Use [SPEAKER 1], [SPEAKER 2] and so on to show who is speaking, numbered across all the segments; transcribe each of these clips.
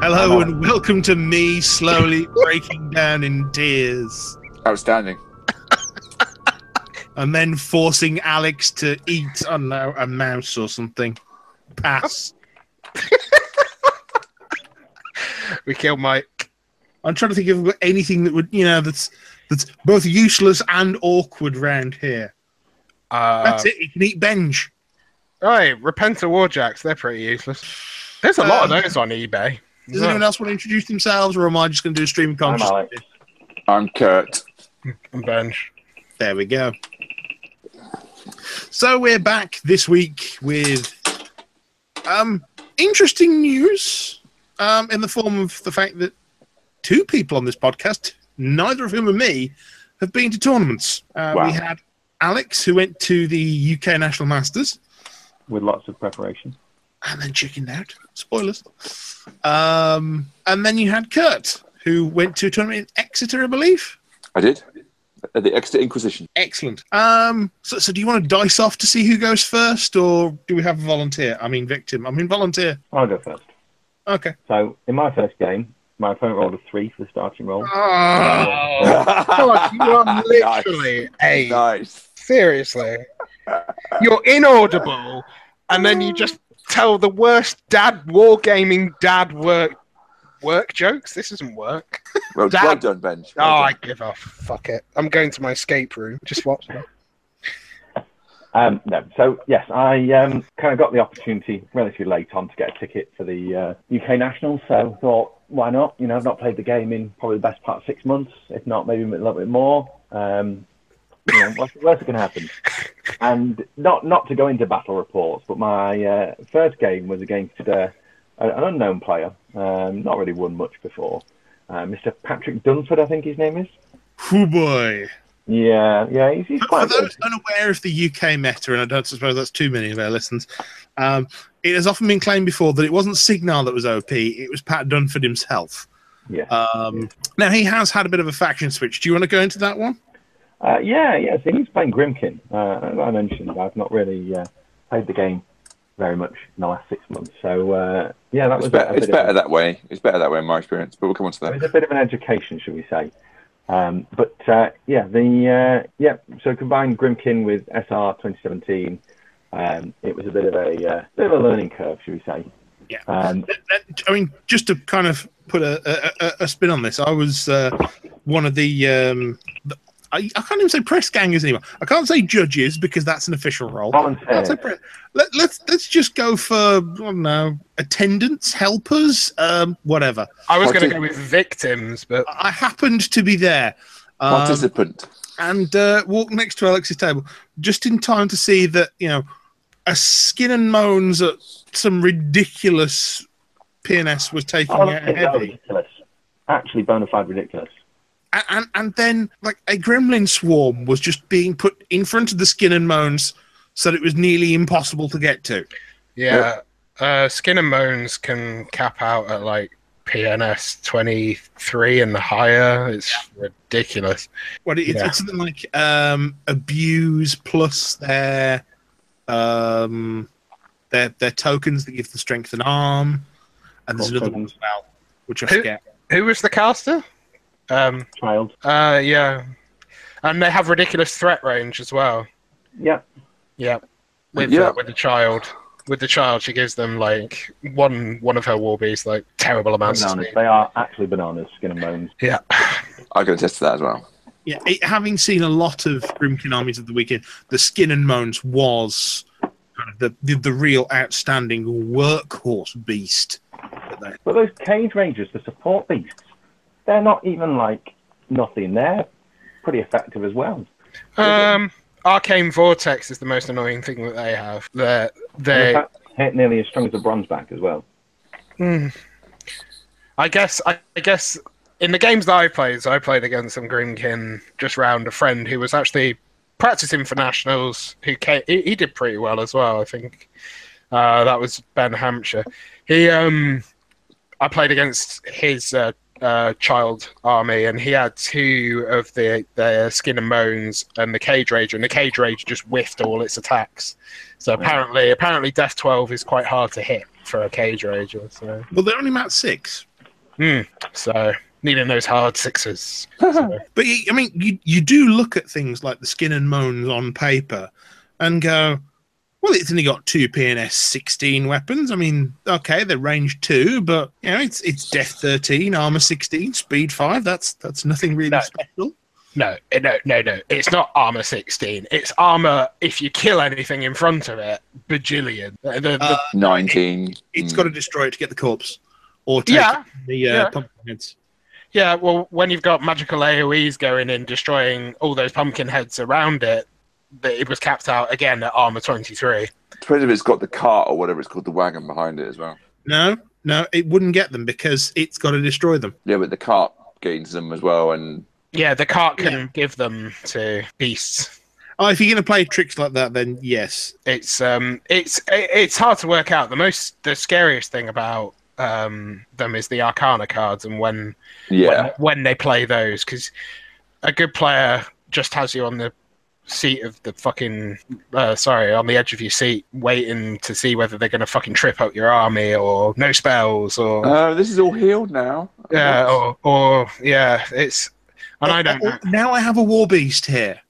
[SPEAKER 1] Hello and welcome to me slowly breaking down in tears
[SPEAKER 2] Outstanding.
[SPEAKER 1] and then forcing Alex to eat, I don't know, a mouse or something. Pass.
[SPEAKER 3] We killed Mike.
[SPEAKER 1] I'm trying to think of anything that would, you know, that's that's both useless and awkward round here.
[SPEAKER 3] Uh, oh,
[SPEAKER 1] That's it. You can eat Benj.
[SPEAKER 3] Hey, Repenta Warjacks, they're pretty useless. There's a lot
[SPEAKER 1] Um,
[SPEAKER 3] of those on eBay.
[SPEAKER 1] Does anyone else want to introduce themselves, or am I just going to do a stream of
[SPEAKER 4] I'm
[SPEAKER 1] consciousness?
[SPEAKER 4] Alex.
[SPEAKER 2] I'm Kurt.
[SPEAKER 3] And Benj.
[SPEAKER 1] There we go. So we're back this week with um interesting news um in the form of the fact that two people on this podcast, neither of whom are me, have been to tournaments. Uh,
[SPEAKER 2] Wow.
[SPEAKER 1] We had Alex, who went to the UK National Masters
[SPEAKER 4] with lots of preparation.
[SPEAKER 1] and then chickened out. Spoilers. Um, and then you had Kurt, who went to a tournament in Exeter, I believe.
[SPEAKER 2] I did. At the Exeter Inquisition.
[SPEAKER 1] Excellent. Um, so, so do you want to dice off to see who goes first, or do we have a volunteer? I mean, victim. I mean, volunteer.
[SPEAKER 4] I'll go first.
[SPEAKER 1] Okay.
[SPEAKER 4] So in my first game, my opponent rolled a three for the starting roll.
[SPEAKER 3] Oh, God, you are
[SPEAKER 2] nice.
[SPEAKER 3] literally a.
[SPEAKER 2] nice.
[SPEAKER 3] Seriously. You're inaudible, and then you just tell the worst dad wargaming dad work work jokes. This isn't work.
[SPEAKER 2] Well,
[SPEAKER 3] That-
[SPEAKER 2] well done, Benj.
[SPEAKER 3] Oh,
[SPEAKER 2] Well
[SPEAKER 3] I
[SPEAKER 2] done.
[SPEAKER 3] give up. Fuck it. I'm going to my escape room. Just watch it.
[SPEAKER 4] Um, no, so yes, I um, kind of got the opportunity relatively late on to get a ticket for the uh, UK Nationals. So I thought, why not? You know, I've not played the game in probably the best part of six months, if not maybe a little bit more. Um, you know, what's, what's going to happen? And not not to go into battle reports, but my uh, first game was against uh, a- an unknown player, um, not really won much before. Uh, Mr. Patrick Dunsford, I think his name is.
[SPEAKER 1] Who boy?
[SPEAKER 4] Yeah, yeah, he's, he's
[SPEAKER 1] For
[SPEAKER 4] quite good.
[SPEAKER 1] those uh, unaware of the UK meta, and I don't suppose that's too many of our listeners, um, it has often been claimed before that it wasn't Signal that was OP; it was Pat Dunford himself.
[SPEAKER 4] Yeah.
[SPEAKER 1] Um, now he has had a bit of a faction switch. Do you want to go into that one?
[SPEAKER 4] Uh, yeah, yeah. So he's playing Grimkin. Uh, as I mentioned, I've not really uh, played the game very much in the last six months. So uh, yeah, that
[SPEAKER 2] It's,
[SPEAKER 4] was
[SPEAKER 2] be-
[SPEAKER 4] a, a
[SPEAKER 2] it's
[SPEAKER 4] bit of
[SPEAKER 2] better that way. It's better that way in my experience, but we'll come on to
[SPEAKER 4] a, it
[SPEAKER 3] Um,
[SPEAKER 2] that.
[SPEAKER 4] was a bit of an education, should we say? Um, but uh, yeah, the uh, yeah. So combined Grimkin with SR 2017, um, it was a bit of a uh, bit of a learning curve, should we say?
[SPEAKER 1] Yeah.
[SPEAKER 4] Um,
[SPEAKER 1] that, I mean, just to kind of put a, a, a- a spin on this, I was uh, one of the, um, the I, I can't even say press gangers anymore. I can't say judges because that's an official role. I can't say
[SPEAKER 4] volunteer.
[SPEAKER 1] press- Let, let's let's just go for I don't know attendants, helpers, um, whatever.
[SPEAKER 3] I was going
[SPEAKER 2] Partic-
[SPEAKER 3] to go with victims, but
[SPEAKER 1] I I happened to be there. Um,
[SPEAKER 2] Participant.
[SPEAKER 1] and uh, walked next to Alex's table just in time to see that you know a skin and moans at some ridiculous PNS was taking
[SPEAKER 4] Oh,
[SPEAKER 1] out
[SPEAKER 4] that's-
[SPEAKER 1] a
[SPEAKER 4] that was
[SPEAKER 1] heavy.
[SPEAKER 4] ridiculous. Actually, bona fide ridiculous.
[SPEAKER 1] and, and and then like a gremlin swarm was just being put in front of the skin and moans so that it was nearly impossible to get to
[SPEAKER 3] yeah. Uh, Skin and Moans can cap out at like PNS 23 and higher. It's ridiculous.
[SPEAKER 1] what it, it's-
[SPEAKER 3] Yeah.
[SPEAKER 1] it's something like um abuse plus their um their their tokens that give the strength and arm and there's
[SPEAKER 4] Cool.
[SPEAKER 1] another one as well which i
[SPEAKER 3] Who-
[SPEAKER 1] forget
[SPEAKER 3] Who was the caster? Um,
[SPEAKER 4] Child.
[SPEAKER 3] uh, yeah. And they have ridiculous threat range as well.
[SPEAKER 4] Yeah.
[SPEAKER 3] Yeah. With,
[SPEAKER 2] Yeah.
[SPEAKER 3] uh, with the child. With the child, she gives them like one one of her war bees, like terrible amounts of
[SPEAKER 4] Bananas.
[SPEAKER 3] speed.
[SPEAKER 4] They are actually bananas, skin and bones.
[SPEAKER 3] Yeah.
[SPEAKER 2] I can attest to that as well.
[SPEAKER 1] yeah it, having seen a lot of grimkin armies of the weekend the skin and moans was kind of the the, the real outstanding workhorse beast that they
[SPEAKER 4] But those cage rangers, the support beasts, they're not even like nothing. They're pretty effective as well.
[SPEAKER 3] Um, Arcane Vortex is the most annoying thing that they have. They're,
[SPEAKER 4] And
[SPEAKER 3] they
[SPEAKER 4] in fact, hit nearly as strong as a bronzeback as well.
[SPEAKER 3] Hmm. I guess I, I guess in the games that I played, so I played against some Grimkin just round a friend who was actually practicing for nationals. Who came, he, he did pretty well as well, I think. Uh, that was Ben Hampshire. He um, I played against his uh, uh, child army, and he had two of the the skin and bones and the cage rager, and the cage rager just whiffed all its attacks. So apparently, apparently, death twelve is quite hard to hit for a cage rager. So.
[SPEAKER 1] Well, they're only Mat six.
[SPEAKER 3] So needing those hard sixes. So,
[SPEAKER 1] But you, I mean, you you do look at things like the skin and moans on paper, and go, well, it's only got two PNS sixteen weapons. I mean, okay, they're range two, but you know, it's it's death thirteen, armor sixteen, speed five. That's that's nothing really
[SPEAKER 3] No.
[SPEAKER 1] special.
[SPEAKER 3] no, eh, no, no, no. It's not armor sixteen. It's armor if you kill anything in front of it, bajillion. The- the- the-
[SPEAKER 1] Uh,
[SPEAKER 2] 19.
[SPEAKER 1] It's
[SPEAKER 2] Mm.
[SPEAKER 1] got to destroy it to get the corpse, or take
[SPEAKER 3] Yeah,
[SPEAKER 1] the uh,
[SPEAKER 3] yeah.
[SPEAKER 1] pumpkin heads.
[SPEAKER 3] yeah, well, when you've got magical AOE's going in, destroying all those pumpkin heads around it, that it was capped out again at armor twenty three.
[SPEAKER 2] Mm. Depends if it's got the cart or whatever it's called, the wagon behind it as well.
[SPEAKER 1] No, no, it wouldn't get them because it's got to destroy them.
[SPEAKER 2] Yeah, but the cart gains them as well. And
[SPEAKER 3] Yeah, the cart can give them to beasts.
[SPEAKER 1] Oh, if you're going to play tricks like that, then yes,
[SPEAKER 3] it's um it's it- it's hard to work out the most the scariest thing about um them is the arcana cards and when
[SPEAKER 2] yeah,
[SPEAKER 3] when, when they play those because a good player just has you on the seat of the fucking uh, sorry on the edge of your seat waiting to see whether they're going to fucking trip up your army or no spells or
[SPEAKER 2] uh, this is all healed now.
[SPEAKER 3] yeah oh, or, or yeah it's and I don't
[SPEAKER 1] Oh,
[SPEAKER 3] know.
[SPEAKER 1] Now I have a war beast here.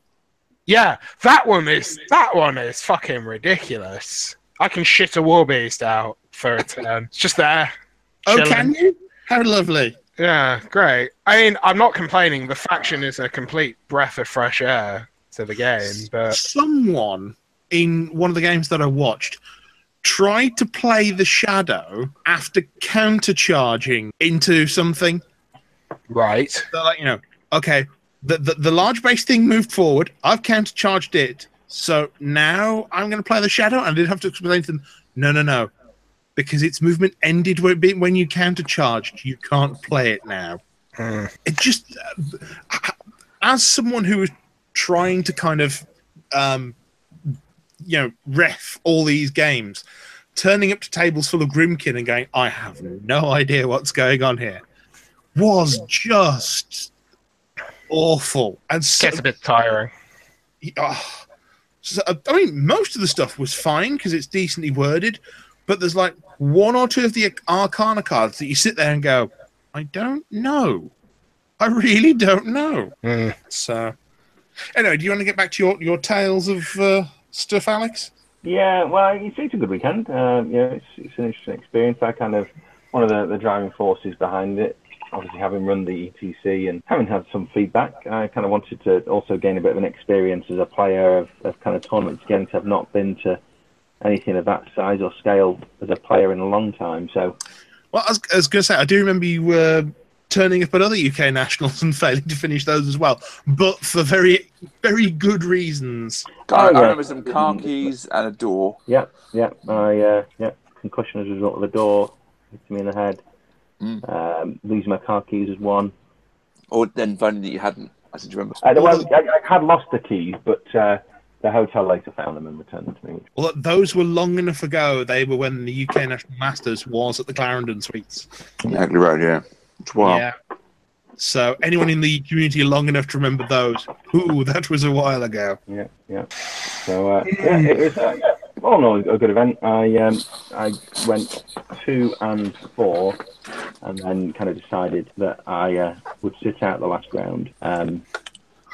[SPEAKER 3] Yeah, that one is that one is fucking ridiculous. I can shit a war beast out for a turn. It's just there.
[SPEAKER 1] Oh,
[SPEAKER 3] chilling.
[SPEAKER 1] can you? How lovely.
[SPEAKER 3] Yeah, great. I mean, I'm not complaining. The faction is a complete breath of fresh air to the game, but
[SPEAKER 1] Someone in one of the games that I watched tried to play the shadow after countercharging into something.
[SPEAKER 3] right.
[SPEAKER 1] They're like, you know, okay, the, the, the large base thing moved forward. I've countercharged it. So now I'm going to play the shadow. And I did have to explain to them, no, no, no. Because its movement ended when when you countercharged. You can't play it now.
[SPEAKER 3] Hmm.
[SPEAKER 1] it just uh, as someone who was trying to kind of um you know ref all these games turning up to tables full of grimkin and going i have no idea what's going on here was just awful and so,
[SPEAKER 3] Gets a bit tiring.
[SPEAKER 1] Ah. so i mean most of the stuff was fine because it's decently worded but there's like one or two of the arcana cards that you sit there and go i don't know i really don't know
[SPEAKER 3] Hmm.
[SPEAKER 1] so, anyway, do you want to get back to your, your tales of uh, stuff, Alex?
[SPEAKER 4] Yeah, well, it's, it's a good weekend. Um, yeah, it's, it's an interesting experience. I kind of one of the, the driving forces behind it. Obviously, having run the ETC and having had some feedback, I kind of wanted to also gain a bit of an experience as a player of, of kind of tournaments. Again, 'cause I've not been to anything of that size or scale as a player in a long time. So,
[SPEAKER 1] Well, I was, I was going to say, I do remember you were turning up at other UK nationals and failing to finish those as well, but for very, very good reasons.
[SPEAKER 2] I, I
[SPEAKER 4] yeah.
[SPEAKER 2] remember some car keys and a door.
[SPEAKER 4] yeah, yeah, I uh, yeah, concussion as a result of the door hit me in the head.
[SPEAKER 2] Mm.
[SPEAKER 4] Um, losing my car keys is one.
[SPEAKER 2] Or then finding that you hadn't. I said, do you remember?
[SPEAKER 4] Uh, well, I, I had lost the keys, but uh, the hotel later found them and returned them to me.
[SPEAKER 1] Well, those were long enough ago. They were when the UK National Masters was at the Clarendon Suites.
[SPEAKER 2] Hagley Road, yeah. It's wild.
[SPEAKER 1] Yeah. So, anyone in the community long enough to remember those? Ooh, that was a while ago.
[SPEAKER 4] Yeah, yeah. So uh, yeah, it was uh, yeah, all in all a good event. I um, I went two and four, and then kind of decided that I uh, would sit out the last round. Um,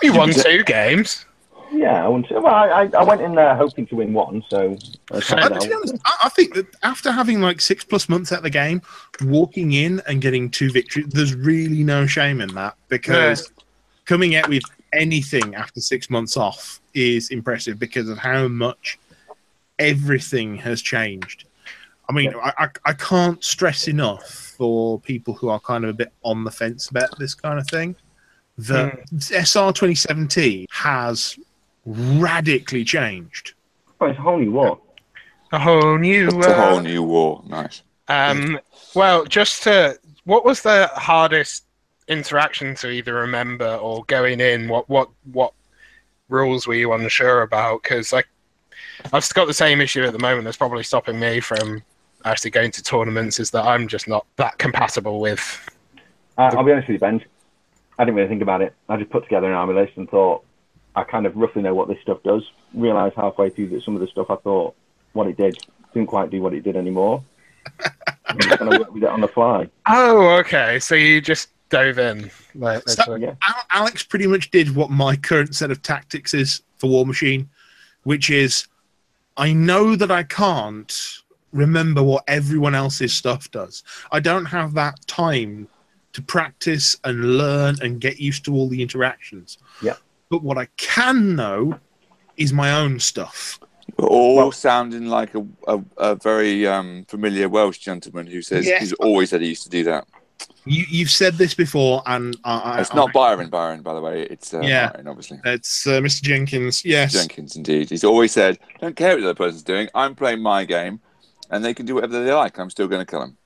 [SPEAKER 3] You won two games.
[SPEAKER 4] yeah, I went. Well, I, I, I went in there hoping to win one, so I
[SPEAKER 1] Uh,
[SPEAKER 4] kind
[SPEAKER 1] to
[SPEAKER 4] of-
[SPEAKER 1] be honest, I, I think that after having like six plus months at the game, walking in and getting two victories, there's really no shame in that because coming out with anything after six months off is impressive because of how much everything has changed. I mean, I, I, I can't stress enough for people who are kind of a bit on the fence about this kind of thing that SR 2017 has radically changed.
[SPEAKER 4] oh, it's a whole new war.
[SPEAKER 3] A whole new.
[SPEAKER 2] It's a whole
[SPEAKER 3] Uh,
[SPEAKER 2] new war. Nice.
[SPEAKER 3] um, well, just to what was the hardest interaction to either remember or going in? What what what rules were you unsure about? Because like I've got the same issue at the moment. That's probably stopping me from actually going to tournaments. Is that I'm just not that compatible with.
[SPEAKER 4] Uh, I'll be honest with you, Ben. I didn't really think about it. I just put together an army list and thought, I kind of roughly know what this stuff does. Realised halfway through that some of the stuff I thought what it did didn't quite do what it did anymore. I'm just going to work with it on the fly.
[SPEAKER 3] Oh, okay. So you just dove in. Like,
[SPEAKER 1] So-
[SPEAKER 3] that's what-
[SPEAKER 4] Yeah.
[SPEAKER 1] Al- Alex pretty much did what my current set of tactics is for War Machine, which is I know that I can't remember what everyone else's stuff does. I don't have that time to practice and learn and get used to all the interactions.
[SPEAKER 4] Yeah.
[SPEAKER 1] But what I can know is my own stuff.
[SPEAKER 2] All sounding like a, a, a very um, familiar Welsh gentleman who says
[SPEAKER 1] Yeah.
[SPEAKER 2] he's always said he used to do that.
[SPEAKER 1] You, you've said this before, and I, I,
[SPEAKER 2] it's not
[SPEAKER 1] I,
[SPEAKER 2] Byron, Byron, by the way. It's uh,
[SPEAKER 1] Yeah.
[SPEAKER 2] Martin, obviously.
[SPEAKER 1] it's uh, Mr. Jenkins. Yes.
[SPEAKER 2] Jenkins, indeed. He's always said, don't care what the other person's doing. I'm playing my game, and they can do whatever they like. I'm still going to kill them.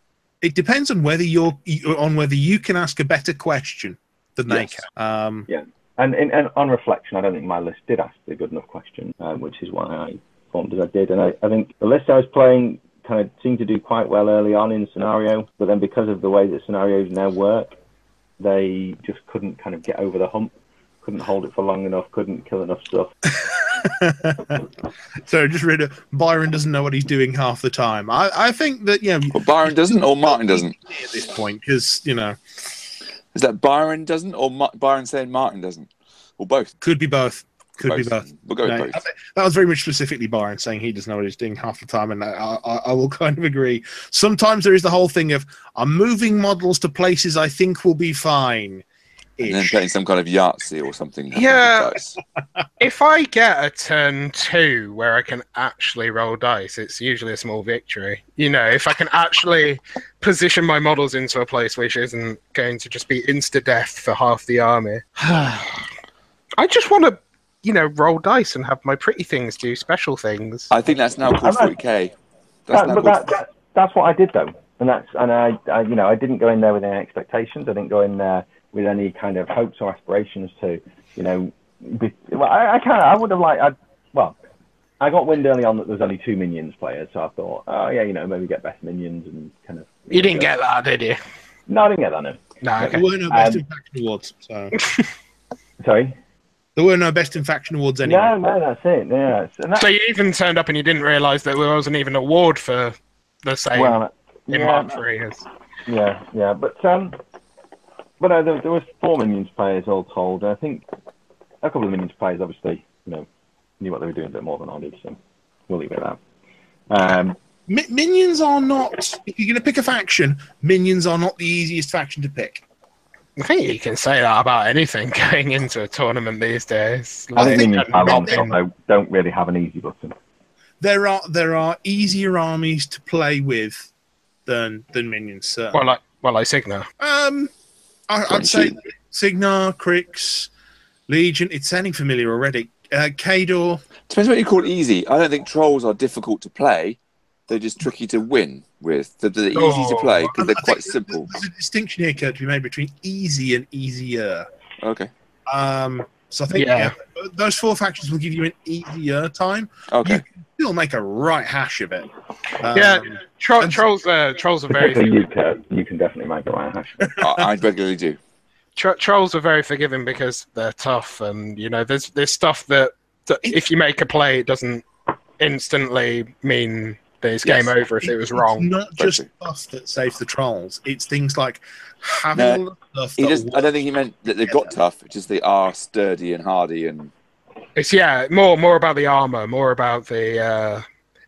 [SPEAKER 1] it depends on whether you're on whether you can ask a better question than they
[SPEAKER 2] Yes.
[SPEAKER 1] can. Um,
[SPEAKER 4] And, and, and on reflection, I don't think my list did ask a good enough question, um, which is why I formed as I did. And I, I think the list I was playing kind of seemed to do quite well early on in scenario, but then because of the way that scenarios now work, they just couldn't kind of get over the hump, couldn't hold it for long enough, couldn't kill enough stuff.
[SPEAKER 1] so just read it. Byron doesn't know what he's doing half the time. I, I think that you know
[SPEAKER 2] Well, Byron doesn't, or Martin doesn't.
[SPEAKER 1] at this point because you know
[SPEAKER 2] Is that Byron doesn't, or Ma- Byron saying Martin doesn't? Or both?
[SPEAKER 1] could be both. Could be both.
[SPEAKER 2] We'll go with
[SPEAKER 1] No,
[SPEAKER 2] both.
[SPEAKER 1] I think- that was very much specifically Byron saying he doesn't know what he's doing half the time, and I, I, I will kind of agree. Sometimes there is the whole thing of I'm moving models to places I think will be fine.
[SPEAKER 2] and then
[SPEAKER 1] ish."
[SPEAKER 2] playing some kind of Yahtzee or something.
[SPEAKER 3] Yeah.
[SPEAKER 2] Dice.
[SPEAKER 3] If I get a turn two where I can actually roll dice, it's usually a small victory. You know, if I can actually position my models into a place which isn't going to just be insta death for half the army, I just want to, you know, roll dice and have my pretty things do special things.
[SPEAKER 2] I think that's now called
[SPEAKER 4] I'm
[SPEAKER 2] 40k. That's
[SPEAKER 4] That,
[SPEAKER 2] now
[SPEAKER 4] but
[SPEAKER 2] called,
[SPEAKER 4] that, that, that's what I did though, and that's and I, I you know I didn't go in there with any expectations. I didn't go in there with any kind of hopes or aspirations to you know. Be, well, I, I kind of I would have liked. I, well, I got wind early on that there was only two minions players, so I thought, oh yeah, you know maybe get best minions and kind of.
[SPEAKER 3] You didn't
[SPEAKER 4] know,
[SPEAKER 3] get that, did you?
[SPEAKER 4] No, I didn't get that. No,
[SPEAKER 3] No.
[SPEAKER 1] There
[SPEAKER 3] Okay.
[SPEAKER 1] were no best
[SPEAKER 4] Um,
[SPEAKER 1] in faction awards, so
[SPEAKER 4] sorry.
[SPEAKER 1] there were no best in faction awards anyway.
[SPEAKER 4] No, no, that's it. Yeah, that's, and that,
[SPEAKER 3] So you even turned up and you didn't realise that there wasn't even an award for the same
[SPEAKER 4] well,
[SPEAKER 3] in
[SPEAKER 4] yeah,
[SPEAKER 3] Mark Maria's.
[SPEAKER 4] Yeah, yeah, but um, but uh, there, there was four minions players all told. and I think a couple of minions players obviously, you know, knew what they were doing a bit more than I did, so we'll leave it at that. Um,
[SPEAKER 1] Mi- minions are not. If you're going to pick a faction, minions are not the easiest faction to pick.
[SPEAKER 3] I think you can say that about anything going into a tournament these days.
[SPEAKER 4] I
[SPEAKER 1] I
[SPEAKER 4] think
[SPEAKER 1] think
[SPEAKER 4] minions
[SPEAKER 1] that
[SPEAKER 4] by long
[SPEAKER 1] minion-
[SPEAKER 4] shot though don't really have an easy button.
[SPEAKER 1] There are there are easier armies to play with than than minions. Sir.
[SPEAKER 3] well, like well, like Signa.
[SPEAKER 1] um, I, I'd say Signar, Crix, Legion. It's sounding familiar already. Uh, Kador.
[SPEAKER 2] Depends what you call easy. I don't think trolls are difficult to play. They're just tricky to win with. They're, they're easy to
[SPEAKER 3] Oh.
[SPEAKER 2] play because they're
[SPEAKER 1] I think
[SPEAKER 2] quite
[SPEAKER 1] there's-
[SPEAKER 2] simple.
[SPEAKER 1] There's a distinction here, Kurt, to be made between easy and easier.
[SPEAKER 2] Okay.
[SPEAKER 1] Um, so I think
[SPEAKER 3] Yeah.
[SPEAKER 1] yeah, those four factions will give you an easier time.
[SPEAKER 2] Okay.
[SPEAKER 1] You'll make a right hash of it. Um,
[SPEAKER 3] Yeah. Tro-
[SPEAKER 1] and-
[SPEAKER 3] trolls, uh, trolls are very
[SPEAKER 4] Particularly
[SPEAKER 3] forgiving.
[SPEAKER 4] you, Kurt, you can definitely make a right hash.
[SPEAKER 2] I, I regularly do.
[SPEAKER 3] Tro- trolls are very forgiving because they're tough, and you know, there's there's stuff that, that if you make a play, it doesn't instantly mean that it's
[SPEAKER 2] Yes.
[SPEAKER 3] game over if it was wrong.
[SPEAKER 1] It's not
[SPEAKER 2] Thank
[SPEAKER 1] just
[SPEAKER 2] you.
[SPEAKER 1] us that saves the trolls. It's things like having
[SPEAKER 2] No,
[SPEAKER 1] a lot of stuff.
[SPEAKER 2] He
[SPEAKER 1] that
[SPEAKER 2] just, I
[SPEAKER 1] works.
[SPEAKER 2] don't think he meant that they've got tough. It's just they are sturdy and hardy and
[SPEAKER 3] It's yeah, more more about the armor, more about the uh,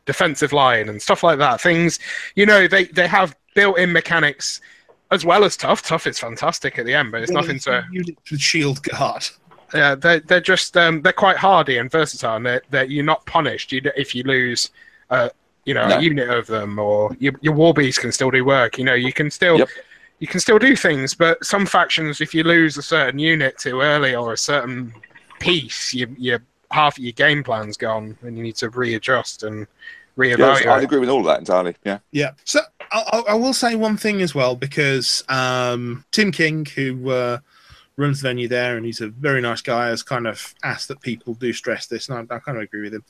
[SPEAKER 3] defensive line and stuff like that. Things you know, they they have built-in mechanics as well as tough. Tough is fantastic at the end, but it's
[SPEAKER 1] Well,
[SPEAKER 3] nothing
[SPEAKER 1] there's
[SPEAKER 3] to
[SPEAKER 1] two units with shield guard.
[SPEAKER 3] Yeah, they're they're just um, they're quite hardy and versatile. And they're, they're, you're not punished you, if you lose, uh, you know,
[SPEAKER 2] No.
[SPEAKER 3] a unit of them, or your, your war beasts can still do work. You know, you can still
[SPEAKER 2] Yep.
[SPEAKER 3] you can still do things. But some factions, if you lose a certain unit too early or a certain piece, you, you half of your game plan's gone, and you need to readjust and reevaluate.
[SPEAKER 2] Yeah, I'd agree with all that entirely. Yeah.
[SPEAKER 1] Yeah. So I, I- I will say one thing as well because um, Tim King, who uh, runs the venue there, and he's a very nice guy, has kind of asked that people do stress this, and I, I kind of agree with him.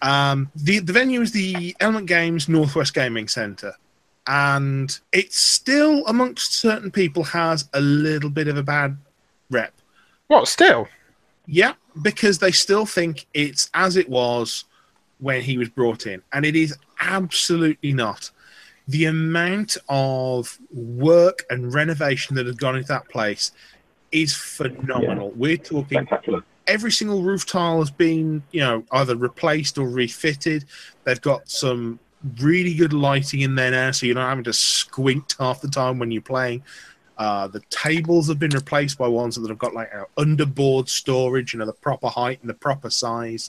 [SPEAKER 1] Um, the the venue is the Element Games Northwest Gaming Centre, and it's still amongst certain people has a little bit of a bad rep.
[SPEAKER 3] What still?
[SPEAKER 1] Yeah, because they still think it's as it was when he was brought in, and it is absolutely not. the amount of work and renovation that has gone into that place is phenomenal. We're talking
[SPEAKER 4] Spectacular.
[SPEAKER 1] every single roof tile has been, you know, either replaced or refitted. They've got some really good lighting in there now, so you're not having to squint half the time when you're playing. Uh, the tables have been replaced by ones that have got like uh, underboard storage, you know, the proper height and the proper size.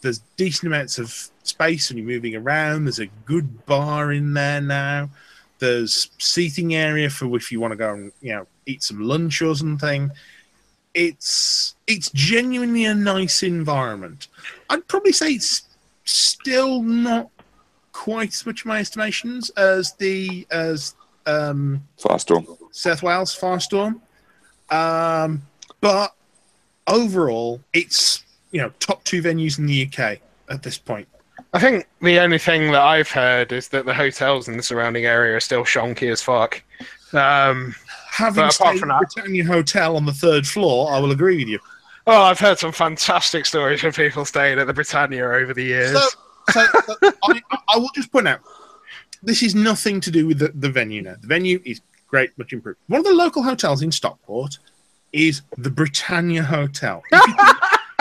[SPEAKER 1] There's decent amounts of space when you're moving around. There's a good bar in there now. There's seating area for if you want to go and you know eat some lunch or something it's it's genuinely a nice environment. I'd probably say it's still not quite as much in my estimations as the as um,
[SPEAKER 2] Firestorm.
[SPEAKER 1] South Wales Firestorm, um, but overall, it's you know top two venues in the UK at this point.
[SPEAKER 3] I think the only thing that I've heard is that the hotels in the surrounding area are still shonky as fuck. Um,
[SPEAKER 1] Having
[SPEAKER 3] But apart
[SPEAKER 1] stayed
[SPEAKER 3] from
[SPEAKER 1] at
[SPEAKER 3] that-
[SPEAKER 1] Britannia Hotel on the third floor, I will agree with you.
[SPEAKER 3] oh, I've heard some fantastic stories from people staying at the Britannia over the years.
[SPEAKER 1] So, so, so I, I will just point out this is nothing to do with the, the venue now. The venue is great, much improved. One of the local hotels in Stockport is the Britannia Hotel. If you can,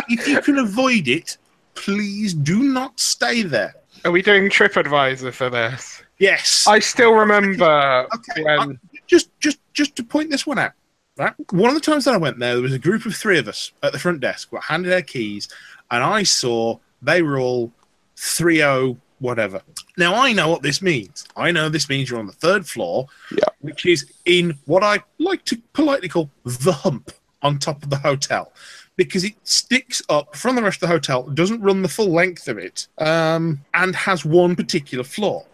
[SPEAKER 1] if you can avoid it, please do not stay there.
[SPEAKER 3] Are we doing TripAdvisor for this?
[SPEAKER 1] Yes.
[SPEAKER 3] I still remember
[SPEAKER 1] okay.
[SPEAKER 3] when.
[SPEAKER 1] I- just, just, just to point this one out. Right? One of the times that I went there, there was a group of three of us at the front desk. Got handed our keys, and I saw they were all three o whatever. Now I know what this means. I know this means you're on the third floor,
[SPEAKER 2] Yeah.
[SPEAKER 1] which is in what I like to politely call the hump on top of the hotel, because it sticks up from the rest of the hotel, doesn't run the full length of it, um, and has one particular floor.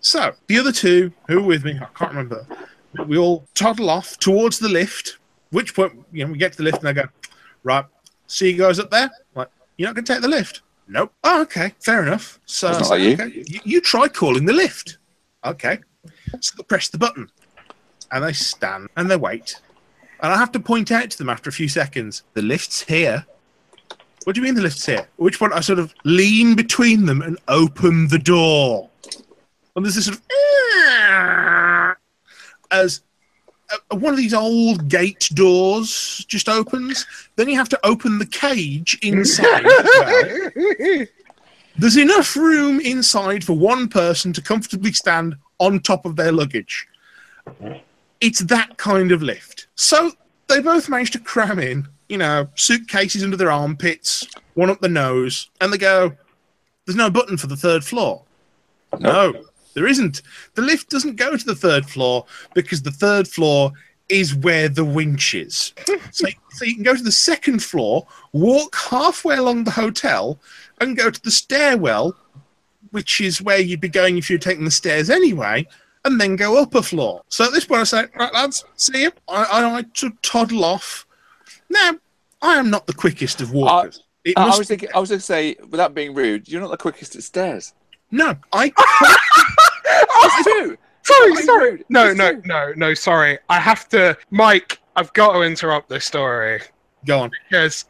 [SPEAKER 1] So the other two who were with me, I can't remember, but we all toddle off towards the lift. Which point, you know, we get to the lift and they go, right, see you guys up there. I'm Like, you're not going to take the lift? Nope. Oh, okay, fair enough. So,
[SPEAKER 2] That's not
[SPEAKER 1] so,
[SPEAKER 2] like you.
[SPEAKER 1] okay, you, you try calling the lift. Okay. So they press the button and they stand and they wait. And I have to point out to them after a few seconds, the lift's here. What do you mean the lift's here? At which point I sort of lean between them and open the door. And there's this sort of as uh, one of these old gate doors just opens. Then you have to open the cage inside. as well. There's enough room inside for one person to comfortably stand on top of their luggage. It's that kind of lift. So they both managed to cram in, you know, suitcases under their armpits, one up the nose, and they go, There's no button for the third floor. No, there isn't. The lift doesn't go to the third floor because the third floor is where the winch is. so, so you can go to the second floor, walk halfway along the hotel, and go to the stairwell, which is where you'd be going if you were taking the stairs anyway, and then go up a floor. So at this point, I say, right, lads, see you. I, I, I to toddle off. Now, I am not the quickest of walkers. it
[SPEAKER 2] I, I
[SPEAKER 1] must
[SPEAKER 2] was thinking, I was going to say, without being rude, you're not the quickest at stairs.
[SPEAKER 1] no, I
[SPEAKER 2] That's true.
[SPEAKER 3] Sorry,
[SPEAKER 2] That's
[SPEAKER 3] sorry.
[SPEAKER 2] rude.
[SPEAKER 3] No,
[SPEAKER 2] That's
[SPEAKER 3] no,
[SPEAKER 2] rude.
[SPEAKER 3] no, no, sorry. I have to. Mike, I've got to interrupt this story
[SPEAKER 1] go on.
[SPEAKER 3] because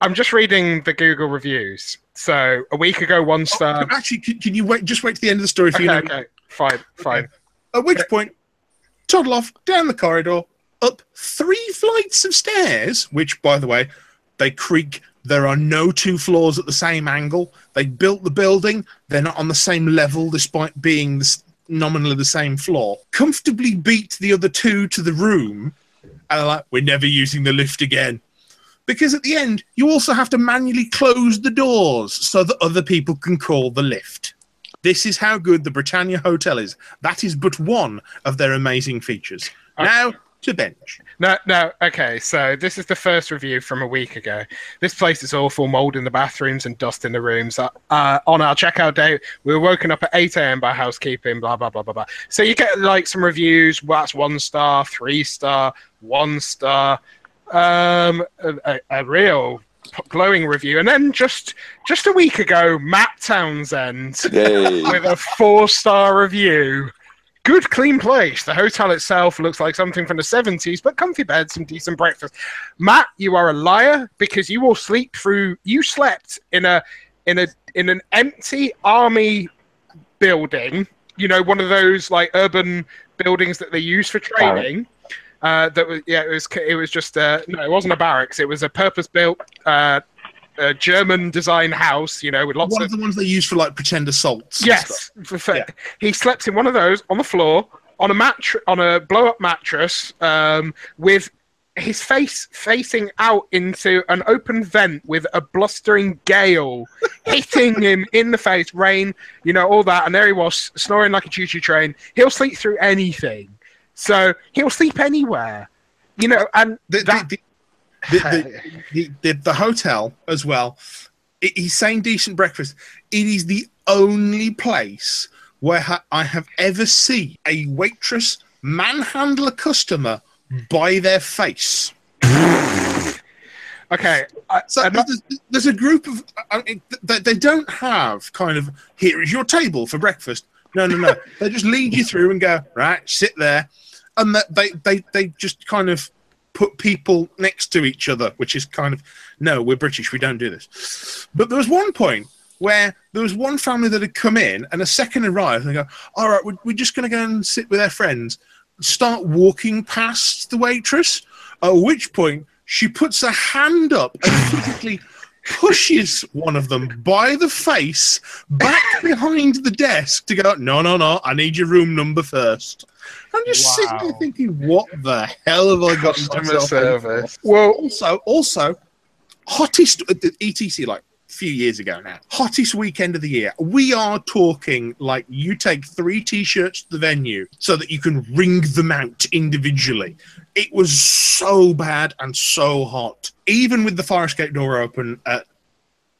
[SPEAKER 3] I'm just reading the Google reviews. So a week ago, one star.
[SPEAKER 1] Actually, can, can you wait? Just wait to the end of the story for
[SPEAKER 3] Okay,
[SPEAKER 1] you know.
[SPEAKER 3] okay, fine, fine.
[SPEAKER 1] At which point, toddle off down the corridor, up three flights of stairs, which, by the way, they creak. There are no two floors at the same angle. They built the building. They're not on the same level, despite being the, s- nominally the same floor. Comfortably beat the other two to the room, and they're like, "We're never using the lift again." Because at the end, you also have to manually close the doors so that other people can call the lift. This is how good the Britannia Hotel is. That is but one of their amazing features.
[SPEAKER 3] Uh,
[SPEAKER 1] Now to bench.
[SPEAKER 3] No, no, okay. So this is the first review from a week ago. This place is awful. Mold in the bathrooms and dust in the rooms. Uh, uh, on our checkout day, we were woken up at 8 a.m. by housekeeping. Blah blah blah blah blah. So you get like some reviews. Well, that's one star, three star, one star. Um, a, a, a real p- glowing review. And then just just a week ago, Matt Townsend
[SPEAKER 2] Yay.
[SPEAKER 3] with a four star review. Good, clean place. The hotel itself looks like something from the 70s, but comfy beds and decent breakfast. Matt, you are a liar because you will sleep through. You slept in a in a in an empty army building you know, one of those like urban buildings that they use for training. Uh, that was yeah, it was it was just uh, no, it wasn't a barracks. It was a purpose-built uh, uh, German design house, you know, with lots
[SPEAKER 1] One
[SPEAKER 3] of
[SPEAKER 1] of the ones they use for like pretend assaults. and stuff.
[SPEAKER 3] Yes, for fair. He slept in one of those on the floor on a mat on a blow up mattress um, with his face facing out into an open vent with a blustering gale hitting him in the face, rain, you know, all that, and there he was snoring like a choo choo train. He'll sleep through anything, so he'll sleep anywhere, you know, and
[SPEAKER 1] The,
[SPEAKER 3] that.
[SPEAKER 1] the, the, the, the, the, the hotel as well. i- He's saying decent breakfast. It is the only place where ha- I have ever seen a waitress manhandle a customer by their face.
[SPEAKER 3] okay, I,
[SPEAKER 1] So
[SPEAKER 3] and-
[SPEAKER 1] there's, there's a group of I mean, th- th- they don't have kind of here is your table for breakfast. No, no, no. they just lead you through and go right, sit there, and that they they they just kind of put people next to each other, which is kind of no, we're British, we don't do this. But there was one point where there was one family that had come in, and a second arrived, and they go, all right, we're, we're just going to go and sit with their friends. Start walking past the waitress, at which point she puts a hand up and physically pushes one of them by the face back behind the desk to go, no, no, no, I need your room number first. I'm just sitting there
[SPEAKER 3] Wow.
[SPEAKER 1] thinking, what the hell have I got myself into?
[SPEAKER 3] Well,
[SPEAKER 1] Also, also, hottest at the ETC like a few years ago now. Hottest weekend of the year. We are talking like you take three t-shirts to the venue so that you can wring them out individually. It was so bad and so hot. Even with the fire escape door open at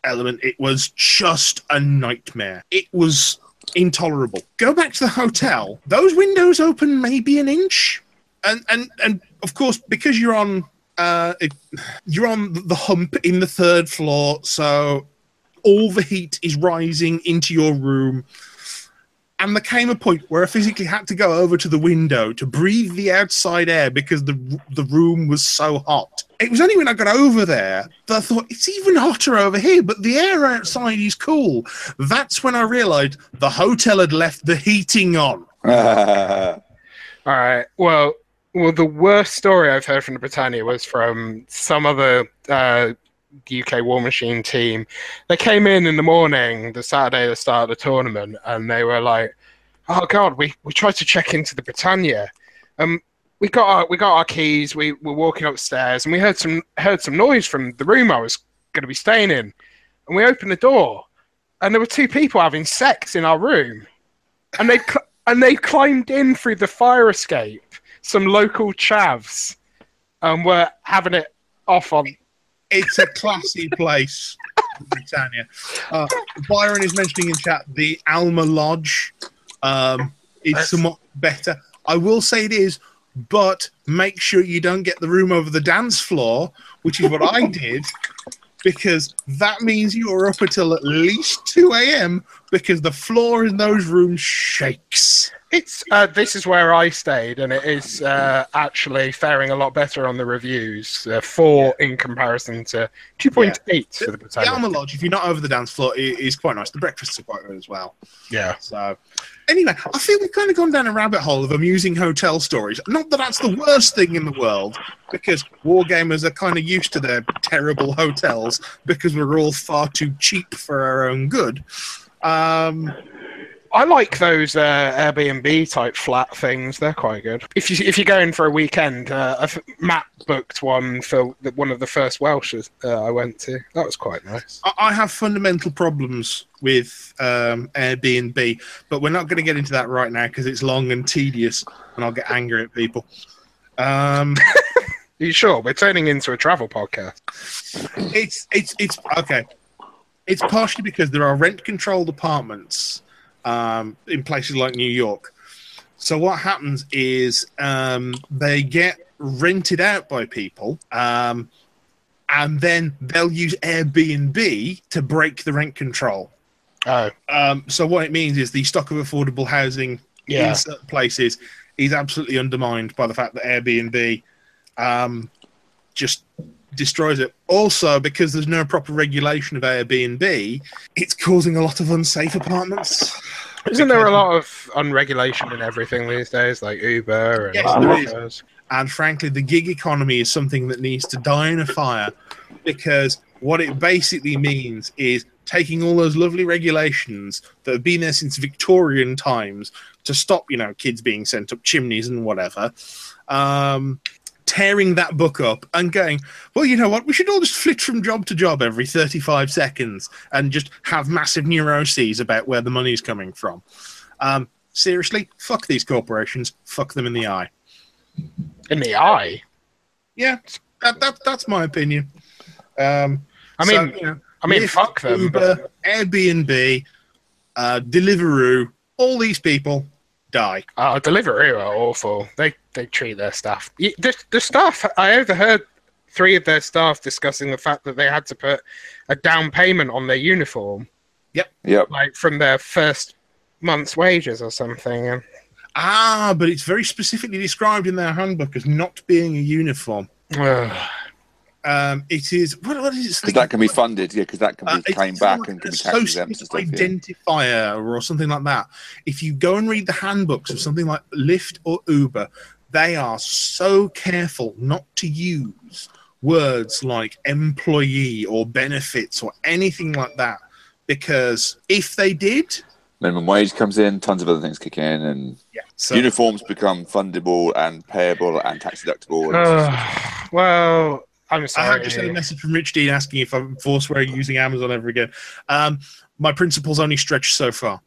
[SPEAKER 1] Element, it was just a nightmare. It was intolerable. Go back to the hotel. Those windows open maybe an inch, and and and of course because you're on uh, it- you're on the hump in the third floor, so all the heat is rising into your room. And there came a point where I physically had to go over to the window to breathe the outside air because the the room was so hot. It was only when I got over there that I thought it's even hotter over here, but the air outside is cool. That's when I realised the hotel had left the heating on.
[SPEAKER 3] All right. Well, well, the worst story I've heard from the Britannia was from some other uh, UK War Machine team. They came in in the morning, the Saturday at the start of the tournament, and they were like, "Oh God, we, we tried to check into the Britannia. Um, we got our we got our keys. We were walking upstairs, and we heard some heard some noise from the room I was going to be staying in, and we opened the door, and there were two people having sex in our room, and they cl- and they climbed in through the fire escape. Some local chavs, and were having it off on.
[SPEAKER 1] It's a classy place, Britannia. Uh, Byron is mentioning in chat the Alma Lodge um, is somewhat better. I will say it is, but make sure you don't get the room over the dance floor, which is what I did, because that means you're up until at least 2 a.m. because the floor in those rooms shakes.
[SPEAKER 3] It's uh, this is where I stayed, and it is uh, actually faring a lot better on the reviews. Uh, four in comparison to two point eight for the
[SPEAKER 1] The Alma
[SPEAKER 3] Britannia.
[SPEAKER 1] Lodge, if you're not over the dance floor, i- is quite nice. The breakfasts are quite good as well.
[SPEAKER 3] Yeah,
[SPEAKER 1] So, anyway, I feel we've kind of gone down a rabbit hole of amusing hotel stories. Not that that's the worst thing in the world, because wargamers are kind of used to their terrible hotels because we're all far too cheap for our own good. Um,
[SPEAKER 3] I like those uh, Airbnb type flat things. They're quite good. If you if you're going for a weekend, uh, I've Matt booked one for the, one of the first Welshes uh, I went to. That was quite nice.
[SPEAKER 1] I- I have fundamental problems with um, Airbnb, but we're not going to get into that right now because it's long and tedious, and I'll get angry at people. Um,
[SPEAKER 3] Are you sure? We're turning into a travel podcast.
[SPEAKER 1] it's it's it's okay. It's partially because there are rent controlled apartments um, in places like New York. So what happens is um, they get rented out by people, um, and then they'll use Airbnb to break the rent control.
[SPEAKER 3] Oh,
[SPEAKER 1] Um, so what it means is the stock of affordable housing
[SPEAKER 3] Yeah.
[SPEAKER 1] in certain places is absolutely undermined by the fact that Airbnb um, just destroys it. Also, because there's no proper regulation of Airbnb, it's causing a lot of unsafe apartments.
[SPEAKER 3] Isn't there a lot of unregulation in everything these days, like Uber and
[SPEAKER 1] Yes, there is.
[SPEAKER 3] Ubers?
[SPEAKER 1] And frankly, the gig economy is something that needs to die in a fire because what it basically means is taking all those lovely regulations that have been there since Victorian times to stop, you know, kids being sent up chimneys and whatever, um, tearing that book up and going, well, you know what, we should all just flit from job to job every 35 seconds and just have massive neuroses about where the money's coming from. Um, seriously, fuck these corporations, fuck them in the eye.
[SPEAKER 3] in the eye.
[SPEAKER 1] Yeah, that, that that's my opinion. Um,
[SPEAKER 3] I
[SPEAKER 1] so,
[SPEAKER 3] mean,
[SPEAKER 1] you know,
[SPEAKER 3] I mean,
[SPEAKER 1] Lyft,
[SPEAKER 3] fuck them.
[SPEAKER 1] Uber,
[SPEAKER 3] but
[SPEAKER 1] Airbnb, uh, Deliveroo, all these people die.
[SPEAKER 3] uh, Deliveroo are awful. They they treat their staff. Y- The, the staff. I overheard three of their staff discussing the fact that they had to put a down payment on their uniform,
[SPEAKER 2] Yep.
[SPEAKER 3] like from their first month's wages or something. And
[SPEAKER 1] Ah, but it's very specifically described in their handbook as not being a uniform.
[SPEAKER 3] ugh.
[SPEAKER 1] Um, it is what, what is it?
[SPEAKER 2] Because that can be funded, yeah. Because that can be
[SPEAKER 1] Uh, it's
[SPEAKER 2] claimed
[SPEAKER 1] kind of
[SPEAKER 2] back
[SPEAKER 1] like
[SPEAKER 2] and can
[SPEAKER 1] an
[SPEAKER 2] be tax exempt and
[SPEAKER 1] associated
[SPEAKER 2] stuff. Yeah.
[SPEAKER 1] identifier or something like that. If you go and read the handbooks of something like Lyft or Uber, they are so careful not to use words like employee or benefits or anything like that because if they did,
[SPEAKER 2] Minimum wage comes in, tons of other things kick in, and
[SPEAKER 1] yeah, so
[SPEAKER 2] uniforms become fundable and payable and tax deductible. and
[SPEAKER 3] Uh.
[SPEAKER 2] it's just-
[SPEAKER 3] Ugh. well, I'm
[SPEAKER 1] I
[SPEAKER 3] sorry.
[SPEAKER 1] have just had a message from Rich Dean asking if I'm forced wearing using Amazon ever again. Um, my principles only stretch so far.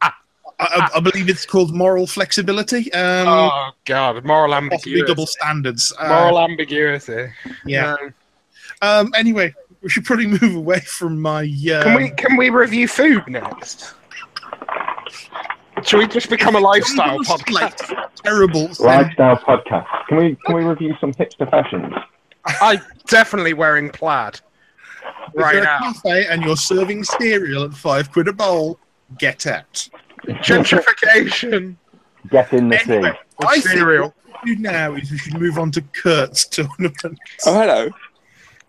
[SPEAKER 1] I- I, I believe it's called moral flexibility. Um,
[SPEAKER 3] oh God, moral
[SPEAKER 1] possibly
[SPEAKER 3] ambiguity.
[SPEAKER 1] double standards. Uh,
[SPEAKER 3] Moral ambiguity.
[SPEAKER 1] yeah.
[SPEAKER 3] Um,
[SPEAKER 1] Um, anyway, we should probably move away from my. Uh,
[SPEAKER 3] Can we can we review food next? Should we just become a lifestyle podcast?
[SPEAKER 1] Like, terrible.
[SPEAKER 4] Lifestyle podcast. Can we can we review some hipster fashions?
[SPEAKER 3] I'm definitely wearing plaid
[SPEAKER 1] If
[SPEAKER 3] right
[SPEAKER 1] you're a
[SPEAKER 3] now.
[SPEAKER 1] cafe and you're serving cereal at five quid a bowl. Get out.
[SPEAKER 3] Gentrification.
[SPEAKER 4] Get in the
[SPEAKER 1] Anyway,
[SPEAKER 4] sea.
[SPEAKER 3] With
[SPEAKER 1] I
[SPEAKER 3] cereal.
[SPEAKER 1] think what we do now is we should move on to Kurt's tournament.
[SPEAKER 2] Oh, hello.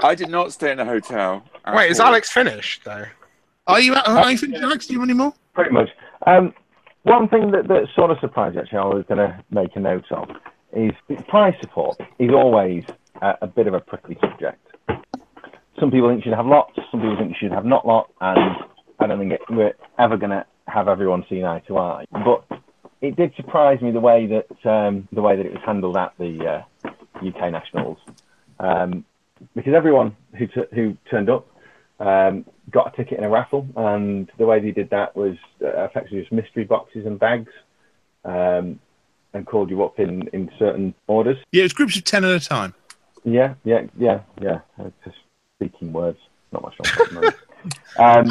[SPEAKER 2] I did not stay in a hotel. at
[SPEAKER 3] Wait, is
[SPEAKER 2] all.
[SPEAKER 3] Alex finished though?
[SPEAKER 1] Are you? Are you finished, Alex? Do you want any more?
[SPEAKER 4] Pretty much. Um, one thing that, that sort of surprised actually, I was going to make a note of, is that price support is always a, a bit of a prickly subject. Some people think you should have lots, some people think you should have not lot, and I don't think it, we're ever going to have everyone seen eye to eye. But it did surprise me the way that um, the way that it was handled at the uh, UK Nationals, um, because everyone who t- who turned up um, got a ticket in a raffle, and the way they did that was uh, effectively just mystery boxes and bags, um, and called you up in, in certain orders.
[SPEAKER 1] Yeah, it's groups of ten at a time.
[SPEAKER 4] Yeah, yeah, yeah, yeah. Uh, Just speaking words, not much. on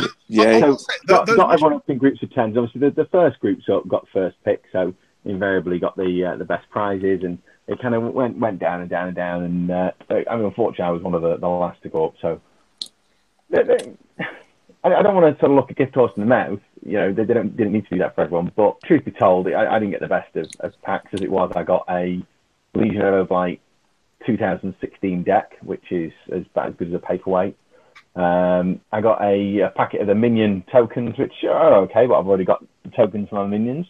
[SPEAKER 4] um,
[SPEAKER 2] Yeah.
[SPEAKER 3] Oh.
[SPEAKER 4] so
[SPEAKER 1] That-
[SPEAKER 4] not,
[SPEAKER 1] those-
[SPEAKER 4] not everyone up in groups of tens. Obviously, the, the first groups up got first pick, so invariably got the uh, the best prizes, and it kind of went went down and down and down. And uh, I mean, unfortunately, I was one of the, the last to go up, so I, I don't want to sort of look a gift horse in the mouth. You know, they didn't didn't need to do that for everyone. But truth be told, I, I didn't get the best of, of packs as it was. I got a Legion of Overblight 2016 deck, which is as about as good as a paperweight. Um, I got a, a packet of the minion tokens, which are okay, but I've already got tokens for my minions.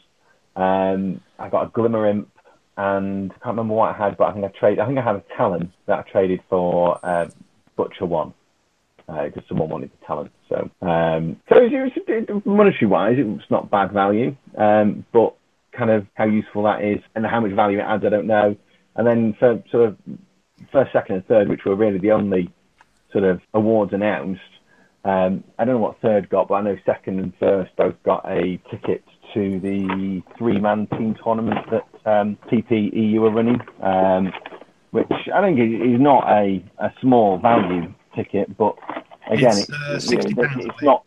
[SPEAKER 4] Um, I got a glimmer imp, and I can't remember what I had, but I think I trade. I think I had a talon that I traded for uh, butcher one because someone wanted the talent. So, um, so it was, it was, monetary wise, it was not bad value, um, but kind of how useful that is and how much value it adds, I don't know. And then for sort of first, second, and third, which were really the only sort of awards announced. Um, I don't know what third got, but I know second and first both got a ticket to the three-man team tournament that um, TPEU are running, um, which I think is, is not a, a small value ticket, but again,
[SPEAKER 1] It's, uh,
[SPEAKER 4] it's,
[SPEAKER 1] £60, I
[SPEAKER 4] it's
[SPEAKER 1] believe.
[SPEAKER 4] not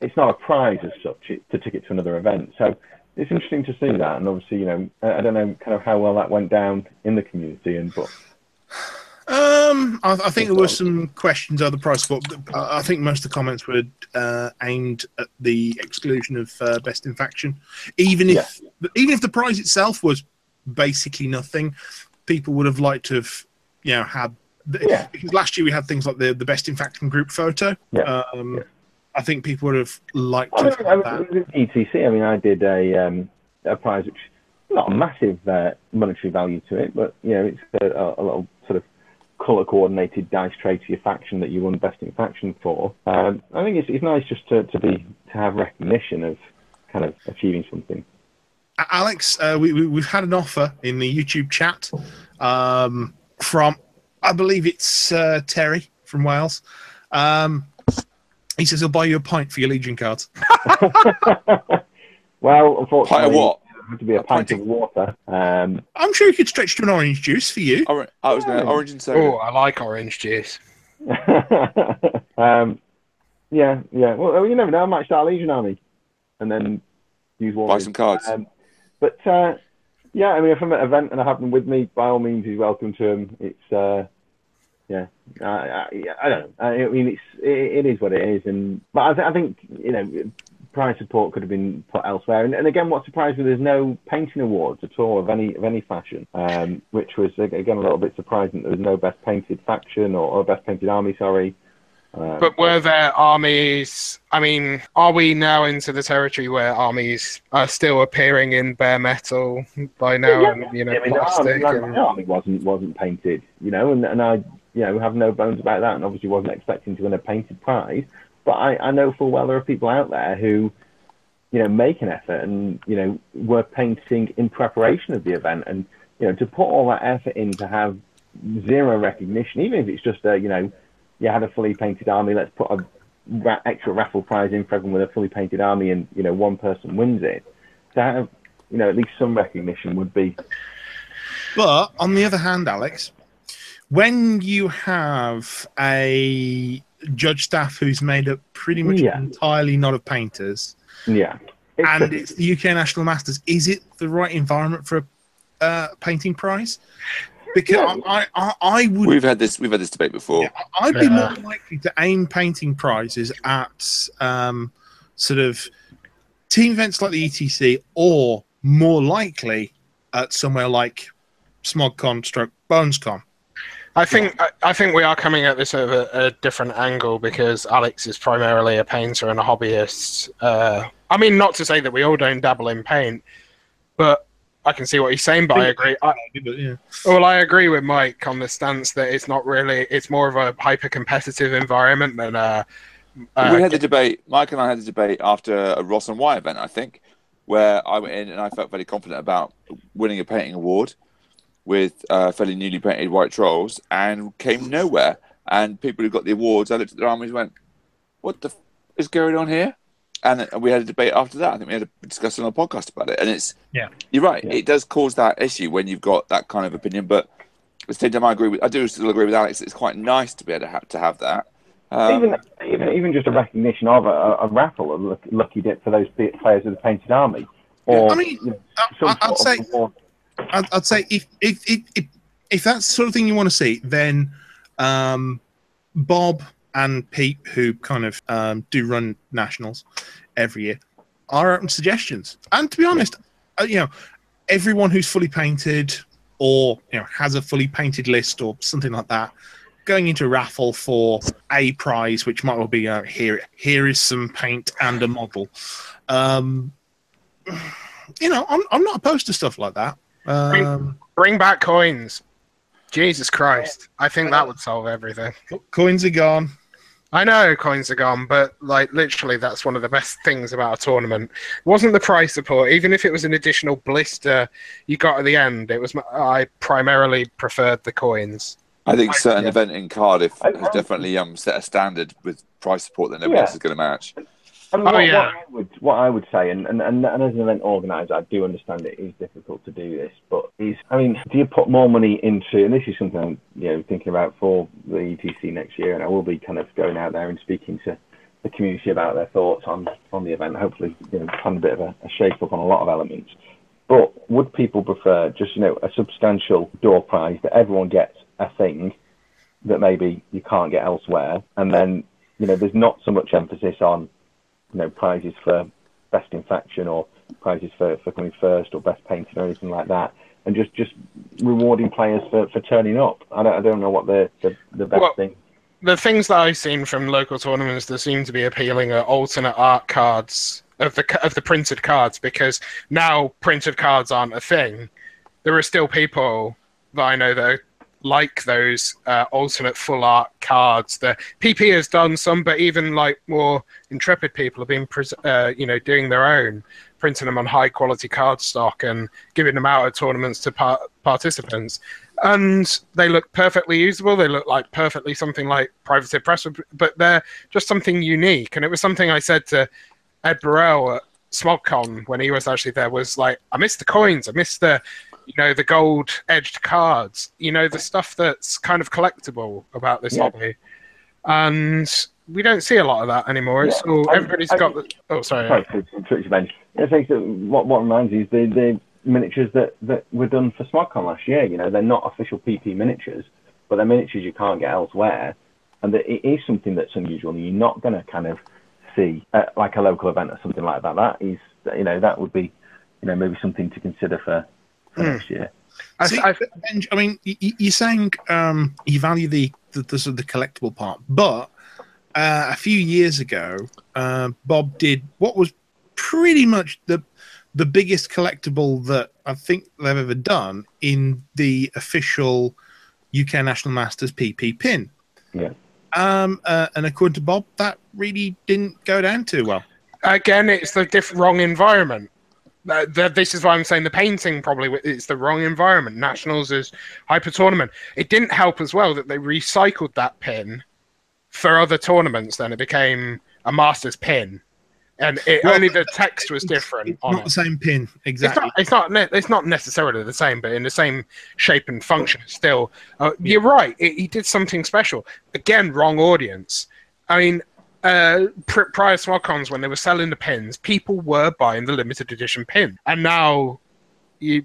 [SPEAKER 4] it's not a prize as such. It's a ticket to another event. So it's interesting to see that, and obviously, you know, I I don't know kind of how well that went down in the community, and but
[SPEAKER 1] Um, I, I think there were some questions over the price support. but I I think most of the comments were uh, aimed at the exclusion of uh, best in faction. Even if even if the prize itself was basically nothing, people would have liked to have you know had The-
[SPEAKER 4] Yeah.
[SPEAKER 1] Because last year we had things like the, the best in faction group photo.
[SPEAKER 4] Yeah.
[SPEAKER 1] Um,
[SPEAKER 4] Yeah.
[SPEAKER 1] I think people would have liked
[SPEAKER 4] I
[SPEAKER 1] to
[SPEAKER 4] mean,
[SPEAKER 1] have
[SPEAKER 4] I
[SPEAKER 1] had that.
[SPEAKER 4] mean, with ETC, I mean, I did a, um, a prize which not a massive uh, monetary value to it, but you know, it's a, a, a little sort of colour coordinated dice tray to your faction that you won best in faction for. Um, I think it's, it's nice just to, to be to have recognition of kind of achieving something.
[SPEAKER 1] A- Alex, uh, we, we, we've had an offer in the YouTube chat um, from, I believe it's uh, Terry from Wales. Um, he says he'll buy you a pint for your Legion cards.
[SPEAKER 4] Well,
[SPEAKER 2] Pint of
[SPEAKER 4] unfortunately,
[SPEAKER 2] what?
[SPEAKER 4] it had to be a,
[SPEAKER 2] A
[SPEAKER 4] pint
[SPEAKER 2] pint
[SPEAKER 4] of water. Um,
[SPEAKER 1] I'm sure he could stretch to an orange juice for you.
[SPEAKER 2] Or- I was going
[SPEAKER 4] Yeah.
[SPEAKER 2] to orange and soda.
[SPEAKER 3] Oh, I like orange juice.
[SPEAKER 4] um, yeah, yeah. Well, you never know. I might start a Legion army, and then use water.
[SPEAKER 2] Buy some cards.
[SPEAKER 4] Um, but uh, yeah, I mean, if I'm at an event and I have them with me, by all means, he's welcome to them. It's uh, yeah, I, I, I don't know. I, I mean, it's it, it is what it is, and but I, th- I think you know, prize support could have been put elsewhere. And, and again, what surprised me, there's no painting awards at all of any of any fashion, um, which was again a little bit surprising. There was no best painted faction or, or best painted army. Sorry. Um,
[SPEAKER 3] But were there armies? I mean, are we now into the territory where armies are still appearing in bare metal by now? and you know,
[SPEAKER 4] I mean,
[SPEAKER 3] plastic.
[SPEAKER 4] the army,
[SPEAKER 3] and-
[SPEAKER 4] the army wasn't wasn't painted, you know, and, and I you know have no bones about that, and obviously wasn't expecting to win a painted prize, but I, I know full well there are people out there who, you know, make an effort and you know were painting in preparation of the event, and you know to put all that effort in to have zero recognition, even if it's just a you know you had a fully painted army, let's put a ra- extra raffle prize in for everyone with a fully painted army, and you know one person wins it. To have you know at least some recognition would be
[SPEAKER 1] But on the other hand, Alex, when you have a judge staff who's made up pretty much
[SPEAKER 4] Yeah.
[SPEAKER 1] entirely not of painters,
[SPEAKER 4] Yeah. It's
[SPEAKER 1] and
[SPEAKER 4] tricky.
[SPEAKER 1] it's the UK National Masters, is it the right environment for a uh, painting prize? Because
[SPEAKER 4] Yeah.
[SPEAKER 1] I, I, I would
[SPEAKER 2] We've had this. We've had this debate before.
[SPEAKER 1] I'd be
[SPEAKER 3] Yeah.
[SPEAKER 1] more likely to aim painting prizes at um, sort of team events like the ETC, or more likely at somewhere like SmogCon, Stroke BonesCon.
[SPEAKER 3] I think I, I think we are coming at this at a, a different angle because Alex is primarily a painter and a hobbyist. Uh, I mean, not to say that we all don't dabble in paint, but I can see what he's saying. But I agree. I,
[SPEAKER 1] But, yeah.
[SPEAKER 3] well, I agree with Mike on the stance that it's not really. It's more of a hyper-competitive environment than a.
[SPEAKER 2] we
[SPEAKER 3] Uh,
[SPEAKER 2] had the debate. Mike and I had the debate after a Ross and Y event, I think, where I went in and I felt very confident about winning a painting award with uh, fairly newly painted white trolls, and came nowhere. And people who got the awards, I looked at their armies, and went, "What the f- is going on here?" And uh, we had a debate after that. I think we had a discussion on a podcast about it. And it's
[SPEAKER 1] Yeah.
[SPEAKER 2] you're right.
[SPEAKER 4] Yeah.
[SPEAKER 2] It does cause that issue when you've got that kind of opinion. But at the same time, I agree with I do still agree with Alex. It's quite nice to be able to have, to have that. Um,
[SPEAKER 4] even, even even just a recognition of a, a, a raffle, a luck- lucky dip for those pe- players with the painted army, or
[SPEAKER 1] I mean,
[SPEAKER 4] you know,
[SPEAKER 1] I-
[SPEAKER 4] some
[SPEAKER 1] I- I'd
[SPEAKER 4] sort of
[SPEAKER 1] say-
[SPEAKER 4] reward.
[SPEAKER 1] I'd, I'd say if if, if if if that's the sort of thing you want to see, then um, Bob and Pete, who kind of um, do run nationals every year, are open to suggestions. And to be honest, uh, you know, everyone who's fully painted or you know has a fully painted list or something like that. Going into a raffle for a prize, which might well be uh, here. Here is some paint and a model. Um, you know, I'm, I'm not opposed to stuff like that. Um,
[SPEAKER 3] bring back coins. Jesus Christ! I think that would solve everything.
[SPEAKER 1] coins are gone.
[SPEAKER 3] I know coins are gone, but like literally, that's one of the best things about a tournament. It wasn't the prize support, even if it was an additional blister you got at the end. It was my, I primarily preferred the coins.
[SPEAKER 2] I think certain
[SPEAKER 4] yeah.
[SPEAKER 2] event in Cardiff
[SPEAKER 4] I-
[SPEAKER 2] has
[SPEAKER 4] I-
[SPEAKER 2] definitely um, set a standard with price support that nobody
[SPEAKER 4] Yeah.
[SPEAKER 2] else is going to match.
[SPEAKER 4] And
[SPEAKER 3] Oh,
[SPEAKER 4] what,
[SPEAKER 3] yeah.
[SPEAKER 4] what I would what I would say, and, and, and, and as an event organizer, I do understand it is difficult to do this, but is I mean, do you put more money into? And this is something I'm you know thinking about for the ETC next year, and I will be kind of going out there and speaking to the community about their thoughts on on the event. Hopefully, you know, find a bit of a, a shake up on a lot of elements. But would people prefer just you know a substantial door prize that everyone gets a thing that maybe you can't get elsewhere, and then you know there's not so much emphasis on you know, prizes for best in faction or prizes for, for coming first or best painting or anything like that. and just just rewarding players for, for turning up. I don't I don't know what the the, the best
[SPEAKER 3] Well,
[SPEAKER 4] thing.
[SPEAKER 3] the things that I've seen from local tournaments that seem to be appealing are alternate art cards of the of the printed cards because now printed cards aren't a thing. There are still people that I know that like those uh, alternate full art cards. The PP has done some, but even like more intrepid people have been, pres- uh, you know, doing their own, printing them on high quality cardstock and giving them out at tournaments to par- participants and they look perfectly usable. They look like perfectly something like Privateer Press, would- but they're just something unique. And it was something I said to Ed Burrell at SmogCon when he was actually there. Was like, I miss the coins. I miss the, you know, the gold edged cards. You know, the stuff that's kind of collectible about this
[SPEAKER 4] Yeah.
[SPEAKER 3] hobby. And we don't see a lot of that anymore. It's
[SPEAKER 4] Yeah.
[SPEAKER 3] all
[SPEAKER 4] I-
[SPEAKER 3] everybody's
[SPEAKER 4] I-
[SPEAKER 3] got. The, oh, sorry.
[SPEAKER 4] Sorry, to to interrupt you, Ben. Yeah, so- so what what reminds me is the the miniatures that that were done for SmogCon last year. You know, they're not official PP miniatures, but they're miniatures you can't get elsewhere, and that it is something that's unusual. and You're not going to kind of see at like a local event or something like that. That is, you know, that would be, you know, maybe something to consider for, for next year.
[SPEAKER 3] I,
[SPEAKER 1] See,
[SPEAKER 3] I,
[SPEAKER 1] Benj, I mean, y- y- you're saying um, you value the the, the, sort of the collectible part, but uh, a few years ago, uh, Bob did what was pretty much the the biggest collectible that I think they've ever done in the official UK National Masters PP pin.
[SPEAKER 4] Yeah.
[SPEAKER 1] Um, uh, and according to Bob, that really didn't go down too well.
[SPEAKER 3] again, it's the diff- wrong environment. Uh, the, this is why I'm saying the painting probably w- it's the wrong environment. Nationals is hyper tournament. It didn't help as well that they recycled that pin for other tournaments. Then it became a Masters pin, and it,
[SPEAKER 1] Well, uh,
[SPEAKER 3] only the text was different.
[SPEAKER 1] It's
[SPEAKER 3] On
[SPEAKER 1] not
[SPEAKER 3] it.
[SPEAKER 1] the same pin,
[SPEAKER 3] It's
[SPEAKER 1] exactly.
[SPEAKER 3] not. It's not. ne- It's not necessarily the same, but in the same shape and function. it's Still, uh, you're right. It, he did something special. Again, wrong audience. I mean, uh, pr- prior SmogCons when they were selling the pins, people were buying the limited edition pin, and now you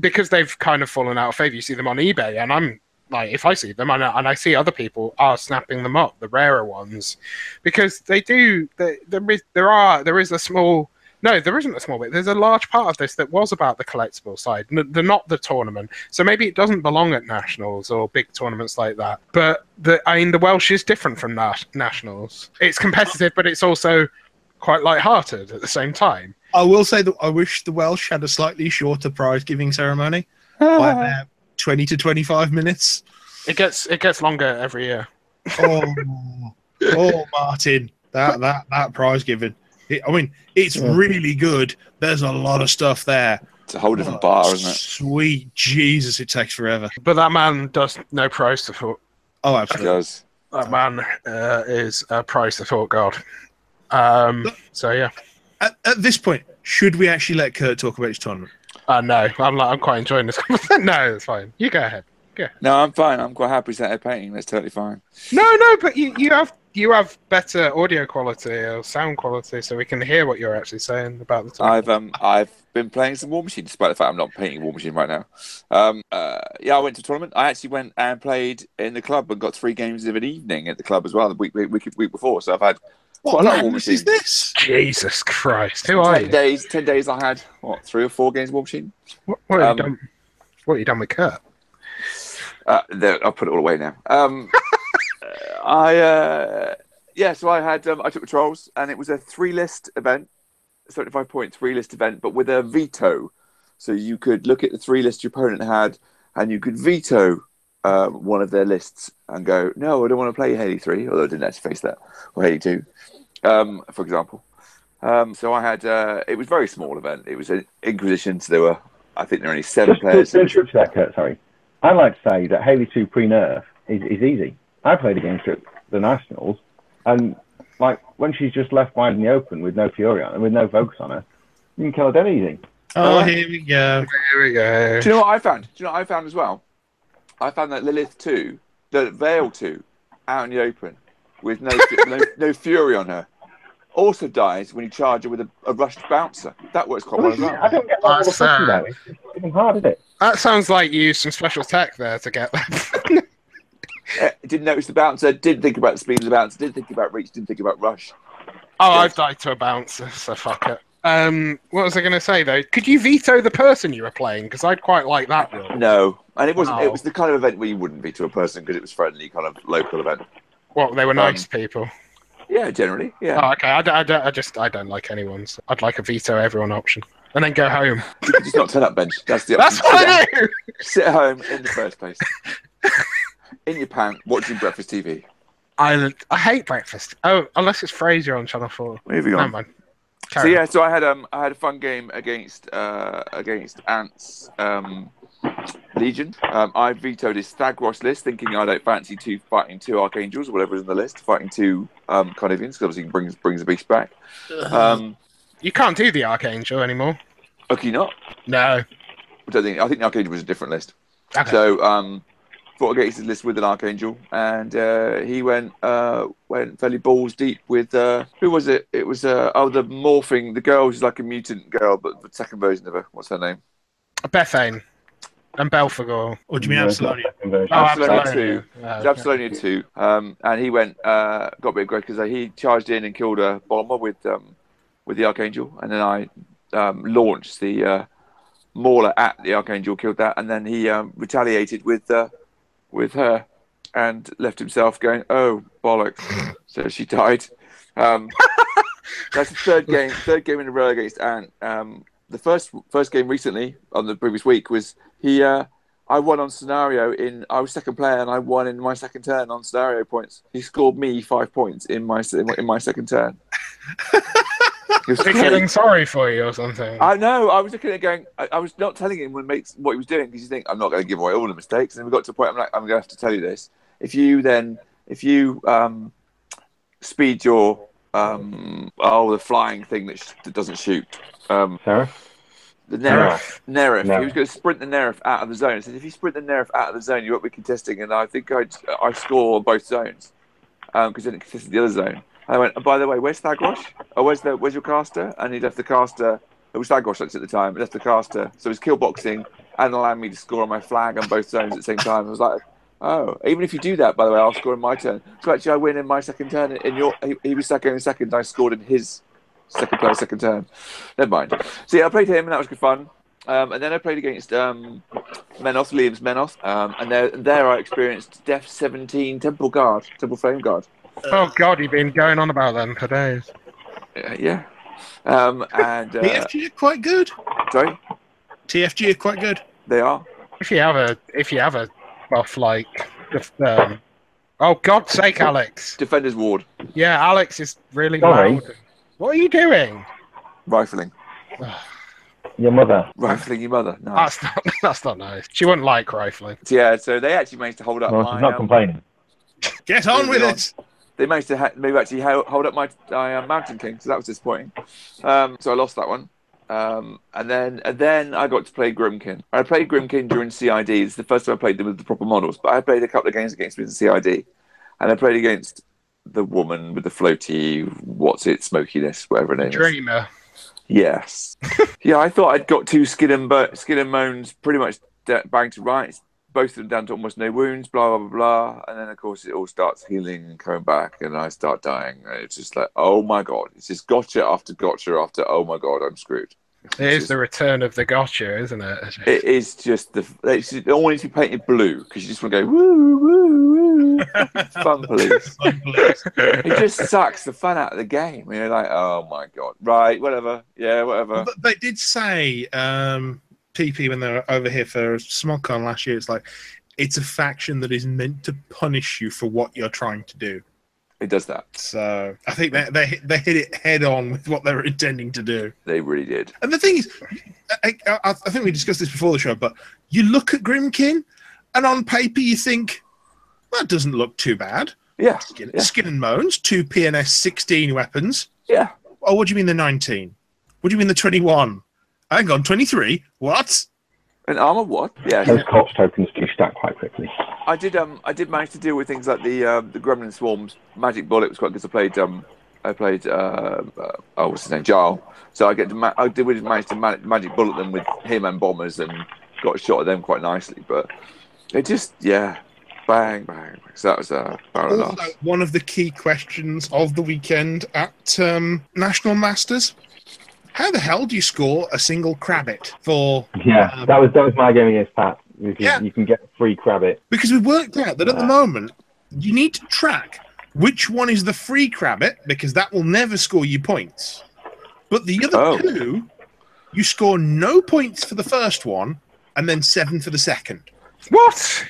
[SPEAKER 3] because they've kind of fallen out of favor. You see them on eBay, and I'm like, if I see them, and I, and I see other people are snapping them up, the rarer ones, because they do. There, there is there are there is a small no, there isn't a small bit. There's a large part of this that was about the collectible side, n- the, not the tournament. So maybe it doesn't belong at nationals or big tournaments like that. But the, I mean, the Welsh is different from nas- nationals. It's competitive, but it's also quite light-hearted at the same time.
[SPEAKER 1] I will say that I wish the Welsh had a slightly shorter prize giving ceremony by about 20 to 25 minutes.
[SPEAKER 3] It gets it gets longer every year.
[SPEAKER 1] Oh, oh Martin, that, that, that prize giving. It, I mean, it's
[SPEAKER 4] Yeah.
[SPEAKER 1] really good. There's a lot of stuff there.
[SPEAKER 2] It's a whole different bar, isn't it?
[SPEAKER 1] Sweet Jesus, it takes forever.
[SPEAKER 3] But that man does no prize to thought.
[SPEAKER 1] Oh,
[SPEAKER 2] It
[SPEAKER 1] absolutely.
[SPEAKER 2] does.
[SPEAKER 3] That man uh, is a prize to thought god. Um, so yeah,
[SPEAKER 1] At, at this point, should we actually let Kurt talk about his tournament?
[SPEAKER 3] uh, no, I'm like, I'm quite enjoying this. no, it's fine. You go ahead.
[SPEAKER 2] No, I'm fine. I'm quite happy with that painting. That's totally fine.
[SPEAKER 3] No, no, but you, you have you have better audio quality or sound quality, so we can hear what you're actually saying about the time.
[SPEAKER 2] I've um I've been playing some War Machine, despite the fact I'm not painting War Machine right now. Um, uh, yeah, I went to a tournament. I actually went and played in the club and got three games of an evening at the club as well the week week week, week before. So I've had
[SPEAKER 1] What
[SPEAKER 2] Well, I like War
[SPEAKER 1] madness is
[SPEAKER 2] Machine.
[SPEAKER 1] this?
[SPEAKER 3] Jesus Christ, who are
[SPEAKER 2] ten
[SPEAKER 3] you?
[SPEAKER 2] days. Ten days. I had what three or four games of War Machine.
[SPEAKER 3] What, what, have
[SPEAKER 2] um,
[SPEAKER 3] you done? what have you done with Kurt?
[SPEAKER 2] Uh, there, I'll put it all away now. Um, uh, I uh, yeah, so I had um, I took the trolls and it was a three list event, seventy five point three list event, but with a veto. So you could look at the three list your opponent had, and you could veto uh, one of their lists and go, no, I don't want to play Haley three, although I didn't actually face that or Haley two, um, for example. Um, so I had uh, it was a very small event. It was an Inquisition, so there were I think there were only seven
[SPEAKER 4] Just to,
[SPEAKER 2] players.
[SPEAKER 4] to interrupt you there, Kurt, uh, sorry. I'd like to say that Haley 2 pre nerf is, is easy. I played against her at the Nationals, and like when she's just left wide in the open with no Fury on her, with no focus on her, you can kill her dead easy.
[SPEAKER 1] Oh,
[SPEAKER 2] Uh,
[SPEAKER 1] here we go.
[SPEAKER 3] Here we go.
[SPEAKER 2] Do you know what I found? Do you know what I found as well? I found that Lilith 2, the Veil 2, out in the open with no, no, no fury on her, also dies when you charge her with a, a rushed bouncer. That works quite well as
[SPEAKER 4] I
[SPEAKER 2] well.
[SPEAKER 4] don't get that all the
[SPEAKER 3] That's,
[SPEAKER 4] fucking
[SPEAKER 3] uh,
[SPEAKER 4] though. It's it's not even hard, is it?
[SPEAKER 3] That sounds like you used some special tech there to get that.
[SPEAKER 2] Eh, Didn't notice the bouncer, did think about the speed of the bouncer, did think about reach, didn't think about rush.
[SPEAKER 3] oh, I've died to a bouncer, so fuck it. Um, what was I going to say though? Could you veto the person you were playing? Because I'd quite like that rule.
[SPEAKER 2] No, and it wasn't.
[SPEAKER 3] No.
[SPEAKER 2] It was the kind of event where you wouldn't be to a person because it was friendly, kind of local event.
[SPEAKER 3] Well, they were nice people.
[SPEAKER 2] Yeah, generally, yeah.
[SPEAKER 3] Oh, okay. I, d- I d- I just I don't like anyone. So I'd like a veto everyone option, and then go home.
[SPEAKER 2] Just not turn up, Ben. That's the
[SPEAKER 3] That's
[SPEAKER 2] option.
[SPEAKER 3] what I do.
[SPEAKER 2] Sit at home in the first place, in your pant, watching breakfast TV.
[SPEAKER 3] I I hate breakfast. Oh, unless it's Frasier on Channel Four.
[SPEAKER 2] Moving
[SPEAKER 3] Never
[SPEAKER 2] on.
[SPEAKER 3] mind.
[SPEAKER 2] So
[SPEAKER 3] Carry on.
[SPEAKER 2] yeah, so I had um I had a fun game against uh against Ants um Legion. Um, I vetoed his Stagros list, thinking I don't fancy two fighting two Archangels or whatever is in the list, fighting two um Carnivians, because obviously brings brings the beast back. Um,
[SPEAKER 3] You can't do the Archangel anymore.
[SPEAKER 2] okay, not.
[SPEAKER 3] No.
[SPEAKER 2] I don't think I think the Archangel was a different list.
[SPEAKER 3] Okay.
[SPEAKER 2] So um, fought against his list with an Archangel, and uh, he went uh, went fairly balls deep with uh, who was it? It was uh, oh the morphing the girl who's like a mutant girl, but the second version of her. What's her name?
[SPEAKER 3] Bethane and Belphegor.
[SPEAKER 1] Or do you mean
[SPEAKER 4] No, it's not
[SPEAKER 1] absolutely?
[SPEAKER 4] second version.
[SPEAKER 3] Oh,
[SPEAKER 2] Absolutely.
[SPEAKER 3] absolutely. Oh,
[SPEAKER 2] It's Absolonia two, um, and he went uh, got a bit aggressive because he charged in and killed a bomber with um, with the Archangel, and then I um, launched the uh, mauler at the Archangel, killed that, and then he um, retaliated with uh, with her and left himself going, oh bollocks! so she died. Um, that's the third game, third game in a row against Ant. Um, the first first game recently on the previous week was he. Uh, I won on scenario in. I was second player and I won in my second turn on scenario points. He scored me five points in my in my second turn. It was
[SPEAKER 3] Is he
[SPEAKER 2] great.
[SPEAKER 3] feeling sorry for you or something?
[SPEAKER 2] I know. I was looking at it going. I, I was not telling him when makes what he was doing because you think I'm not going to give away all the mistakes. And we got to a point. I'm like, I'm going to have to tell you this. If you then, if you um, speed your um, oh the flying thing that, sh- that doesn't shoot um,
[SPEAKER 4] Sarah?
[SPEAKER 2] the Nerif. Nerif.
[SPEAKER 4] Nerif.
[SPEAKER 2] He was going to sprint the Nerif out of the zone. I said, if you sprint the Nerif out of the zone, you won't be contesting. And I think I'd, I score on both zones because then it contested the other zone. And I went, oh, by the way, where's Stagros? Oh, where's, the, where's your caster? And he left the caster. It was Stagros at the time. He left the caster. So he's kill boxing and allowing me to score on my flag on both zones at the same time. I was like, oh, even if you do that, by the way, I'll score in my turn. So actually, I win in my second turn. In your, he, he was second in second. I scored in his second player, second turn. Never mind. So yeah, I played him, and that was good fun. Um, and then I played against um, Menoth, Liam's Menoth, um, and there, there I experienced Def 17 Temple Guard, Temple Flame Guard.
[SPEAKER 3] Oh God, you've been going on about them for days.
[SPEAKER 2] Uh, yeah. Um, and uh,
[SPEAKER 1] TFG are quite good.
[SPEAKER 2] sorry,
[SPEAKER 1] TFG are quite good.
[SPEAKER 2] they are.
[SPEAKER 3] If you have a, if you have a buff like, the- um, oh God's sake, Alex.
[SPEAKER 2] Defender's Ward,
[SPEAKER 3] Yeah, Alex is really
[SPEAKER 4] Sorry.
[SPEAKER 3] loud. What are you doing?
[SPEAKER 2] rifling.
[SPEAKER 4] Your mother.
[SPEAKER 2] Rifling your mother. Nice.
[SPEAKER 3] That's not, that's not nice. She wouldn't like rifling.
[SPEAKER 2] yeah, so they actually managed to hold up
[SPEAKER 4] Well,
[SPEAKER 2] my.
[SPEAKER 4] she's not
[SPEAKER 2] um,
[SPEAKER 4] complaining.
[SPEAKER 1] Get on with
[SPEAKER 2] Moving on.
[SPEAKER 1] it.
[SPEAKER 2] they managed to ha- maybe actually ho- hold up my, my uh, Mountain King, so that was disappointing. Um, so I lost that one. Um, and then and then I got to play Grimkin. I played Grimkin during CID. It's the first time I played them with the proper models, but I played a couple of games against him in CID. And I played against the woman with the floaty, what's it, smokiness, whatever it is.
[SPEAKER 3] Dreamer.
[SPEAKER 2] Yes. yeah, I thought I'd got two skin and, bo- skin and bones pretty much d- bang to rights. Both of them down to almost no wounds, blah, blah, blah, blah. And then, of course, it all starts healing and coming back, and I start dying. And it's just like, oh my God. It's just gotcha after gotcha after, oh my God, I'm screwed.
[SPEAKER 3] It is the return of the gotcha, isn't it? It's just-
[SPEAKER 2] It is just the. It's, it all needs to be painted blue because you just want to go, woo, woo, woo. Fun police. It just sucks the fun out of the game. You're like, oh my God. Right, whatever. Yeah, whatever.
[SPEAKER 1] But they did say um, PP when they were over here for SmogCon last year. It's like it's a faction that is meant to punish you for what you're trying to do.
[SPEAKER 2] It does that.
[SPEAKER 1] So I think they they, they hit it head on with what they were intending to do.
[SPEAKER 2] They really did.
[SPEAKER 1] And the thing is, I, I, I think we discussed this before the show, but you look at Grimkin, and on paper you think that doesn't look too bad.
[SPEAKER 2] Yeah.
[SPEAKER 1] Skin,
[SPEAKER 2] Yeah.
[SPEAKER 1] skin and bones, two PNS 16 weapons.
[SPEAKER 2] Yeah,
[SPEAKER 1] Oh, what do you mean the 19? What do you mean the 21? Hang on, 23? What?
[SPEAKER 2] an armor what? Yeah,
[SPEAKER 4] Those corpse tokens do stack quite quickly.
[SPEAKER 2] I did. Um, I did manage to deal with things like the um, the Gremlin Swarms magic bullet was quite good. I played. Um, I played. Uh, uh, oh, what's his name? Jarl. So I get to. Ma- I did we manage to ma- magic bullet them with him and bombers and got a shot at them quite nicely. But it just yeah, bang bang. So that was uh, a barrel of
[SPEAKER 1] Also,
[SPEAKER 2] laughs.
[SPEAKER 1] one of the key questions of the weekend at um, National Masters how the hell do you score a single Crabbit for?
[SPEAKER 4] Yeah,
[SPEAKER 1] um,
[SPEAKER 4] that was that was my game against Pat. You can,
[SPEAKER 1] Yeah.
[SPEAKER 4] you can get a free credit.
[SPEAKER 1] Because we worked out that at the
[SPEAKER 4] Yeah.
[SPEAKER 1] moment you need to track which one is the free Crabbit because that will never score you points. But the other
[SPEAKER 2] Oh.
[SPEAKER 1] two, you score no points for the first one and then seven for the second.
[SPEAKER 3] What?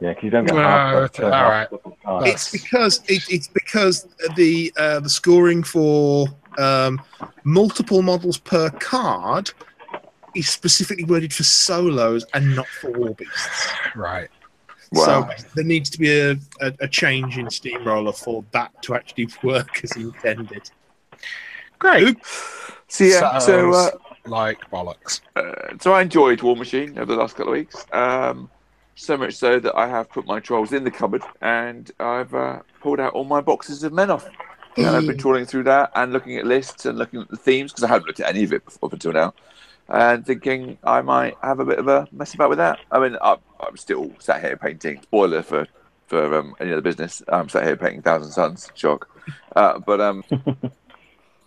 [SPEAKER 4] Yeah, because you don't get
[SPEAKER 3] Well,
[SPEAKER 4] half.
[SPEAKER 3] that's- all right.
[SPEAKER 4] right.
[SPEAKER 1] It's because it, it's because the uh, the scoring for um, multiple models per card is specifically worded for solos and not for war beasts.
[SPEAKER 3] Right.
[SPEAKER 2] Wow.
[SPEAKER 1] So there needs to be a, a, a change in Steamroller for that to actually work as intended.
[SPEAKER 3] Great.
[SPEAKER 2] So, yeah, so uh,
[SPEAKER 3] Sounds like bollocks.
[SPEAKER 2] uh, so I enjoyed War Machine over the last couple of weeks. Um, so much so that I have put my trolls in the cupboard and I've uh, pulled out all my boxes of Menoff. And I've been trawling through that and looking at lists and looking at the themes because I haven't looked at any of it before, up until now. And thinking I might have a bit of a mess about with that. I mean, I, I'm still sat here painting. Spoiler for for um, any other business. I'm sat here painting Thousand Suns. Shock. Uh, but um,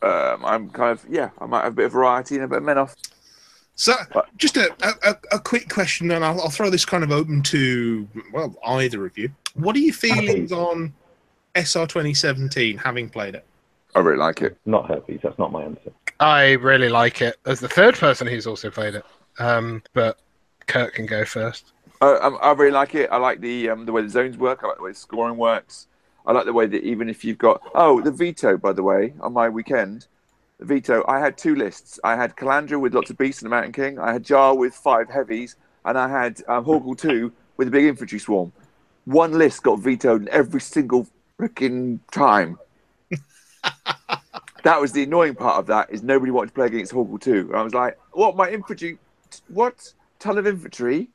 [SPEAKER 2] um, I'm kind of yeah. I might have a bit of variety and a bit of Menoff.
[SPEAKER 1] So,
[SPEAKER 2] But-
[SPEAKER 1] just a, a, a- a quick question, and I'll, I'll throw this kind of open to well either of you. What are your feelings on SR twenty seventeen? Having played it,
[SPEAKER 2] I really like it.
[SPEAKER 4] Not herpes. That's not my answer.
[SPEAKER 3] I really like it. As the third person who's also played it, um, but Kurt can go first.
[SPEAKER 2] I, I, I really like it. I like the um, the way the zones work. I like the way the scoring works. I like the way that even if you've got oh the veto by the way on my weekend, the veto I had two lists. I had Calandra with lots of beasts and the Mountain King. I had Jar with five heavies, and I had um, Horgle two with a big infantry swarm. One list got vetoed in every single freaking time. that was the annoying part of that is nobody wanted to play against Horgle two. And I was like, what my infantry? What ton of infantry?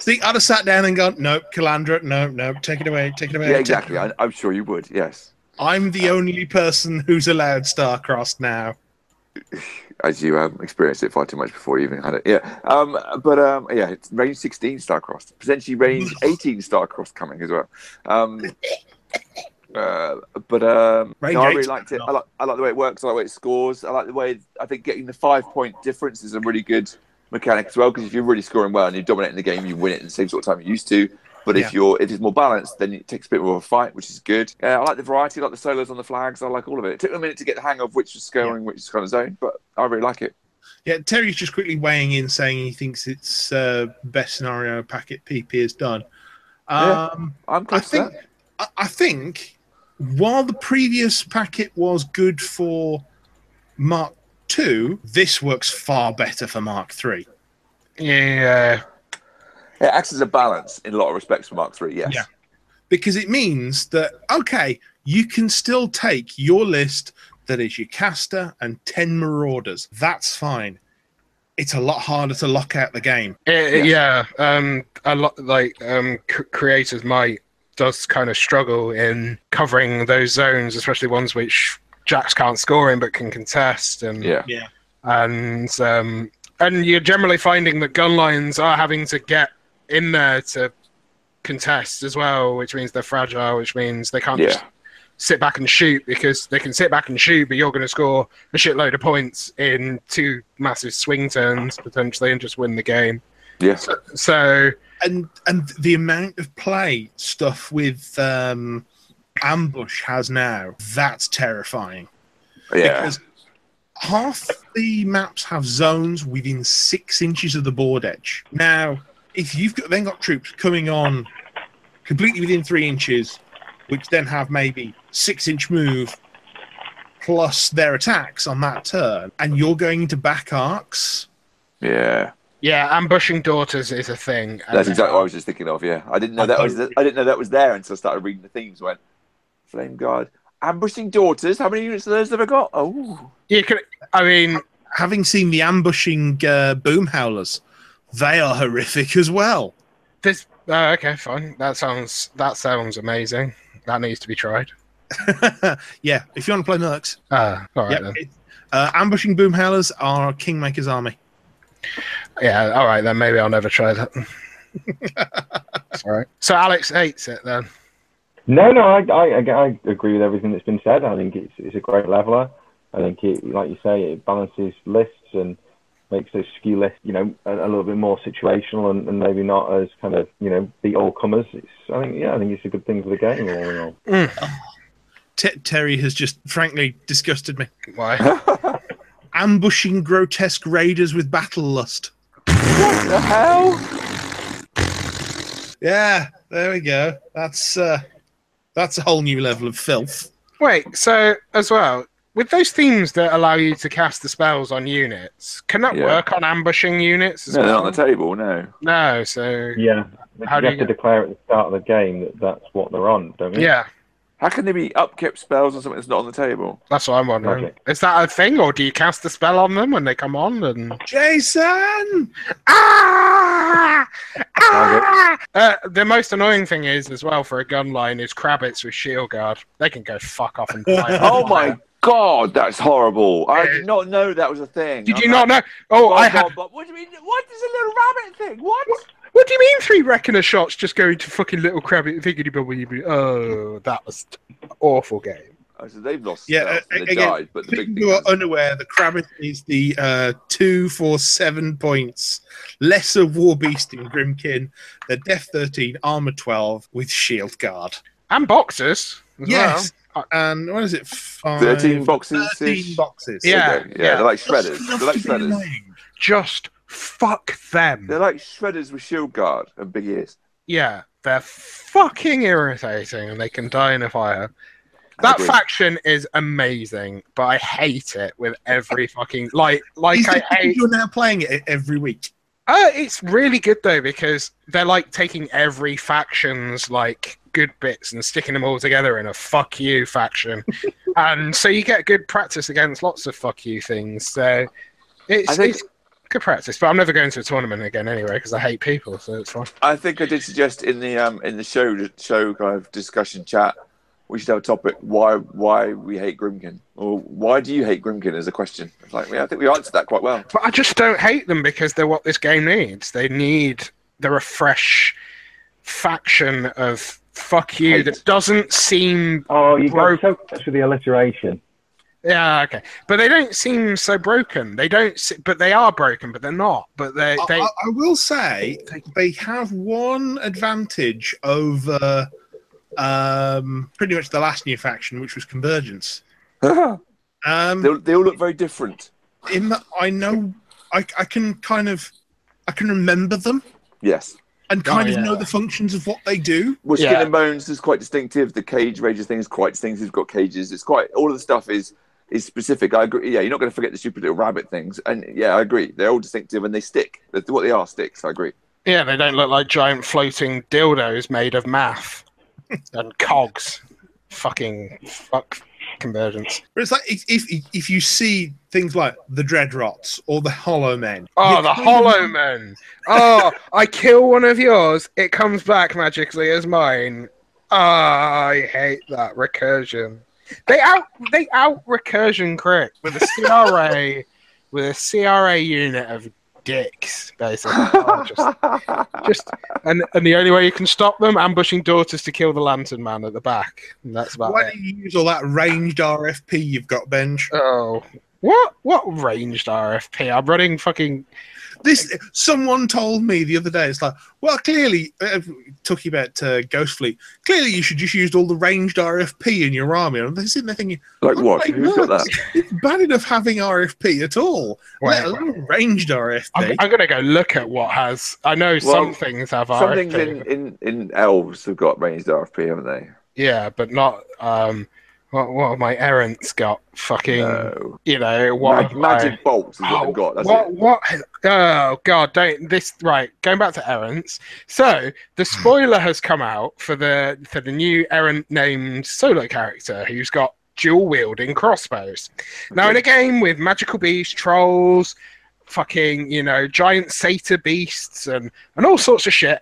[SPEAKER 1] see, I'd have sat down and gone, "Nope, Calandra, no, no, take it away, take it away."
[SPEAKER 2] Yeah,
[SPEAKER 1] take it
[SPEAKER 2] exactly.
[SPEAKER 1] away."
[SPEAKER 2] I, I'm sure you would. Yes,
[SPEAKER 1] I'm the only person who's allowed Starcrossed now.
[SPEAKER 2] as you um, experienced it far too much before you even had it. Yeah, um, but um, yeah, it's range 16 Starcrossed, potentially range 18 Starcrossed coming as well. Um, uh, but um,
[SPEAKER 1] Range
[SPEAKER 2] no, I really
[SPEAKER 1] 18
[SPEAKER 2] liked it. I like, I like the way it works. I like the way it scores. I like the way I think getting the five point difference is a really good mechanic as well. Because if you're really scoring well and you're dominating the game, you win it in the same sort of time you used to. But
[SPEAKER 1] Yeah.
[SPEAKER 2] if you're if it's more balanced, then it takes a bit more of a fight, which is good. Uh, I like the variety, I like the solos on the flags, I like all of it. It took me a minute to get the hang of which was scoring, which kind of zone, but I really like it.
[SPEAKER 1] Yeah, Terry's just quickly weighing in, saying he thinks it's uh, best scenario packet PP is done.
[SPEAKER 2] Yeah.
[SPEAKER 1] Um,
[SPEAKER 2] I'm
[SPEAKER 1] I
[SPEAKER 2] close to
[SPEAKER 1] think,
[SPEAKER 2] that.
[SPEAKER 1] I, I think, while the previous packet was good for Mark Two, this works far better for Mark Three.
[SPEAKER 3] Yeah.
[SPEAKER 2] It acts as a balance in a lot of respects for Mark Three. Yes.
[SPEAKER 1] Yeah. because it means that okay, you can still take your list that is your caster and ten marauders. That's fine. It's a lot harder to lock out the game.
[SPEAKER 3] It- yeah. Um, a lot like um, c- creators might does kind of struggle in covering those zones, especially ones which Jacks can't score in but can contest and
[SPEAKER 2] Yeah.
[SPEAKER 3] and um, and you're generally finding that gun lines are having to get in there to contest as well, which means they're fragile, which means they can't
[SPEAKER 2] Yeah.
[SPEAKER 3] just sit back and shoot because they can sit back and shoot, but you're going to score a shitload of points in two massive swing turns potentially and just win the game.
[SPEAKER 2] Yeah.
[SPEAKER 3] So
[SPEAKER 1] And and the amount of play stuff with um, ambush has now that's terrifying.
[SPEAKER 2] Yeah.
[SPEAKER 1] Because half the maps have zones within six inches of the board edge. Now, if you've got, then got troops coming on completely within three inches, which then have maybe six inch move plus their attacks on that turn, and you're going into back arcs,
[SPEAKER 2] Yeah.
[SPEAKER 3] yeah, ambushing daughters is a thing.
[SPEAKER 2] That's exactly what I was just thinking of. Yeah. I didn't know that was I didn't know that was there until I started reading the themes. Went Flame Guard. Ambushing daughters. How many units of those have I got? Oh,
[SPEAKER 3] You could, I mean,
[SPEAKER 1] having seen the ambushing uh, boom howlers, they are horrific as well.
[SPEAKER 3] this. Oh, okay, fine. That sounds that sounds amazing. That needs to be tried.
[SPEAKER 1] yeah, if you want to play mercs,
[SPEAKER 3] Ah, all right
[SPEAKER 1] yeah,
[SPEAKER 3] then.
[SPEAKER 1] it- uh, ambushing boom howlers are Kingmaker's army.
[SPEAKER 3] Yeah, all right then. Maybe I'll never try that. It's all right. So Alex hates it then.
[SPEAKER 4] No, no, I, I, I, I agree with everything that's been said. I think it's, it's a great leveler. I think it, like you say, it balances lists and makes those ski lists, you know, a, a little bit more situational and, and maybe not as kind of, you know, the all comers. It's, I think, yeah, I think it's a good thing for the game all in all.
[SPEAKER 1] Te- Terry has just frankly disgusted me.
[SPEAKER 3] Why?
[SPEAKER 1] Ambushing grotesque raiders with battle lust.
[SPEAKER 2] What the hell?
[SPEAKER 1] Yeah, there we go. That's uh, that's a whole new level of filth.
[SPEAKER 3] Wait, so as well, with those themes that allow you to cast the spells on units, can that
[SPEAKER 2] Yeah.
[SPEAKER 3] work on ambushing units as
[SPEAKER 2] No, they're
[SPEAKER 3] well?
[SPEAKER 2] not on the table. No.
[SPEAKER 3] no, so
[SPEAKER 4] Yeah.
[SPEAKER 3] How
[SPEAKER 4] you
[SPEAKER 3] do
[SPEAKER 4] have
[SPEAKER 3] you
[SPEAKER 4] to declare at the start of the game that that's what they're on, don't you?
[SPEAKER 3] yeah,
[SPEAKER 2] How can there be upkept spells on something that's not on the table?
[SPEAKER 3] that's what I'm wondering.
[SPEAKER 4] Logic.
[SPEAKER 3] Is that a thing, or do you cast the spell on them when they come on? And
[SPEAKER 1] Jason,
[SPEAKER 3] ah, ah! Uh, the most annoying thing is as well for a gun line is Krabbits with shield guard. They can go fuck off and die.
[SPEAKER 2] Oh my god, that's horrible. I did not know that was a thing.
[SPEAKER 3] Did
[SPEAKER 2] I'm
[SPEAKER 3] you
[SPEAKER 2] like,
[SPEAKER 3] not know? Oh,
[SPEAKER 2] Bob,
[SPEAKER 3] I had.
[SPEAKER 2] Bob, Bob, What do you mean? What is a little rabbit thing? What?
[SPEAKER 3] What do you mean three reckoner shots just going to fucking little Krabbit? Figgity bobbity. Oh, that was awful game.
[SPEAKER 2] I said Oh, they've lost.
[SPEAKER 1] Yeah,
[SPEAKER 2] spells
[SPEAKER 1] uh,
[SPEAKER 2] and they
[SPEAKER 1] again,
[SPEAKER 2] died. But the big thing
[SPEAKER 1] you are
[SPEAKER 2] is-
[SPEAKER 1] unaware the Krabbit is the uh, two, four, seven points lesser war beast in Grimkin. They're death 13, armor 12 with shield guard.
[SPEAKER 3] And boxers. As
[SPEAKER 1] Yes.
[SPEAKER 3] well.
[SPEAKER 1] And what is it? Five,
[SPEAKER 2] 13 boxes.
[SPEAKER 1] 13 boxes.
[SPEAKER 2] yeah,
[SPEAKER 3] Yeah.
[SPEAKER 2] yeah, they're like shredders. They're like shredders.
[SPEAKER 3] Just fuck them.
[SPEAKER 2] They're like shredders with shield guard and big ears.
[SPEAKER 3] Yeah, they're fucking irritating and they can die in a fire.
[SPEAKER 2] I
[SPEAKER 3] That
[SPEAKER 2] agree.
[SPEAKER 3] faction is amazing, but I hate it with every fucking like like
[SPEAKER 1] Is
[SPEAKER 3] I
[SPEAKER 1] it because
[SPEAKER 3] hate
[SPEAKER 1] you're now playing it every week.
[SPEAKER 3] Uh, it's really good though because they're like taking every faction's like good bits and sticking them all together in a fuck you faction, and so you get good practice against lots of fuck you things. So
[SPEAKER 2] I
[SPEAKER 3] it's,
[SPEAKER 2] think-
[SPEAKER 3] it's good practice, but I'm never going to a tournament again anyway because I hate people, so it's fine.
[SPEAKER 2] I think I did suggest in the um in the show show kind of discussion chat we should have a topic why why we hate Grimkin or why do you hate Grimkin as a question. It's like yeah, I think we answered that quite well.
[SPEAKER 3] But I just don't hate them because they're what this game needs. They need they're a fresh faction of fuck you
[SPEAKER 2] Hate.
[SPEAKER 3] that doesn't seem
[SPEAKER 4] Oh, you
[SPEAKER 3] Bro-
[SPEAKER 4] go so much with the alliteration.
[SPEAKER 3] Yeah, okay. But they don't seem so broken. They don't, se- but they are broken, but they're not. But they,
[SPEAKER 1] I-
[SPEAKER 3] they
[SPEAKER 1] I, I will say
[SPEAKER 3] They-
[SPEAKER 1] they have one advantage over um, pretty much the last new faction, which was Convergence.
[SPEAKER 2] they,
[SPEAKER 1] Um,
[SPEAKER 2] all- they all look very different.
[SPEAKER 1] in that I know I, I can kind of I can remember them
[SPEAKER 2] Yes.
[SPEAKER 1] and
[SPEAKER 3] Oh,
[SPEAKER 1] kind of
[SPEAKER 3] yeah.
[SPEAKER 1] know the functions of what they do.
[SPEAKER 2] Well, skin
[SPEAKER 3] Yeah.
[SPEAKER 2] and bones is quite distinctive. The cage rages thing is quite distinctive. It's got cages. It's quite all of the stuff is is specific. I agree. Yeah, you're not going to forget the stupid little rabbit things. And yeah, I agree. They're all distinctive and they stick. That's what they are sticks. I agree.
[SPEAKER 3] yeah, they don't look like giant floating dildos made of math and cogs. Fucking fuck convergence.
[SPEAKER 1] But it's like if if, if you see things like the Dreadrots or the Hollow Men.
[SPEAKER 3] Oh,
[SPEAKER 1] you
[SPEAKER 3] the
[SPEAKER 1] kind of-
[SPEAKER 3] Hollow Man. Oh, I kill one of yours, it comes back magically as mine. Ah, I hate that recursion. They out they out recursion crit with a CRA with a CRA unit of dicks, basically. Oh, just, just and and the only way you can stop them ambushing daughters to kill the lantern man at the back. And that's about
[SPEAKER 1] Why
[SPEAKER 3] it.
[SPEAKER 1] do you use all that ranged RFP you've got, Benj?
[SPEAKER 3] Oh. What what ranged RFP? I'm running fucking
[SPEAKER 1] This someone told me the other day. It's like, well, clearly, uh, talking about uh, Ghost Fleet, clearly you should just use all the ranged RFP in your army. And I'm sitting there thinking,
[SPEAKER 2] Like
[SPEAKER 1] oh
[SPEAKER 2] what?
[SPEAKER 1] my
[SPEAKER 2] Who's got
[SPEAKER 1] words,
[SPEAKER 2] that?
[SPEAKER 1] It's bad enough having RFP at all, let alone ranged RFP.
[SPEAKER 3] I'm, I'm gonna go look at what has. I know some
[SPEAKER 2] Well,
[SPEAKER 3] things have
[SPEAKER 2] Some
[SPEAKER 3] RFP.
[SPEAKER 2] things in, in, in elves have got ranged RFP, haven't they?
[SPEAKER 3] Yeah, but not. Um, what what have my errands got? Fucking,
[SPEAKER 2] No.
[SPEAKER 3] you know what?
[SPEAKER 2] Mag-
[SPEAKER 3] have I-
[SPEAKER 2] magic bolts is what
[SPEAKER 3] Oh,
[SPEAKER 2] they've got. That's
[SPEAKER 3] what?
[SPEAKER 2] it.
[SPEAKER 3] What? Oh god! Don't this right. Going back to errants. So the
[SPEAKER 2] Hmm.
[SPEAKER 3] spoiler has come out for the for the new errant named solo character who's got dual wielding crossbows. Now in a game with magical beasts, trolls, fucking you know giant satyr beasts and and all sorts of shit,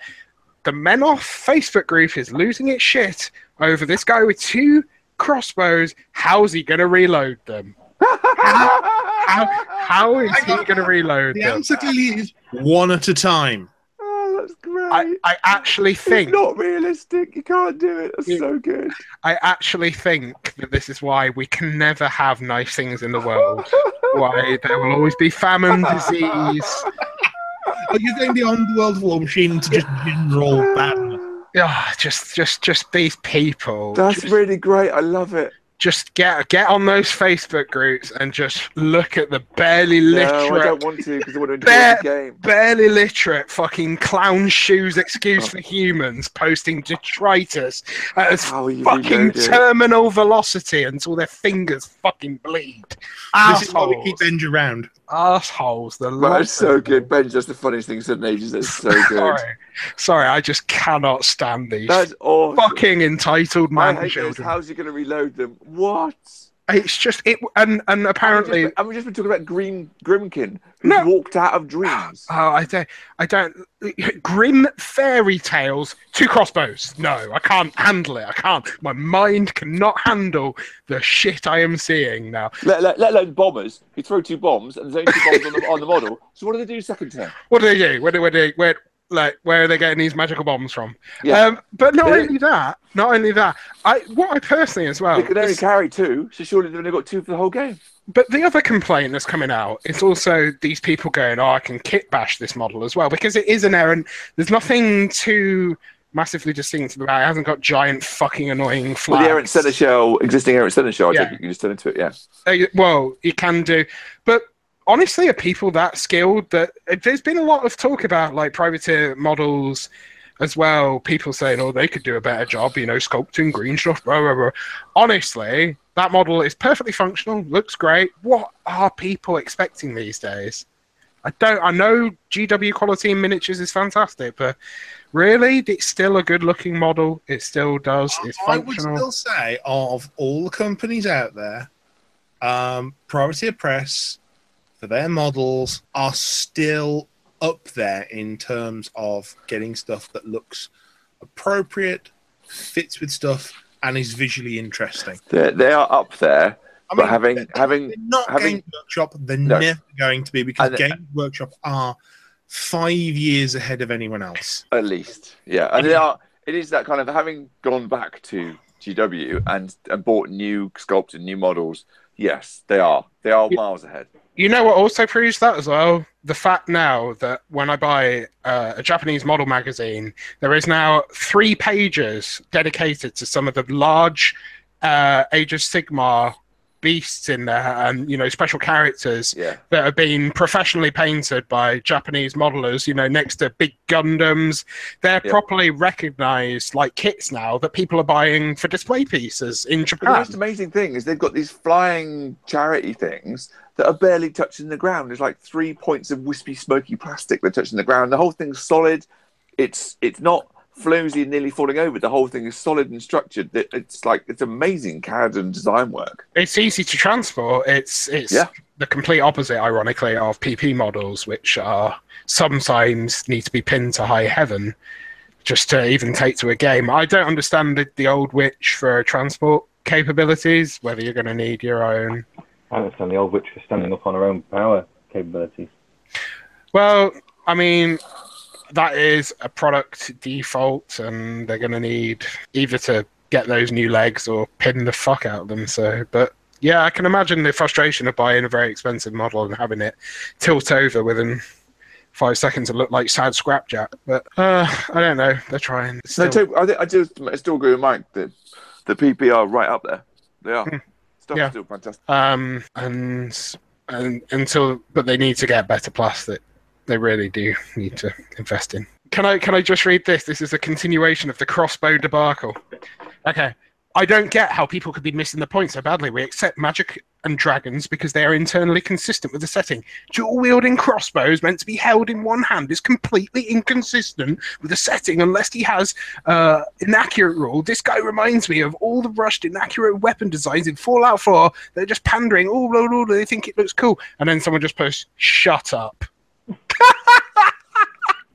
[SPEAKER 3] the men off Facebook group is losing its shit over this guy with two crossbows. How's he gonna reload them? How, how is he going to reload
[SPEAKER 1] the
[SPEAKER 3] them?
[SPEAKER 1] answer clearly is one at a time.
[SPEAKER 2] Oh, that's
[SPEAKER 3] I, I actually think
[SPEAKER 2] not realistic. You can't do it. That's so good.
[SPEAKER 3] I actually think that this is why we can never have nice things in the world. why there will always be famine, disease.
[SPEAKER 1] Are you going beyond the world of war machine to just general that?
[SPEAKER 3] Ah, just, just, just these people.
[SPEAKER 2] That's
[SPEAKER 3] just,
[SPEAKER 2] really great. I love it.
[SPEAKER 3] just get get on those Facebook groups and just look at the barely
[SPEAKER 2] No, I
[SPEAKER 3] literate,
[SPEAKER 2] don't want to because I want to enjoy
[SPEAKER 3] Bear-
[SPEAKER 2] the game.
[SPEAKER 3] barely literate fucking clown shoes excuse
[SPEAKER 2] Oh.
[SPEAKER 3] for humans posting detritus at as
[SPEAKER 2] How are Ah, you
[SPEAKER 3] fucking
[SPEAKER 2] fucking
[SPEAKER 3] terminal velocity until their fingers fucking bleed.
[SPEAKER 1] This is why we keep
[SPEAKER 3] Assholes,
[SPEAKER 1] Benji around.
[SPEAKER 3] assholes. The lot
[SPEAKER 2] That's so
[SPEAKER 3] of them.
[SPEAKER 2] good, Ben. That's the funniest thing said in ages. That's so good.
[SPEAKER 3] Sorry, sorry, I just cannot stand these
[SPEAKER 2] That's awesome.
[SPEAKER 3] fucking entitled
[SPEAKER 2] I
[SPEAKER 3] man
[SPEAKER 2] hate those.
[SPEAKER 3] children.
[SPEAKER 2] How's he going to reload them? What?
[SPEAKER 3] It's just it, and and apparently
[SPEAKER 2] Just- and we've just been talking about Green Grimkin, who
[SPEAKER 3] No.
[SPEAKER 2] walked out of dreams.
[SPEAKER 3] Oh, I don't. I don't. Grim fairy tales, two crossbows. No, I can't handle it. I can't. My mind cannot handle the shit I am seeing now.
[SPEAKER 2] Let, let, let alone bombers. You throw two bombs, and there's only two bombs on the, on the model. So what do they do second turn?
[SPEAKER 3] What do they do? Where do where do where like where are they getting these magical bombs from?
[SPEAKER 2] Yeah.
[SPEAKER 3] Um, but not
[SPEAKER 2] They-
[SPEAKER 3] only that, not only that. I what I personally as well.
[SPEAKER 2] they can only
[SPEAKER 3] is-
[SPEAKER 2] carry two, so surely they've only got two for the whole game.
[SPEAKER 3] But the other complaint that's coming out is also these people going, "Oh, I can kit bash this model as well," because it is an errant. There's nothing too massively distinctive about it. It hasn't got giant fucking annoying
[SPEAKER 2] Well,
[SPEAKER 3] flags.
[SPEAKER 2] the errant seneschal, existing errant seneschal, I
[SPEAKER 3] Yeah.
[SPEAKER 2] think you can just turn into it. Yeah.
[SPEAKER 3] Uh, well, you can do, but honestly, are people that skilled? That uh, there's been a lot of talk about like privateer models as well. People saying, "Oh, they could do a better job," you know, sculpting green stuff. Blah blah blah. Honestly, that model is perfectly functional. Looks great. What are people expecting these days? I don't. I know GW quality in miniatures is fantastic, but really, it's still a good-looking model. It still does. It's
[SPEAKER 1] I would
[SPEAKER 3] functional.
[SPEAKER 1] still say of all the companies out there, um, Privateer Press for their models are still up there in terms of getting stuff that looks appropriate, fits with stuff, and is visually interesting.
[SPEAKER 2] They're, they are up there,
[SPEAKER 1] I
[SPEAKER 2] but
[SPEAKER 1] mean,
[SPEAKER 2] having
[SPEAKER 1] they're
[SPEAKER 2] having
[SPEAKER 1] they're not
[SPEAKER 2] having-
[SPEAKER 1] Games Workshop. They're
[SPEAKER 2] No.
[SPEAKER 1] never going to be because
[SPEAKER 2] And-
[SPEAKER 1] Games Workshop are five years ahead of anyone else.
[SPEAKER 2] at least, yeah, and they are. It is that kind of having gone back to GW and and bought new sculpted new models. Yes, they are. They are miles ahead.
[SPEAKER 3] You know what also proves that as well? The fact now that when I buy uh, a Japanese model magazine, there is now three pages dedicated to some of the large uh, Age of Sigmar beasts in there and, you know, special characters
[SPEAKER 2] Yeah.
[SPEAKER 3] that have been professionally painted by Japanese modelers, you know, next to big Gundams. They're
[SPEAKER 2] Yeah.
[SPEAKER 3] properly recognized like kits now that people are buying for display pieces in
[SPEAKER 2] But the
[SPEAKER 3] Japan.
[SPEAKER 2] most amazing thing is they've got these flying charity things that are barely touching the ground. There's like three points of wispy, smoky plastic that are touching the ground. The whole thing's solid. It's it's not flimsy and nearly falling over. The whole thing is solid and structured. It- It's like it's amazing CAD and design work.
[SPEAKER 3] it's easy to transport. It's it's
[SPEAKER 2] Yeah.
[SPEAKER 3] the complete opposite, ironically, of PP models, which are sometimes need to be pinned to high heaven just to even take to a game. I don't understand the, the old witch for transport capabilities. Whether you're going to need your own.
[SPEAKER 4] I understand the old witch for standing up on her own power capabilities.
[SPEAKER 3] Well, I mean. That is a product default, and they're going to need either to get those new legs or pin the fuck out of them. So, but yeah, I can imagine the frustration of buying a very expensive model and having it tilt over within five seconds and look like sad scrapjack. But uh, I don't know. They're trying. It's
[SPEAKER 2] No,
[SPEAKER 3] still-
[SPEAKER 2] I, think, I just I still agree with Mike that the PP are right up there. They are. Stuff's
[SPEAKER 3] Hmm. Yeah.
[SPEAKER 2] still fantastic.
[SPEAKER 3] um, and and until but they need to get better plastic. They really do need to invest in. Can I can I just read this? This is a continuation of the crossbow debacle. Okay. I don't get how people could be missing the point so badly. We accept magic and dragons because they are internally consistent with the setting. Dual wielding crossbows meant to be held in one hand is completely inconsistent with the setting unless he has uh, inaccurate rule. This guy reminds me of all the rushed inaccurate weapon designs in Fallout 4. They're just pandering. Oh, blah, blah, blah, they think it looks cool. And then someone just posts, shut up.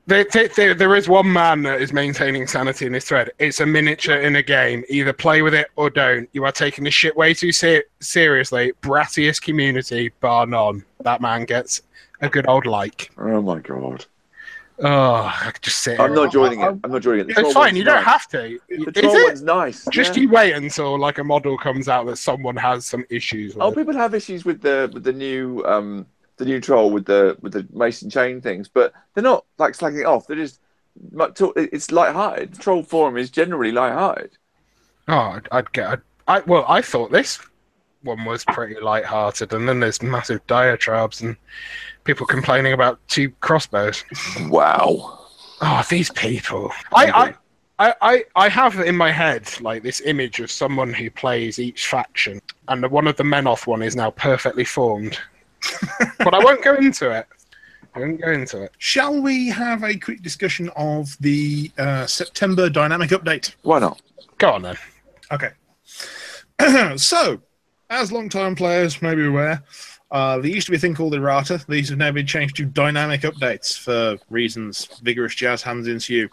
[SPEAKER 3] There, there- there- there is one man that is maintaining sanity in this thread. It's a miniature in a game. Either play with it or don't. You are taking this shit way too ser- seriously. Brattiest community, bar none. That man gets a good old like.
[SPEAKER 2] Oh my god.
[SPEAKER 3] Oh, I could just sit.
[SPEAKER 2] I'm
[SPEAKER 3] here.
[SPEAKER 2] not joining
[SPEAKER 3] I- I-
[SPEAKER 2] it. I'm not joining it. The
[SPEAKER 3] It's
[SPEAKER 2] troll
[SPEAKER 3] fine.
[SPEAKER 2] one's
[SPEAKER 3] You don't
[SPEAKER 2] nice.
[SPEAKER 3] have to.
[SPEAKER 2] The
[SPEAKER 3] Is
[SPEAKER 2] troll
[SPEAKER 3] it?
[SPEAKER 2] one's nice.
[SPEAKER 3] Just
[SPEAKER 2] yeah.
[SPEAKER 3] you wait until like a model comes out that someone has some issues
[SPEAKER 2] Oh,
[SPEAKER 3] with.
[SPEAKER 2] people have issues with the with the new um the new troll with the with the mason chain things, but they're not like slagging it off. They're just like, talk- it- it's light-hearted. The troll forum is generally light-hearted.
[SPEAKER 3] Oh, I'd, I'd get. I'd, I well, I thought this one was pretty light-hearted, and then there's massive diatribes and people complaining about two crossbows.
[SPEAKER 2] Wow.
[SPEAKER 3] Oh, these people. I, I, I, I, I have in my head like this image of someone who plays each faction, and the, one of the Menoth one is now perfectly formed. but I won't go into it. I won't go into it.
[SPEAKER 1] Shall we have a quick discussion of the uh, September dynamic update?
[SPEAKER 2] Why not?
[SPEAKER 3] Go on then.
[SPEAKER 1] Okay. so, as long-time players may be aware, uh, there used to be a thing called errata. These have now been changed to dynamic updates for reasons vigorous jazz hands ensue.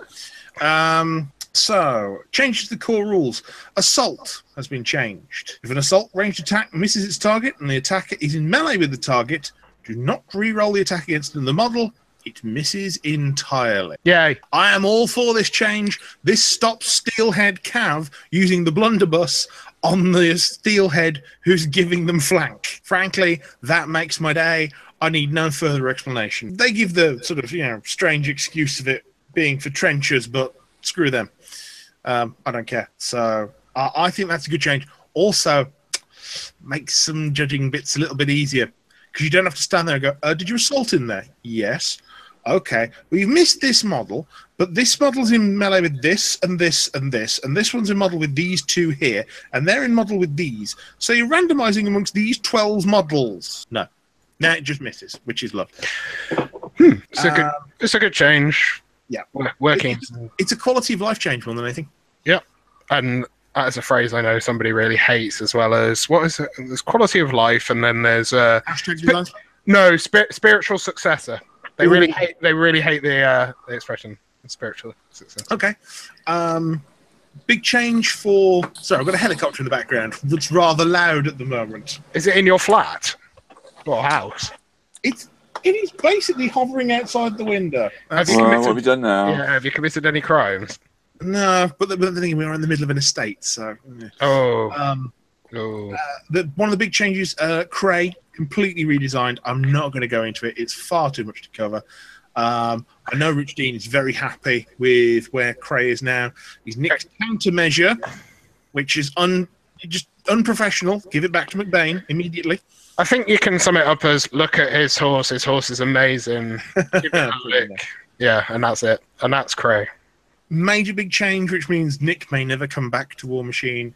[SPEAKER 1] Um, so, changes to the core rules. Assault has been changed. If an assault ranged attack misses its target and the attacker is in melee with the target, do not re-roll the attack against another model. It misses entirely.
[SPEAKER 3] Yay!
[SPEAKER 1] I am all for this change. This stops Steelhead Cav using the blunderbuss on the Steelhead who's giving them flank. Frankly, that makes my day. I need no further explanation. They give the sort of, you know, strange excuse of it being for trenchers, but screw them. Um, I don't care. So I, I think that's a good change. Also, makes some judging bits a little bit easier because you don't have to stand there and go, uh, Did you assault in there? Yes. Okay. Well, you've missed this model, but this model's in melee with this and this and this, and this one's in model with these two here, and they're in model with these. So you're randomizing amongst these 12 models. No. No, it just misses, which is lovely.
[SPEAKER 3] It's a good. it's a good change.
[SPEAKER 1] Um, yeah.
[SPEAKER 3] Wor- Working
[SPEAKER 1] It's a quality of life change more than anything.
[SPEAKER 3] and that is a phrase I know somebody really hates, as well as what is it? There's quality of life, and then there's uh,
[SPEAKER 1] Hashtag design.
[SPEAKER 3] No, spir- spiritual successor. They
[SPEAKER 1] Ooh.
[SPEAKER 3] really hate. They really hate the uh, the expression spiritual successor.
[SPEAKER 1] Okay. Um, big change for. Sorry, I've got a helicopter in the background that's rather loud at the moment.
[SPEAKER 3] Is it in your flat or house?
[SPEAKER 1] It's it is basically hovering outside the window.
[SPEAKER 3] Have you
[SPEAKER 2] Well, what have we
[SPEAKER 3] committed?
[SPEAKER 2] done now?
[SPEAKER 3] Yeah, have you committed any crimes?
[SPEAKER 1] No, but the, but the thing we are in the middle of an estate, so. yeah.
[SPEAKER 3] Oh,
[SPEAKER 1] Um,
[SPEAKER 3] oh.
[SPEAKER 1] the, one of the big changes, uh, Cray completely redesigned. I'm not going to go into it; it's far too much to cover. Um, I know Rich Dean is very happy with where Cray is now. He's nicked countermeasure, which is un just unprofessional. Give it back to McBain immediately.
[SPEAKER 3] I think you can sum it up as look at his horse. His horse is amazing. Give it a lick. Yeah, and that's it. And that's Cray.
[SPEAKER 1] Major big change, which means Nick may never come back to War Machine.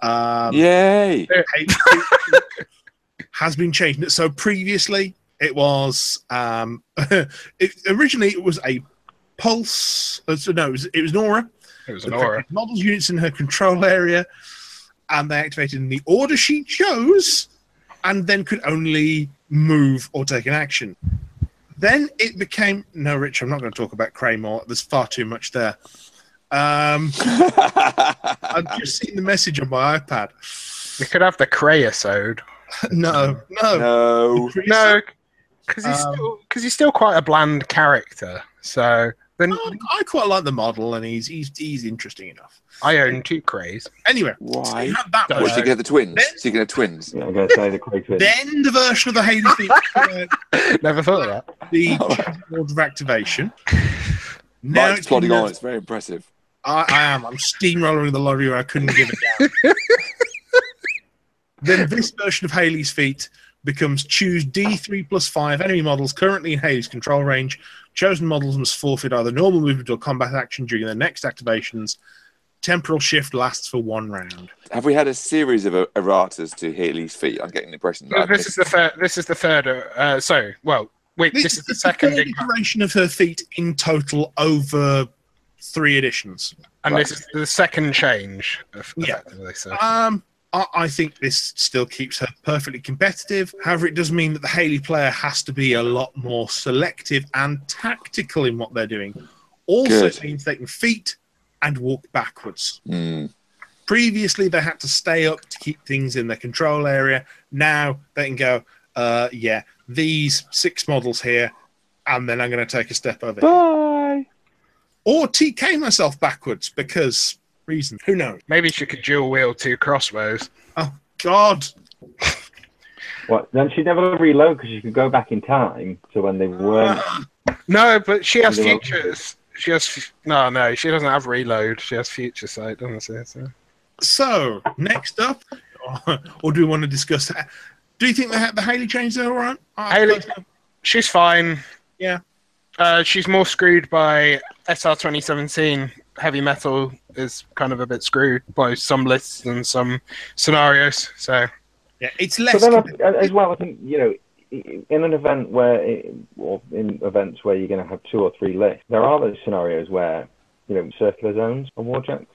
[SPEAKER 1] Um,
[SPEAKER 2] Yay!
[SPEAKER 1] HP has been changed. So previously, it was um, it, originally it was a pulse. uh, So no, it was, it was an aura.
[SPEAKER 3] It was an aura.
[SPEAKER 1] Affected Models units in her control area, and they activated in the order she chose, and then could only move or take an action. Then it became no, Rich. I'm not going to talk about Craymore. There's far too much there. Um, I've just seen the message on my iPad.
[SPEAKER 3] We could have the Crayisode.
[SPEAKER 1] No, no,
[SPEAKER 2] no.
[SPEAKER 3] No, because he's
[SPEAKER 1] Um,
[SPEAKER 3] still because he's still quite a bland character. So then
[SPEAKER 1] I, I quite like the model, and he's he's, he's interesting enough.
[SPEAKER 3] I own two Crays.
[SPEAKER 1] Anyway, so
[SPEAKER 2] Why?
[SPEAKER 1] you have that
[SPEAKER 3] Don't
[SPEAKER 2] Well, so you
[SPEAKER 1] version.
[SPEAKER 2] can have the twins.
[SPEAKER 1] Then-
[SPEAKER 2] So you can have twins.
[SPEAKER 4] Yeah, I'm going to say the Quake win.
[SPEAKER 1] Then the version of the Hades thing, uh,
[SPEAKER 3] Never thought of that.
[SPEAKER 1] the
[SPEAKER 2] Oh.
[SPEAKER 1] Dragon order of activation. Now
[SPEAKER 2] Mike's
[SPEAKER 1] it's
[SPEAKER 2] plodding
[SPEAKER 1] been-
[SPEAKER 2] on. It's very impressive.
[SPEAKER 1] I, I am. I'm steamrolling the lorry where I couldn't give it down. then this version of Haley's feat becomes choose D3 plus 5 enemy models currently in Haley's control range. Chosen models must forfeit either normal movement or combat action during their next activations. Temporal shift lasts for one round.
[SPEAKER 2] Have we had a series of er- erratas to Healy's feet? I'm getting the impression that
[SPEAKER 3] No,
[SPEAKER 2] I've
[SPEAKER 3] this is
[SPEAKER 2] missed.
[SPEAKER 3] the third. This is the third. Uh, uh, so, well, wait. This, is the second,
[SPEAKER 1] third
[SPEAKER 3] inc-
[SPEAKER 1] iteration of her feet in total over three editions.
[SPEAKER 3] and this is the second change. eff-
[SPEAKER 1] Yeah.
[SPEAKER 3] Effectively, so.
[SPEAKER 1] Um, I, I think this still keeps her perfectly competitive. However, it does mean that the Haley player has to be a lot more selective and tactical in what they're doing. Also,
[SPEAKER 2] Good.
[SPEAKER 1] it means they can feet and walk backwards.
[SPEAKER 2] Mm.
[SPEAKER 1] Previously, they had to stay up to keep things in their control area. Now they can go, uh, yeah, these six models here, and then I'm going to take a step over here. or TK myself backwards because reason. Who knows?
[SPEAKER 3] Maybe she could dual wield two crossbows.
[SPEAKER 1] Oh God!
[SPEAKER 4] Well, then she'd never reload because she could go back in time to when they
[SPEAKER 1] Ah,
[SPEAKER 4] weren't.
[SPEAKER 3] No, but she has
[SPEAKER 4] They won't.
[SPEAKER 3] futures. She has f- no, no. She doesn't have reload. She has future sight, doesn't she? So.
[SPEAKER 1] So next up, or do we want to discuss that? Do you think the, the Haley changes are all right? I-
[SPEAKER 3] Hayley- She's fine.
[SPEAKER 1] Yeah.
[SPEAKER 3] Uh, she's more screwed by SR 2017. Heavy metal is kind of a bit screwed by some lists and some scenarios. So
[SPEAKER 1] Yeah, it's
[SPEAKER 4] But
[SPEAKER 1] less.
[SPEAKER 4] then, I, as well, I think you know, i- in an event where, it, or in events where you're going to have two or three lists, there are those scenarios where you know circular zones and warjacks.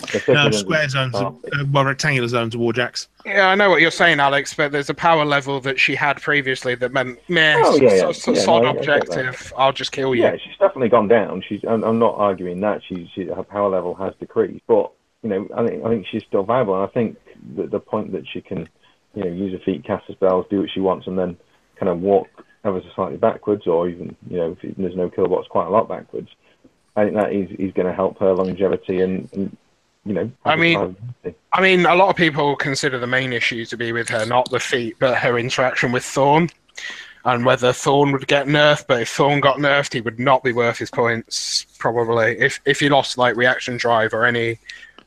[SPEAKER 4] The circular
[SPEAKER 1] no,
[SPEAKER 4] zones
[SPEAKER 1] square
[SPEAKER 4] are-
[SPEAKER 1] zones, are,
[SPEAKER 3] Oh.
[SPEAKER 1] uh, well, rectangular zones are warjacks.
[SPEAKER 3] yeah, I know what you're saying, Alex. But there's a power level that she had previously that meant meh,
[SPEAKER 4] Oh, yeah, yeah.
[SPEAKER 3] so, so,
[SPEAKER 4] Yeah,
[SPEAKER 3] solid
[SPEAKER 4] no, I- I get that.
[SPEAKER 3] objective. I'll just kill you.
[SPEAKER 4] Yeah, she's definitely gone down. She's. I'm, I'm not arguing that. She's. She, her power level has decreased, but you know, I think I think she's still viable. And I think the the point that she can, you know, use her feet, cast her spells, do what she wants, and then kind of walk ever so slightly backwards, or even you know, if there's no killbots, quite a lot backwards. I think that is is going to help her longevity and, and you know.
[SPEAKER 3] I mean-
[SPEAKER 4] viability.
[SPEAKER 3] I mean, a lot of people consider the main issue to be with her, not the feet, but her interaction with Thorn, and whether Thorn would get nerfed. But if Thorn got nerfed, he would not be worth his points, probably. If if he lost like reaction drive or any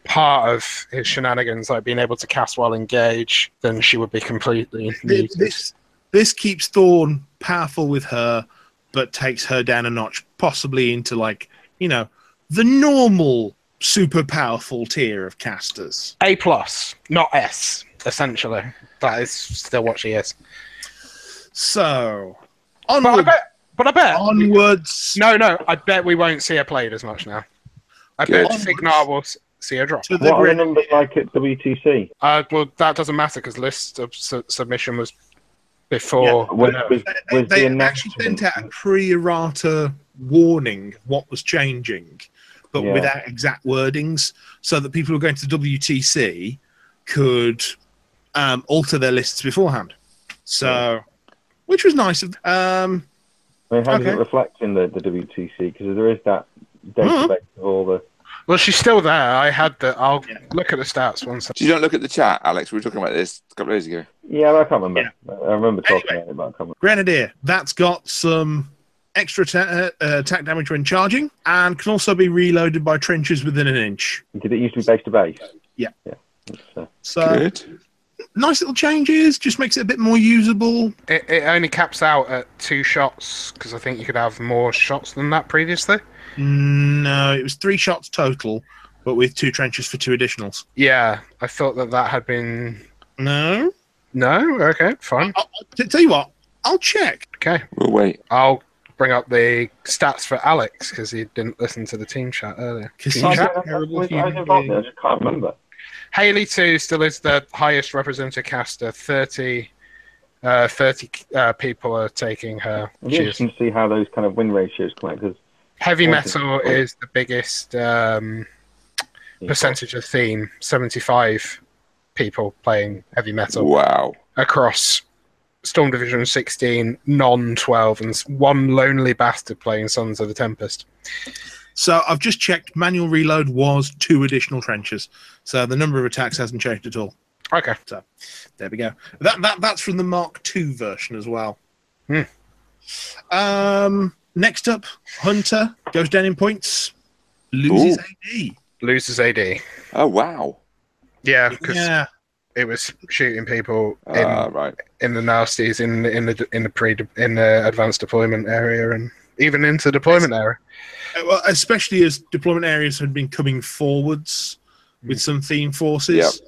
[SPEAKER 3] part of his shenanigans, like being able to cast while engage, then she would be completely
[SPEAKER 1] Th-
[SPEAKER 3] neutered.
[SPEAKER 1] This this keeps Thorn powerful with her, but takes her down a notch, possibly into like you know the normal super powerful tier of casters.
[SPEAKER 3] A plus, not S. Essentially, that is still what she is.
[SPEAKER 1] So
[SPEAKER 3] But I
[SPEAKER 1] onward,
[SPEAKER 3] bet. But I bet.
[SPEAKER 1] onwards
[SPEAKER 3] No, no. I bet we won't see her played as much now. I bet
[SPEAKER 1] Good.
[SPEAKER 3] Signar will s- see her drop.
[SPEAKER 1] to the
[SPEAKER 4] What are the
[SPEAKER 1] grid.
[SPEAKER 4] numbers like at WTC?
[SPEAKER 3] Uh, well, that doesn't matter because list of su- submission was before.
[SPEAKER 4] Was,
[SPEAKER 3] No.
[SPEAKER 4] was,
[SPEAKER 1] They,
[SPEAKER 4] was the
[SPEAKER 1] they actually
[SPEAKER 4] announcement?
[SPEAKER 1] sent out a pre-errata warning of what was changing, but
[SPEAKER 4] Yeah.
[SPEAKER 1] without exact wordings, so that people who were going to the WTC could um, alter their lists beforehand. So, which was nice. of Um,
[SPEAKER 4] I mean, how does
[SPEAKER 1] Okay.
[SPEAKER 4] it reflect in the, the WTC? Because there is that
[SPEAKER 1] Mm-hmm.
[SPEAKER 4] database of all the.
[SPEAKER 3] Well, she's still there. I had the. I'll
[SPEAKER 1] Yeah.
[SPEAKER 3] look at the stats once.
[SPEAKER 2] You don't look at the chat, Alex. We were talking about this a couple of days ago.
[SPEAKER 4] Yeah, I can't remember. I remember talking
[SPEAKER 1] Anyway.
[SPEAKER 4] about it, but I can't remember.
[SPEAKER 1] Grenadier that's got some extra ta- uh, attack damage when charging, and can also be reloaded by trenches within an inch.
[SPEAKER 4] Did it used to be base to base?
[SPEAKER 1] Yeah.
[SPEAKER 4] Yeah. It's, uh,
[SPEAKER 1] So,
[SPEAKER 2] Good.
[SPEAKER 1] nice little changes. Just makes it a bit more usable.
[SPEAKER 3] It, it only caps out at two shots because I think you could have more shots than that previously.
[SPEAKER 1] No, it was three shots total, but with two trenches for two additionals.
[SPEAKER 3] Yeah, I thought that that had been.
[SPEAKER 1] No,
[SPEAKER 3] No. Okay. Fine.
[SPEAKER 1] I'll, I'll- t- tell you what, I'll check.
[SPEAKER 3] Okay.
[SPEAKER 2] We'll Oh, wait.
[SPEAKER 3] I'll bring up the stats for Alex because he didn't listen to the team chat earlier.
[SPEAKER 1] Because
[SPEAKER 3] Yeah.
[SPEAKER 1] he's
[SPEAKER 4] I,
[SPEAKER 1] a
[SPEAKER 4] don't know, I
[SPEAKER 1] terrible
[SPEAKER 4] was- I was
[SPEAKER 1] human
[SPEAKER 4] involved in it, I
[SPEAKER 1] being.
[SPEAKER 4] just can't remember.
[SPEAKER 3] Haley too still is the highest representative caster. Thirty, uh, thirty uh, people are taking her.
[SPEAKER 4] It'd be
[SPEAKER 3] She is
[SPEAKER 4] interesting to see how those kind of win ratios come out because
[SPEAKER 3] heavy
[SPEAKER 4] Awesome.
[SPEAKER 3] metal is the biggest um, percentage of theme. Seventy-five people playing heavy metal
[SPEAKER 2] Wow.
[SPEAKER 3] across Storm Division sixteen, non-twelve, and s- one lonely bastard playing Sons of the Tempest.
[SPEAKER 1] So I've just checked. Manual reload was two additional trenches, so the number of attacks hasn't changed at all.
[SPEAKER 3] Okay,
[SPEAKER 1] There we go. That that that's from the Mark II version as well.
[SPEAKER 3] Hmm.
[SPEAKER 1] Um, next up, Hunter goes down in points, loses
[SPEAKER 2] Ooh.
[SPEAKER 1] AD.
[SPEAKER 3] loses AD.
[SPEAKER 2] Oh wow.
[SPEAKER 3] Yeah, because
[SPEAKER 1] Yeah,
[SPEAKER 3] it was shooting people in
[SPEAKER 2] Ah, right.
[SPEAKER 3] in the nasties in in the in the pre in the advanced deployment area and even into deployment area.
[SPEAKER 1] Uh, well, especially as deployment areas had been coming forwards
[SPEAKER 3] Hmm.
[SPEAKER 1] with some theme forces.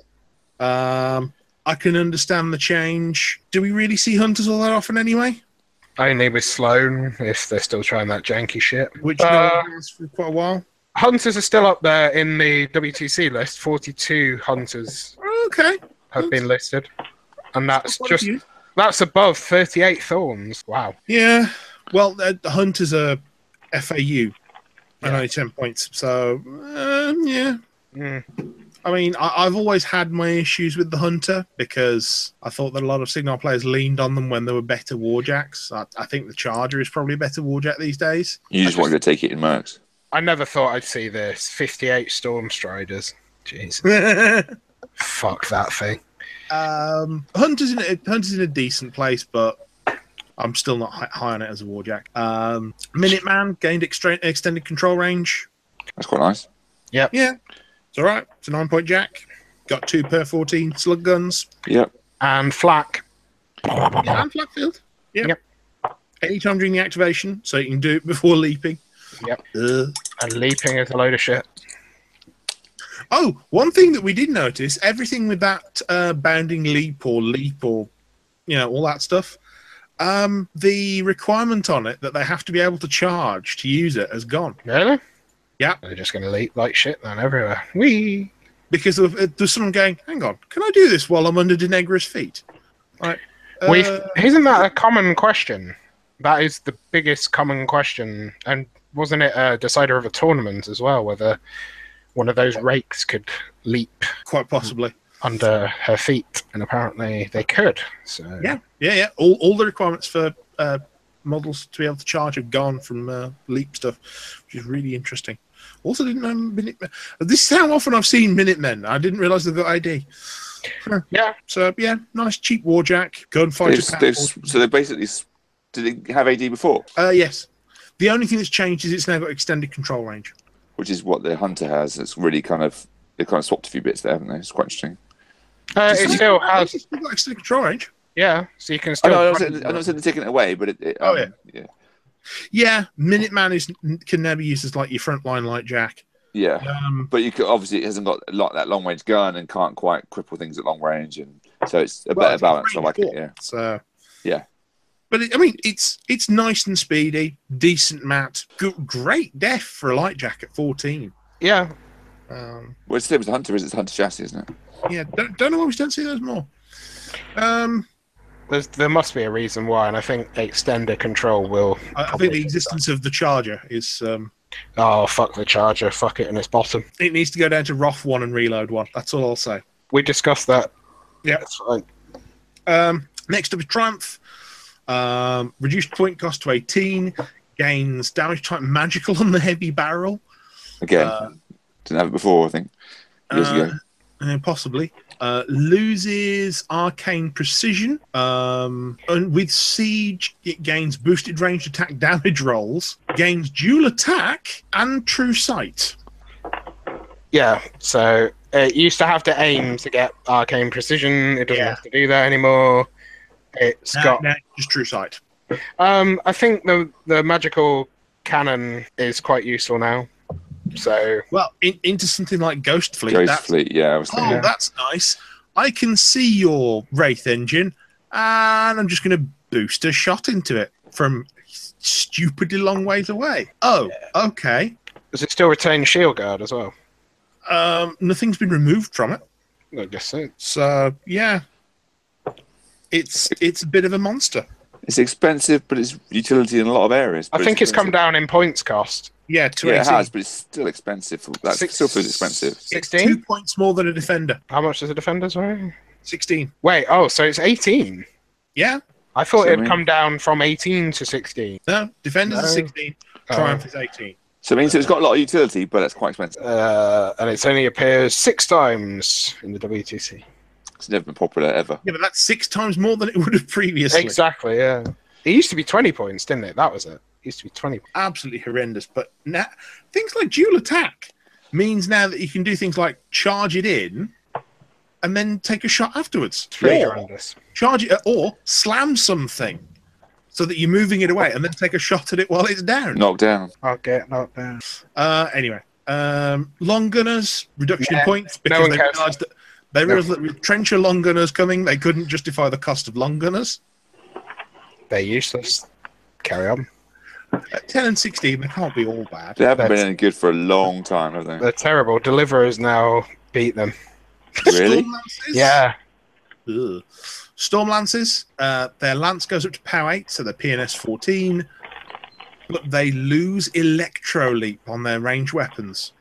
[SPEAKER 1] Um, I can understand the change. Do we really see hunters all that often anyway?
[SPEAKER 3] Only with Sloan if they're still trying that janky shit.
[SPEAKER 1] Which no
[SPEAKER 3] Uh,
[SPEAKER 1] one has for quite a while.
[SPEAKER 3] Hunters are still up there in the WTC list. Forty-two hunters
[SPEAKER 1] Okay,
[SPEAKER 3] have been listed, and that's
[SPEAKER 1] Quite a
[SPEAKER 3] just
[SPEAKER 1] few.
[SPEAKER 3] that's above thirty-eight thorns. Wow.
[SPEAKER 1] yeah. Well, uh, the hunters are FAU and only ten points. So um, yeah,
[SPEAKER 3] Mm.
[SPEAKER 1] I mean, I, I've always had my issues with the Hunter because I thought that a lot of Signal players leaned on them when they were better Warjacks. I, I think the Charger is probably a better Warjack these days.
[SPEAKER 2] You just want to go take it in Mercs.
[SPEAKER 3] I never thought I'd see this. 58 Stormstriders. Jesus. Fuck that thing.
[SPEAKER 1] Um, Hunter's in a, Hunter's in a decent place, but I'm still not hi- high on it as a warjack. Um, Minuteman gained extra- extended control range.
[SPEAKER 2] That's quite nice.
[SPEAKER 1] Yeah, it's all right. It's a nine point jack. Got two per fourteen slug guns.
[SPEAKER 2] Yep.
[SPEAKER 3] And Flak.
[SPEAKER 1] Yeah, and Flatfield. Yeah.
[SPEAKER 3] Yep.
[SPEAKER 1] Anytime during the activation, so you can do it before leaping.
[SPEAKER 3] Yep.
[SPEAKER 1] Uh,
[SPEAKER 3] And leaping is a load of shit.
[SPEAKER 1] Oh, one thing that we did notice: everything with that uh, bounding leap or leap or you know all that stuff. Um, the requirement on it that they have to be able to charge to use it has gone
[SPEAKER 3] Really?
[SPEAKER 1] Yeah.
[SPEAKER 3] They're just going to leap like shit then everywhere. Whee!
[SPEAKER 1] because of- uh, there's someone going, "Hang on, can I do this while I'm under Denegra's feet?" Right. Uh,
[SPEAKER 3] we isn't that a common question? That is the biggest common question, and wasn't it a decider of a tournament as well? Whether one of those rakes could leap
[SPEAKER 1] quite possibly.
[SPEAKER 3] under her feet, and apparently they could. So
[SPEAKER 1] Yeah, yeah, yeah. All, all the requirements for uh, models to be able to charge are gone from uh, Leap stuff, which is really interesting. Also, didn't know Minutemen. This is how often I've seen Minutemen. I didn't realize they've got ID.
[SPEAKER 3] yeah,
[SPEAKER 1] So yeah, nice cheap warjack gunfighter.
[SPEAKER 2] They've- they've-
[SPEAKER 1] platform.
[SPEAKER 2] so they basically s- did they have AD before,
[SPEAKER 1] Uh, yes. The only thing that's changed is it's now got extended control range.
[SPEAKER 2] which is what the hunter has. It's really kind of they kind of swapped a few bits there, haven't they? It's quite interesting.
[SPEAKER 3] uh, it still has.
[SPEAKER 1] It's still got extended control range.
[SPEAKER 3] Yeah, so you can
[SPEAKER 2] I
[SPEAKER 3] still.
[SPEAKER 2] know, I know, I know they're taking it away, but it, it,
[SPEAKER 1] Oh,
[SPEAKER 2] um, yeah,
[SPEAKER 1] Yeah, Minuteman is can now be used as like your frontline light jack.
[SPEAKER 2] yeah.
[SPEAKER 1] Um,
[SPEAKER 2] But you could, obviously it hasn't got a lot that long range gun and can't quite cripple things at long range, and so it's a
[SPEAKER 1] Well,
[SPEAKER 2] better
[SPEAKER 1] it's
[SPEAKER 2] balance. I
[SPEAKER 1] range
[SPEAKER 2] like it.
[SPEAKER 1] four,
[SPEAKER 2] Yeah,
[SPEAKER 1] So
[SPEAKER 2] Yeah.
[SPEAKER 1] but it, I mean, it's it's nice and speedy, decent mat, g- great def for a light jack at fourteen.
[SPEAKER 3] yeah,
[SPEAKER 1] Um,
[SPEAKER 2] well, it's the same as the hunter is. It's hunter chassis, isn't it?
[SPEAKER 1] yeah, don't, don't know why we don't see those more. Um,
[SPEAKER 3] there's, there must be a reason why, and I think extender control will.
[SPEAKER 1] I, I think the existence of the charger is um,
[SPEAKER 3] Oh fuck the charger, fuck it in its bottom.
[SPEAKER 1] it needs to go down to Roth one and reload one. That's all I'll say.
[SPEAKER 3] We discussed that.
[SPEAKER 1] Yeah.
[SPEAKER 3] That's fine.
[SPEAKER 1] Um, next up is Triumph. Um, reduced point cost to 18, gains damage type magical on the heavy barrel,
[SPEAKER 2] Again,
[SPEAKER 1] Uh,
[SPEAKER 2] didn't have it before. I think years
[SPEAKER 1] uh,
[SPEAKER 2] ago.
[SPEAKER 1] uh, possibly. Uh, loses arcane precision. Um, and with siege, it gains boosted ranged attack damage rolls, gains dual attack and true sight.
[SPEAKER 3] Yeah, so it used to have to aim to get arcane precision. It doesn't
[SPEAKER 1] Yeah.
[SPEAKER 3] have to do that anymore. It's
[SPEAKER 1] Now-
[SPEAKER 3] got.
[SPEAKER 1] now just true sight.
[SPEAKER 3] Um, I think the the magical cannon is quite useful now. So
[SPEAKER 1] Well, in, into something like Ghost Fleet,
[SPEAKER 2] Ghost
[SPEAKER 1] that's
[SPEAKER 2] Fleet, yeah, I was
[SPEAKER 1] Oh,
[SPEAKER 2] thinking.
[SPEAKER 3] Yeah.
[SPEAKER 1] that's nice. I can see your Wraith engine, and I'm just going to boost a shot into it from stupidly long ways away. Oh, okay.
[SPEAKER 3] does it still retain shield guard as well?
[SPEAKER 1] Um, nothing's been removed from it,
[SPEAKER 3] I guess so.
[SPEAKER 1] so yeah, it's it's a bit of a monster.
[SPEAKER 2] It's expensive, but it's utility in a lot of areas.
[SPEAKER 3] I
[SPEAKER 2] but
[SPEAKER 3] think it's come
[SPEAKER 2] expensive.
[SPEAKER 3] down in points cost.
[SPEAKER 1] Yeah, two
[SPEAKER 2] Yeah, it has,
[SPEAKER 1] eighteen.
[SPEAKER 2] but it's still expensive. for- That
[SPEAKER 3] Six-
[SPEAKER 2] still feels expensive.
[SPEAKER 1] two
[SPEAKER 3] Sixteen.
[SPEAKER 1] points more than a defender.
[SPEAKER 3] How much does a defender? Sorry.
[SPEAKER 1] Sixteen.
[SPEAKER 3] Wait. Oh, so it's eighteen.
[SPEAKER 1] Yeah,
[SPEAKER 3] I thought
[SPEAKER 2] So
[SPEAKER 3] it'd
[SPEAKER 2] mean-
[SPEAKER 3] come down from eighteen to sixteen.
[SPEAKER 1] no, defenders
[SPEAKER 3] No.
[SPEAKER 1] are sixteen.
[SPEAKER 3] Oh.
[SPEAKER 1] Triumph is eighteen.
[SPEAKER 2] So it means it's got a lot of utility, but it's quite expensive.
[SPEAKER 3] Uh, and it's only appears six times in the WTC.
[SPEAKER 2] It's never been popular ever.
[SPEAKER 1] Yeah, but that's six times more than it would have previously.
[SPEAKER 3] Exactly, yeah. It used to be 20 points, didn't it? That was it. It used to be 20.
[SPEAKER 1] absolutely horrendous. But now things like dual attack means now that you can do things like charge it in and then take a shot afterwards,
[SPEAKER 3] Pretty
[SPEAKER 1] or
[SPEAKER 3] horrendous.
[SPEAKER 1] charge it or slam something so that you're moving it away and then take a shot at it while it's down.
[SPEAKER 2] Knocked down.
[SPEAKER 3] I'll get knocked down.
[SPEAKER 1] Uh, anyway, um, long gunners reduction
[SPEAKER 3] Yeah,
[SPEAKER 1] in points
[SPEAKER 3] no
[SPEAKER 1] because
[SPEAKER 3] one
[SPEAKER 1] they
[SPEAKER 3] cares.
[SPEAKER 1] realised that. They
[SPEAKER 3] No.
[SPEAKER 1] realised that with trencher long gunners coming, they couldn't justify the cost of long gunners.
[SPEAKER 3] They're useless. Carry on.
[SPEAKER 1] At 10 and 16, they can't be all bad.
[SPEAKER 2] They haven't been
[SPEAKER 3] That's-
[SPEAKER 2] any good for a long time, have they?
[SPEAKER 3] They're terrible. Deliverers now beat them.
[SPEAKER 2] Really?
[SPEAKER 1] Storm lances?
[SPEAKER 3] Yeah.
[SPEAKER 1] Ugh. Storm lances. Uh, their lance goes up to power eight, so they're PNS fourteen, but they lose electro leap on their range weapons.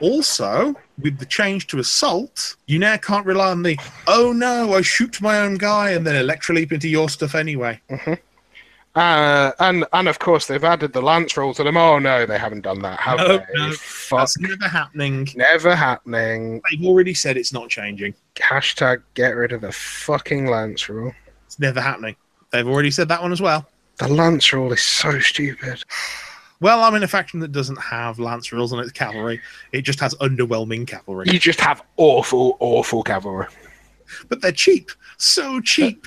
[SPEAKER 1] Also, with the change to assault, you now can't rely on the "oh no, I shoot my own guy" and then electro leap into your stuff anyway.
[SPEAKER 3] Uh, and and of course they've added the lance roll to them. Oh no, they haven't done that, have
[SPEAKER 1] No,
[SPEAKER 3] they?
[SPEAKER 1] no,
[SPEAKER 3] Fuck.
[SPEAKER 1] That's never happening.
[SPEAKER 3] Never happening.
[SPEAKER 1] They've already said it's not changing.
[SPEAKER 3] Hashtag get rid of the fucking lance rule.
[SPEAKER 1] It's never happening. They've already said that one as well.
[SPEAKER 3] The lance rule is so stupid.
[SPEAKER 1] Well, I'm in a faction that doesn't have lance rules on its cavalry. It just has underwhelming cavalry.
[SPEAKER 3] You just have awful, awful cavalry.
[SPEAKER 1] But they're cheap. So cheap.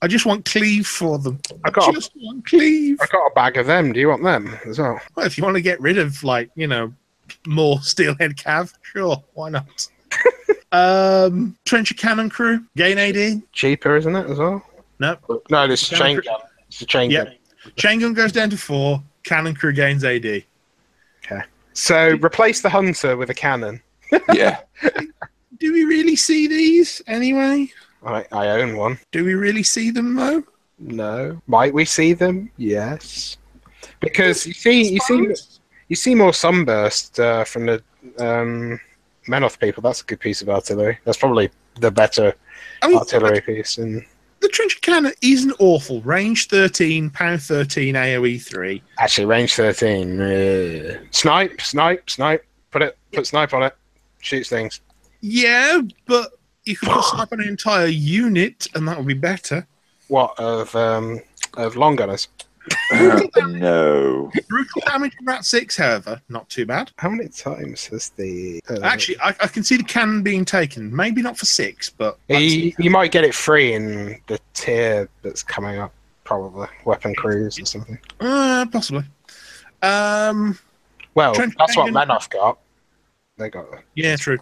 [SPEAKER 1] I just want cleave for them. I,
[SPEAKER 3] I got a-
[SPEAKER 1] just want cleave.
[SPEAKER 3] I got a bag of them. Do you want them as well?
[SPEAKER 1] Well, if you want to get rid of, like, you know, more steelhead cav, sure, why not? um, trencher cannon crew, gain AD.
[SPEAKER 3] Cheaper, isn't it as well?
[SPEAKER 1] No,
[SPEAKER 3] No, this is
[SPEAKER 1] Can I
[SPEAKER 3] chain
[SPEAKER 1] cr-
[SPEAKER 3] gun. It's a chain
[SPEAKER 1] Yeah.
[SPEAKER 3] gun.
[SPEAKER 1] Chain gun goes down to four. Cannon crew gains AD.
[SPEAKER 3] So replace the hunter with a cannon.
[SPEAKER 2] yeah.
[SPEAKER 1] Do we really see these anyway?
[SPEAKER 3] I, I own one.
[SPEAKER 1] Do we really see them though?
[SPEAKER 3] No. Might we see them? Yes. Because you see, you see, you see more sunburst uh, from the um, Menoth people. That's a good piece of artillery. That's probably the better
[SPEAKER 1] I mean,
[SPEAKER 3] artillery piece. And
[SPEAKER 1] the trencher cannon isn't awful. Range thirteen, pound thirteen, AOE three.
[SPEAKER 3] actually, range thirteen. uh, snipe, snipe, snipe. Put it. Put snipe on it. Shoots things.
[SPEAKER 1] Yeah, but you could put up an entire unit, and that would be better.
[SPEAKER 3] What of um, of long gunners?
[SPEAKER 2] no.
[SPEAKER 1] Brutal damage from that six, however, not too bad.
[SPEAKER 3] How many times has the uh,
[SPEAKER 1] Actually, I, I can see the cannon being taken. Maybe not for six, but
[SPEAKER 3] You, you might get it free in the tier that's coming up, probably weapon crews or something.
[SPEAKER 1] uh, possibly. Um,
[SPEAKER 3] Well,
[SPEAKER 1] Trench
[SPEAKER 3] that's what
[SPEAKER 1] Dragon.
[SPEAKER 3] Manoff got. They got.
[SPEAKER 1] yeah, true.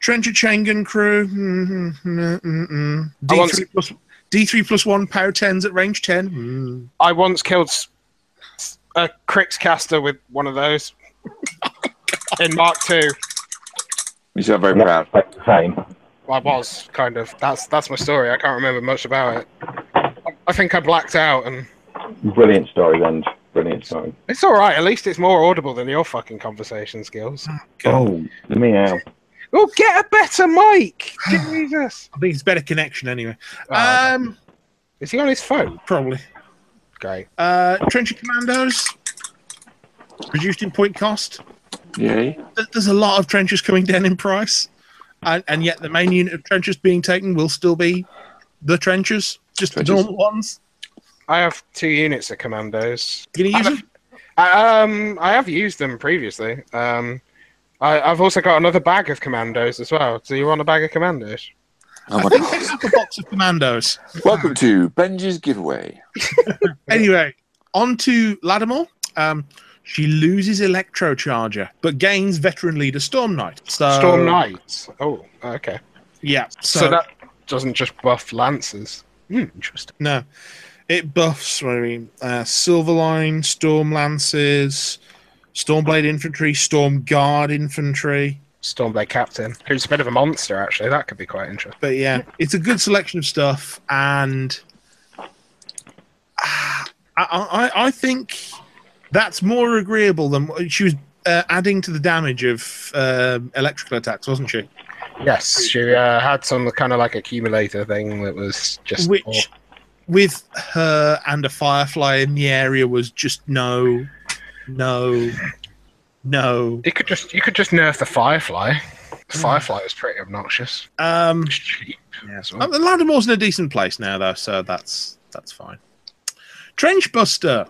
[SPEAKER 1] Trencher chain gun crew. mm, mm, mm, mm.
[SPEAKER 3] I want-
[SPEAKER 1] D3 plus D3 plus one power tens at range ten. Mm.
[SPEAKER 3] I once killed s- s- a Crix caster with one of those in Mark Two.
[SPEAKER 2] You sound very
[SPEAKER 4] Yeah,
[SPEAKER 2] proud.
[SPEAKER 4] like the same.
[SPEAKER 3] I was kind of. That's that's my story. I can't remember much about it. I- I think I blacked out, and
[SPEAKER 4] Brilliant story, then. Brilliant story.
[SPEAKER 3] it's all right. At least it's more audible than your fucking conversation skills.
[SPEAKER 1] Hmm.
[SPEAKER 4] Oh, meow.
[SPEAKER 3] Oh, get a better mic, Jesus!
[SPEAKER 1] I think it's better connection anyway.
[SPEAKER 3] Oh,
[SPEAKER 1] Um,
[SPEAKER 3] is he on his phone?
[SPEAKER 1] probably.
[SPEAKER 3] Great.
[SPEAKER 1] Uh, trencher commandos reduced in point cost.
[SPEAKER 2] Yay.
[SPEAKER 1] Th- There's a lot of trenchers coming down in price, and, and yet the main unit of trenchers being taken will still be the trenchers, just
[SPEAKER 2] Trenchers.
[SPEAKER 1] the normal ones.
[SPEAKER 3] I have two units of commandos.
[SPEAKER 1] Gonna use them?
[SPEAKER 3] I, um, I have used them previously. Um, I, I've also got another bag of commandos as well. So you want a bag of commandos?
[SPEAKER 2] Oh my
[SPEAKER 1] I think
[SPEAKER 2] God.
[SPEAKER 1] I have a box of commandos.
[SPEAKER 2] Welcome to Benji's giveaway.
[SPEAKER 1] Anyway, on to Lattimore. Um, she loses Electro Charger, but gains Veteran Leader Storm Knight. So,
[SPEAKER 3] Storm knights. Oh, okay.
[SPEAKER 1] Yeah.
[SPEAKER 3] So,
[SPEAKER 1] So,
[SPEAKER 3] that doesn't just buff lancers. Hmm, interesting.
[SPEAKER 1] no, it buffs. What I mean, uh, Silverline, Storm Lances, Stormblade Infantry, Storm Guard Infantry.
[SPEAKER 3] Stormblade captain, who's a bit of a monster actually. That could be quite interesting.
[SPEAKER 1] But yeah, it's a good selection of stuff, and ah, I, I, I think that's more agreeable than what- she was uh, adding to the damage of um electrical attacks, wasn't she?
[SPEAKER 3] Yes, she uh, had some kind of like accumulator thing that was just.
[SPEAKER 1] Which, with her and a firefly in the area, was just no, no, no.
[SPEAKER 3] you could just you could just nerf the firefly.
[SPEAKER 1] Mm.
[SPEAKER 3] The firefly was pretty obnoxious.
[SPEAKER 1] Um,
[SPEAKER 3] It's cheap. as well.
[SPEAKER 1] Um, the Lattimore's in a decent place now, though, so that's that's fine. Trench Buster,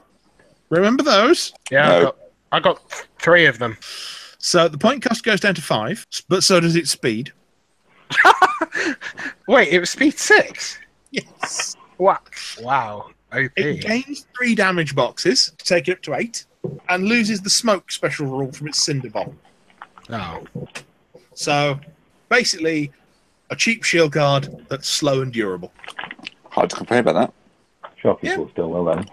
[SPEAKER 1] remember those?
[SPEAKER 3] Yeah, I
[SPEAKER 2] No.
[SPEAKER 3] got I got th- three of them.
[SPEAKER 1] So the point cost goes down to five, s- but so does its speed.
[SPEAKER 3] Wait, it was speed six.
[SPEAKER 1] Yes.
[SPEAKER 3] Wow. Wow.
[SPEAKER 1] It
[SPEAKER 3] Okay.
[SPEAKER 1] gains three damage boxes, take it up to eight, and loses the smoke special rule from its cinder bomb.
[SPEAKER 3] Oh.
[SPEAKER 1] So basically, a cheap shield guard that's slow and durable.
[SPEAKER 2] Hard to complain about that.
[SPEAKER 4] Sure, people still will then.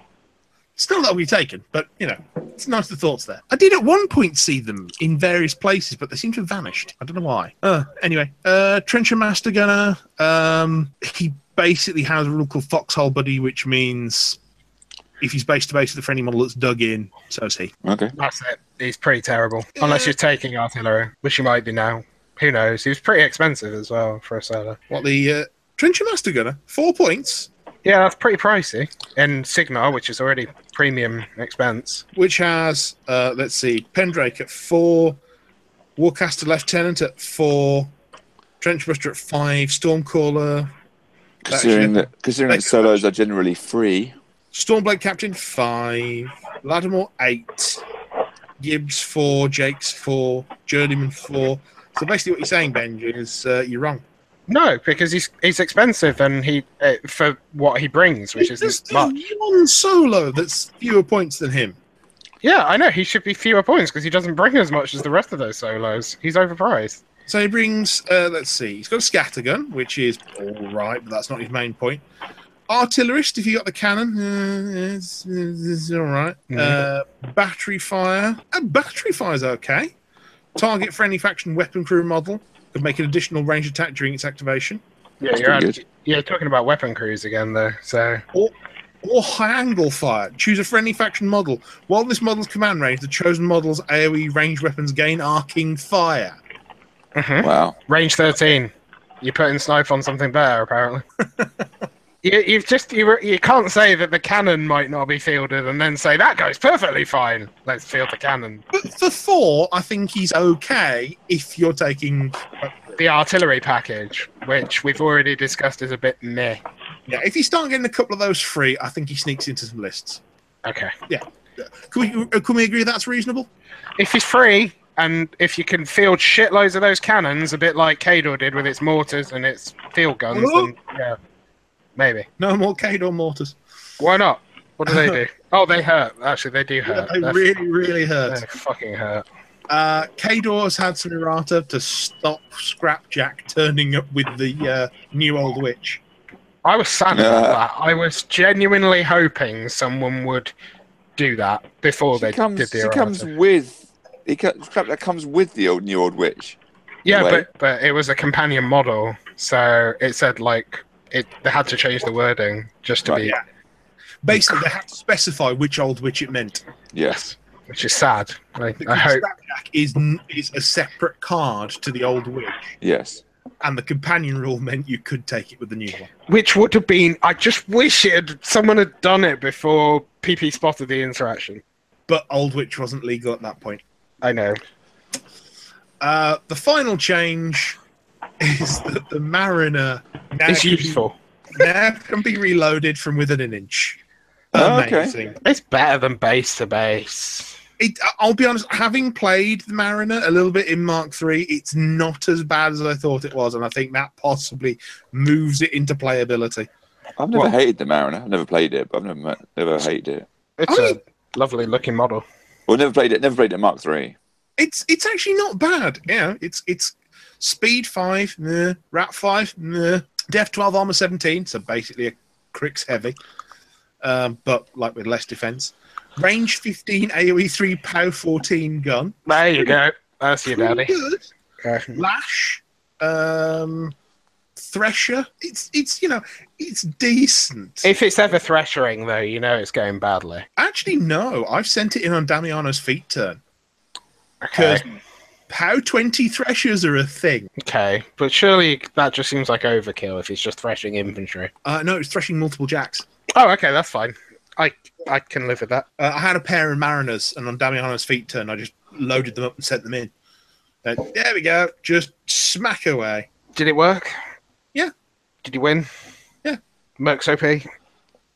[SPEAKER 1] Still that'll be taken, but you know, it's nice the thoughts there. I did at one point see them in various places, but they seem to have vanished. I don't know why. Uh, anyway, uh, Trencher Master Gunner, um, he basically has a rule called Foxhole Buddy, which means if he's base to base with a friendly model that's dug in, so is he.
[SPEAKER 2] Okay.
[SPEAKER 3] That's it. He's pretty terrible. Unless you're taking artillery, which you might be now. Who knows? He was pretty expensive as well for a seller.
[SPEAKER 1] What the uh, Trencher Master Gunner, four points,
[SPEAKER 3] Yeah, that's pretty pricey. And Sigma, which is already premium expense.
[SPEAKER 1] which has uh, let's see, Pendrake at four, Warcaster Lieutenant at four, Trenchbuster at five, Stormcaller,
[SPEAKER 2] Considering
[SPEAKER 1] Actually-
[SPEAKER 2] that considering that
[SPEAKER 1] Thank you.
[SPEAKER 2] solos are generally free,
[SPEAKER 1] Stormblade Captain five, Lattimore eight, Gibbs four, Jakes four, Journeyman four. So basically, what you're saying, Benji, is uh, you're wrong.
[SPEAKER 3] No, because he's he's expensive and he uh, for what he brings, which
[SPEAKER 1] There's
[SPEAKER 3] isn't
[SPEAKER 1] there's
[SPEAKER 3] much.
[SPEAKER 1] one solo that's fewer points than him.
[SPEAKER 3] Yeah, I know he should be fewer points because he doesn't bring as much as the rest of those solos. He's overpriced.
[SPEAKER 1] So he brings, uh, let's see, he's got a scatter gun, which is all right, but that's not his main point. Artillerist, if you got the cannon, uh, it's, it's all right. Uh, battery fire, uh, battery fire's okay. Target friendly faction weapon crew model could make an additional range attack during its activation,
[SPEAKER 3] Yeah,
[SPEAKER 2] That's
[SPEAKER 3] you're,
[SPEAKER 2] pretty
[SPEAKER 3] at- you're talking about weapon crews again, though. So
[SPEAKER 1] or high angle fire. Choose a friendly faction model. While this model's command range, the chosen model's AoE range weapons gain arcing fire.
[SPEAKER 3] Mhm.
[SPEAKER 2] wow.
[SPEAKER 3] range thirteen. You're putting snipe on something better, apparently. you, you've just you, were- you can't say that the cannon might not be fielded and then say that goes perfectly fine. Let's field the cannon.
[SPEAKER 1] But for four, I think he's okay if you're taking
[SPEAKER 3] The artillery package, which we've already discussed, is a bit meh.
[SPEAKER 1] Yeah, if you start getting a couple of those free, I think he sneaks into some lists.
[SPEAKER 3] Okay.
[SPEAKER 1] Can we, can we agree that's reasonable?
[SPEAKER 3] if it's free and if you can field shitloads of those cannons, a bit like Cador did with its mortars and its field guns, then yeah, maybe.
[SPEAKER 1] No more Cador mortars.
[SPEAKER 3] Why not? What do they do? Oh, they hurt. Actually, they do hurt.
[SPEAKER 1] They
[SPEAKER 3] That's-
[SPEAKER 1] really, really hurt.
[SPEAKER 3] they fucking hurt.
[SPEAKER 1] Uh, Cador has had some errata to stop Scrapjack turning up with the uh, new old witch.
[SPEAKER 3] I was sad about
[SPEAKER 2] Yeah.
[SPEAKER 3] that. I was genuinely hoping someone would do that before
[SPEAKER 2] She
[SPEAKER 3] they
[SPEAKER 2] comes,
[SPEAKER 3] did the
[SPEAKER 2] she comes
[SPEAKER 3] errata.
[SPEAKER 2] with. He co- crap, that comes with the old new old witch.
[SPEAKER 3] Yeah,
[SPEAKER 2] Wait.
[SPEAKER 3] but but it was a companion model, so it said like it. They had to change the wording just to
[SPEAKER 2] Right.
[SPEAKER 3] be
[SPEAKER 1] Yeah. Basically, they had to specify which old witch it meant.
[SPEAKER 2] Yes.
[SPEAKER 3] which is sad. Like, I
[SPEAKER 1] Because
[SPEAKER 3] hope.
[SPEAKER 1] Scrapjack is, n- is a separate card to the old witch,
[SPEAKER 2] Yes.
[SPEAKER 1] and the companion rule meant you could take it with the new one.
[SPEAKER 3] Which would have been. I just wish it had, someone had done it before PP spotted the interaction.
[SPEAKER 1] But old witch wasn't legal at that point.
[SPEAKER 3] I know.
[SPEAKER 1] Uh, the final change is that the Mariner now,
[SPEAKER 3] It's
[SPEAKER 1] can,
[SPEAKER 3] useful.
[SPEAKER 1] now can be reloaded from within an inch.
[SPEAKER 2] Oh, okay.
[SPEAKER 1] Amazing.
[SPEAKER 3] It's better than base to base.
[SPEAKER 1] It, I'll be honest, having played the Mariner a little bit in Mark III, it's not as bad as I thought it was, and I think that possibly moves it into playability.
[SPEAKER 2] I've never
[SPEAKER 3] Well-
[SPEAKER 2] hated the Mariner. I've never played it, but I've never met- never hated it.
[SPEAKER 3] It's
[SPEAKER 1] I
[SPEAKER 3] a
[SPEAKER 1] mean-
[SPEAKER 3] lovely looking model.
[SPEAKER 2] Well, never played it. Never played it in Mark Three.
[SPEAKER 1] It's it's actually not bad. Yeah, it's it's speed five, nah, rat five, nah, def twelve, armor seventeen, so basically a cricks heavy, um, but like with less defense. Range fifteen, AOE three, POW fourteen gun.
[SPEAKER 3] There you go. That's your
[SPEAKER 1] Pretty
[SPEAKER 3] daddy.
[SPEAKER 1] Good. Lash, um, Thresher. It's it's you know it's decent.
[SPEAKER 3] If it's ever threshering, though, you know it's going badly.
[SPEAKER 1] actually, no, I've sent it in on Damiano's feet turn
[SPEAKER 3] Okay.
[SPEAKER 1] because POW twenty Threshers are a thing.
[SPEAKER 3] okay. But surely that just seems like overkill if it's just threshing infantry.
[SPEAKER 1] Uh, no, it's threshing multiple jacks.
[SPEAKER 3] Oh, okay. That's fine. I I can live with that.
[SPEAKER 1] Uh, I had a pair of Mariners, and on Damiano's feet turn, I just loaded them up and sent them in. Uh, there we go. Just smack away.
[SPEAKER 3] Did it work?
[SPEAKER 1] Yeah.
[SPEAKER 3] Did you win?
[SPEAKER 1] Yeah.
[SPEAKER 3] Merc's OP.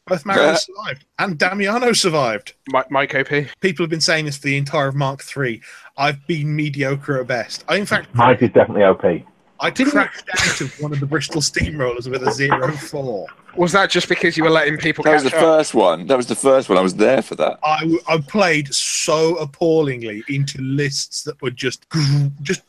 [SPEAKER 1] Both Mariners survived, and Damiano survived.
[SPEAKER 3] Mike, Mike OP.
[SPEAKER 1] People have been saying this for the entire of Mark III. I've been mediocre at best. I, in fact,
[SPEAKER 4] Mike is definitely OP.
[SPEAKER 1] I
[SPEAKER 3] Didn't-
[SPEAKER 1] crashed out of one of the Bristol steamrollers with a zero four.
[SPEAKER 3] Was that just because you were letting people
[SPEAKER 2] That was
[SPEAKER 3] catch
[SPEAKER 2] the
[SPEAKER 3] up?
[SPEAKER 2] first one. That was the first one. I was there for that.
[SPEAKER 1] I, w- I played so appallingly into lists that were just gr- just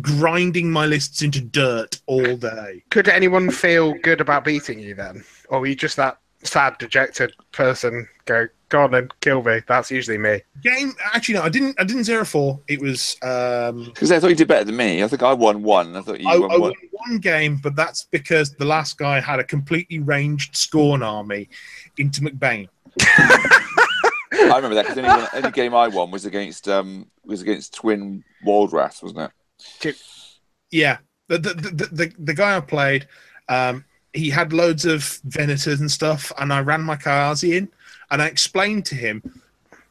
[SPEAKER 1] grinding my lists into dirt all day.
[SPEAKER 3] Could anyone feel good about beating you then? Or were you just that sad, dejected person go, go on and kill me? That's usually me.
[SPEAKER 1] game actually no i didn't i didn't zero four it was um
[SPEAKER 2] Because I thought you did better than me. I think I won one. I thought you
[SPEAKER 1] I,
[SPEAKER 2] won
[SPEAKER 1] I
[SPEAKER 2] one.
[SPEAKER 1] won one game but that's because the last guy had a completely ranged scorn army into mcbain
[SPEAKER 2] I remember that because only, one- only game I won was against um was against Twin Waldraths, wasn't it?
[SPEAKER 1] yeah the the, the, the, the guy i played um he had loads of Venators and stuff, and I ran my Kayazi in, and I explained to him,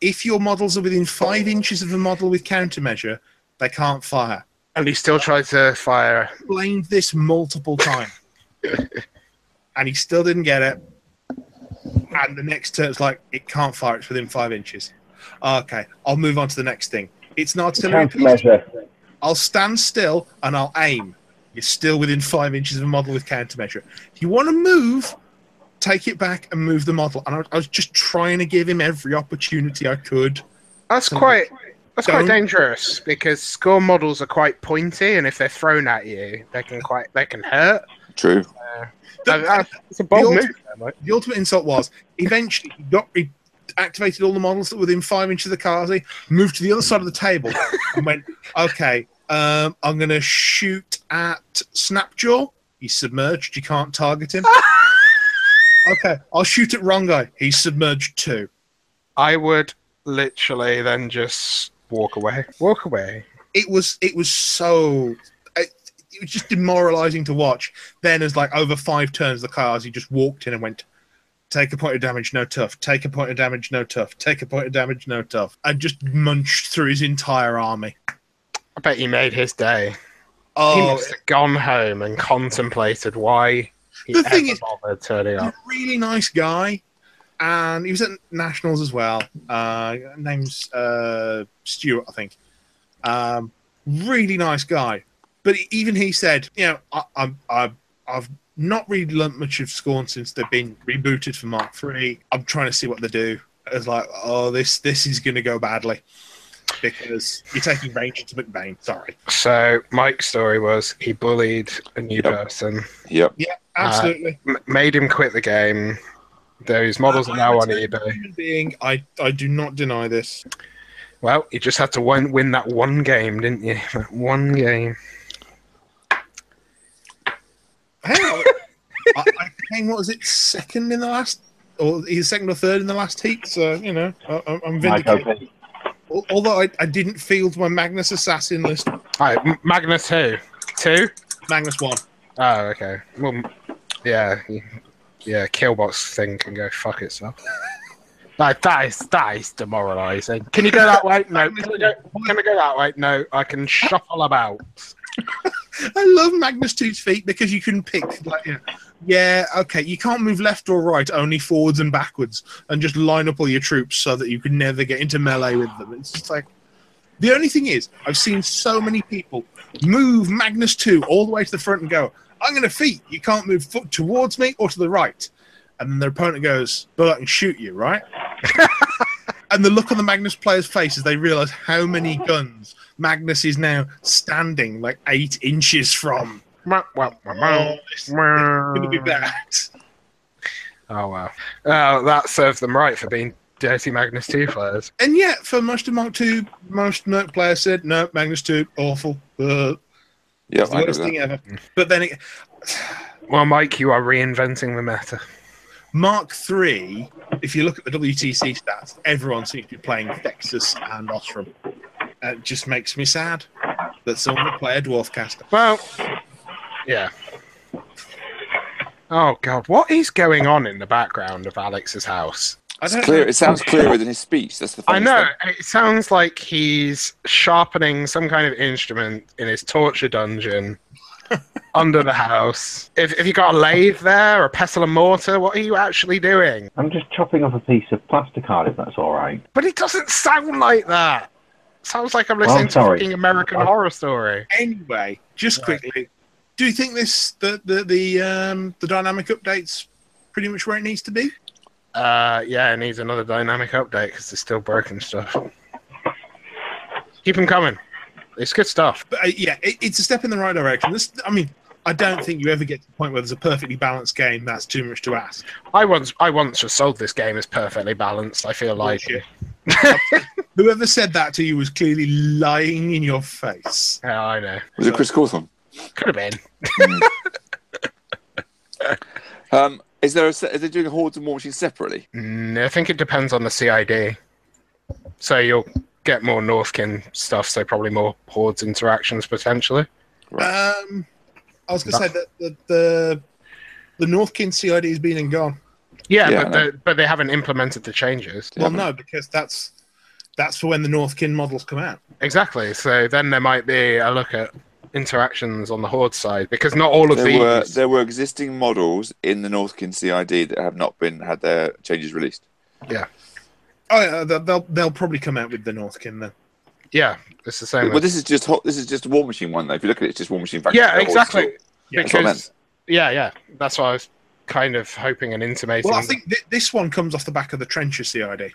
[SPEAKER 1] if your models are within five inches of a model with countermeasure, they can't fire.
[SPEAKER 3] And he still tried to fire.
[SPEAKER 1] Explained this multiple times, and he still didn't get it. And the next turn, it's like it can't fire. It's within five inches. Okay, I'll move on to the next thing. It's an artillery piece.
[SPEAKER 4] Countermeasure.
[SPEAKER 1] I'll stand still and I'll aim. You're still within five inches of a model with countermeasure. If you want to move, take it back and move the model. And I, I was just trying to give him every opportunity I could.
[SPEAKER 3] That's
[SPEAKER 1] Something.
[SPEAKER 3] quite. That's quite
[SPEAKER 1] Don't-
[SPEAKER 3] dangerous because score models are quite pointy, and if they're thrown at you, they can quite they can hurt.
[SPEAKER 2] True.
[SPEAKER 3] Uh,
[SPEAKER 1] The,
[SPEAKER 3] that's- It's a bold
[SPEAKER 1] The
[SPEAKER 3] move.
[SPEAKER 1] ulti- the ultimate insult was eventually he got he activated all the models that were within five inches of the Kazi, moved to the other side of the table, and went, okay, um, I'm going to shoot at Snapjaw. He's submerged. You can't target him. okay, I'll shoot at Wrong Guy. He's submerged too.
[SPEAKER 3] I would literally then just walk away. Walk away.
[SPEAKER 1] it was it was so it, it was just demoralizing to watch. Then as like over five turns, the cars he just walked in and went, take a point of damage, no tough. Take a point of damage, no tough. Take a point of damage, no tough. And just munched through his entire army.
[SPEAKER 3] I bet you made his day. he
[SPEAKER 1] Oh,
[SPEAKER 3] must have gone home and contemplated why he
[SPEAKER 1] The
[SPEAKER 3] ever
[SPEAKER 1] thing is-
[SPEAKER 3] bothered turning
[SPEAKER 1] he was
[SPEAKER 3] up.
[SPEAKER 1] a really nice guy, and he was at nationals as well. Uh, name's uh, Stuart, I think. Um, really nice guy, but he- even he said, you know, I, I, I, I've not really learnt much of Scorn since they've been rebooted for Mark Three. I'm trying to see what they do. I was like, oh, this this is going to go badly because you're taking Ranger to McBain. Sorry,
[SPEAKER 3] So Mike's story was he bullied a new
[SPEAKER 2] Yep.
[SPEAKER 3] person,
[SPEAKER 2] Yep.
[SPEAKER 1] absolutely.
[SPEAKER 3] m- made him quit the game. Those models
[SPEAKER 1] I-
[SPEAKER 3] are
[SPEAKER 1] I'm
[SPEAKER 3] now
[SPEAKER 1] a
[SPEAKER 3] on
[SPEAKER 1] terrible
[SPEAKER 3] eBay.
[SPEAKER 1] human Being, I, I do not deny this.
[SPEAKER 3] Well, you just had to win, win that one game, didn't you? That one game.
[SPEAKER 1] Hang on. I, I came, what was it, second in the last, or either second or third in the last heat? So, you know, I, I'm- I'm
[SPEAKER 4] I go
[SPEAKER 1] vindicated. Al- Although I, I didn't field my Magnus assassin list.
[SPEAKER 3] All right, M- Magnus who? Two?
[SPEAKER 1] Magnus won.
[SPEAKER 3] Oh, okay. Well, m- yeah, y- yeah. Killbot's thing can go fuck itself. like that is that is demoralising. Can you go that way? No. Can I go, can I go that way? No. I can shuffle about.
[SPEAKER 1] I love Magnus two's feet because you can pick, like, you know, yeah, okay, you can't move left or right, only forwards and backwards, and just line up all your troops so that you can never get into melee with them. It's just like. The only thing is, I've seen so many people move Magnus 2 all the way to the front and go, I'm going to feet. You can't move foot towards me or to the right. And then their opponent goes, But I can shoot you, right? and the look on the Magnus player's face as they realize how many guns Magnus is now standing like eight inches from.
[SPEAKER 3] Mwah, mwah,
[SPEAKER 1] Oh,
[SPEAKER 3] mwah,
[SPEAKER 1] this is
[SPEAKER 3] mwah.
[SPEAKER 1] going to be bad.
[SPEAKER 3] Oh wow. Oh, that serves them right for being dirty Magnus two players.
[SPEAKER 1] And yet, for most of Mark 2, most Merc players said, No, Magnus 2, awful. Uh,
[SPEAKER 2] Yep.
[SPEAKER 1] it's the
[SPEAKER 2] I agree
[SPEAKER 1] worst
[SPEAKER 2] with
[SPEAKER 1] thing ever. But then it,
[SPEAKER 3] Well, Mike, you are reinventing the meta.
[SPEAKER 1] Mark three, if you look at the WTC stats, everyone seems to be playing Texas and Ostrom. Uh, it just makes me sad that someone would play a dwarf caster.
[SPEAKER 3] Well, yeah. Oh god, what is going on in the background of Alex's house?
[SPEAKER 1] I
[SPEAKER 2] that.
[SPEAKER 1] don't
[SPEAKER 2] Clear.
[SPEAKER 1] know.
[SPEAKER 2] It sounds clearer than his speech. That's the.
[SPEAKER 3] I
[SPEAKER 2] funniest
[SPEAKER 3] know.
[SPEAKER 2] thing.
[SPEAKER 3] It sounds like he's sharpening some kind of instrument in his torture dungeon under the house. If, if you got a lathe there or a pestle and mortar, what are you actually doing?
[SPEAKER 4] I'm just chopping off a piece of plasticard, if that's all right.
[SPEAKER 3] But it doesn't sound like that. Sounds like I'm listening to
[SPEAKER 4] sorry.
[SPEAKER 3] fucking American
[SPEAKER 4] I'm-
[SPEAKER 3] Horror Story.
[SPEAKER 1] Anyway, just
[SPEAKER 3] Right.
[SPEAKER 1] quickly, do you think this the the the um, the dynamic updates pretty much where it needs to be?
[SPEAKER 3] Uh, yeah, it needs another dynamic update because there's still broken stuff. Keep them coming. It's good stuff.
[SPEAKER 1] But uh, yeah, it, it's a step in the right direction. This, I mean, I don't think you ever get to the point where there's a perfectly balanced game. That's too much to ask.
[SPEAKER 3] I once, I once just sold this game as perfectly balanced. I feel like
[SPEAKER 1] Bullshit. Whoever said that to you was clearly lying in your face.
[SPEAKER 3] Yeah, I know.
[SPEAKER 2] Was it Chris Cawthon?
[SPEAKER 3] Could have been.
[SPEAKER 2] Um, is there a, se- are they doing hordes and marching separately?
[SPEAKER 3] Mm, I think it depends on the CID. So you'll get more Northkin stuff, so probably more Hordes interactions potentially.
[SPEAKER 1] Um, I was going to say that the, the The Northkin CID has been and gone.
[SPEAKER 3] Yeah,
[SPEAKER 2] Yeah,
[SPEAKER 3] but,
[SPEAKER 2] no.
[SPEAKER 3] they, but they haven't implemented the changes.
[SPEAKER 2] They
[SPEAKER 1] well,
[SPEAKER 2] haven't.
[SPEAKER 1] no, because that's that's for when the Northkin models come out.
[SPEAKER 3] Exactly. So then there might be a look at interactions on the Horde side because not all of
[SPEAKER 2] There
[SPEAKER 3] these.
[SPEAKER 2] were there were existing models in the Northkin CID that have not been had their changes released.
[SPEAKER 1] Oh, yeah, they'll they'll, they'll probably come out with the Northkin then.
[SPEAKER 3] Yeah, it's the same.
[SPEAKER 2] Well,
[SPEAKER 3] with-
[SPEAKER 2] this is just hot, this is just a War Machine one though. If you look at it, it's just War Machine. Faction
[SPEAKER 3] yeah,
[SPEAKER 2] Rebels.
[SPEAKER 3] exactly.
[SPEAKER 1] Yeah.
[SPEAKER 2] That's what I
[SPEAKER 3] Because yeah, yeah, that's what I was kind of hoping and intimating.
[SPEAKER 1] Well, I think th- this one comes off the back of the Trencher CID.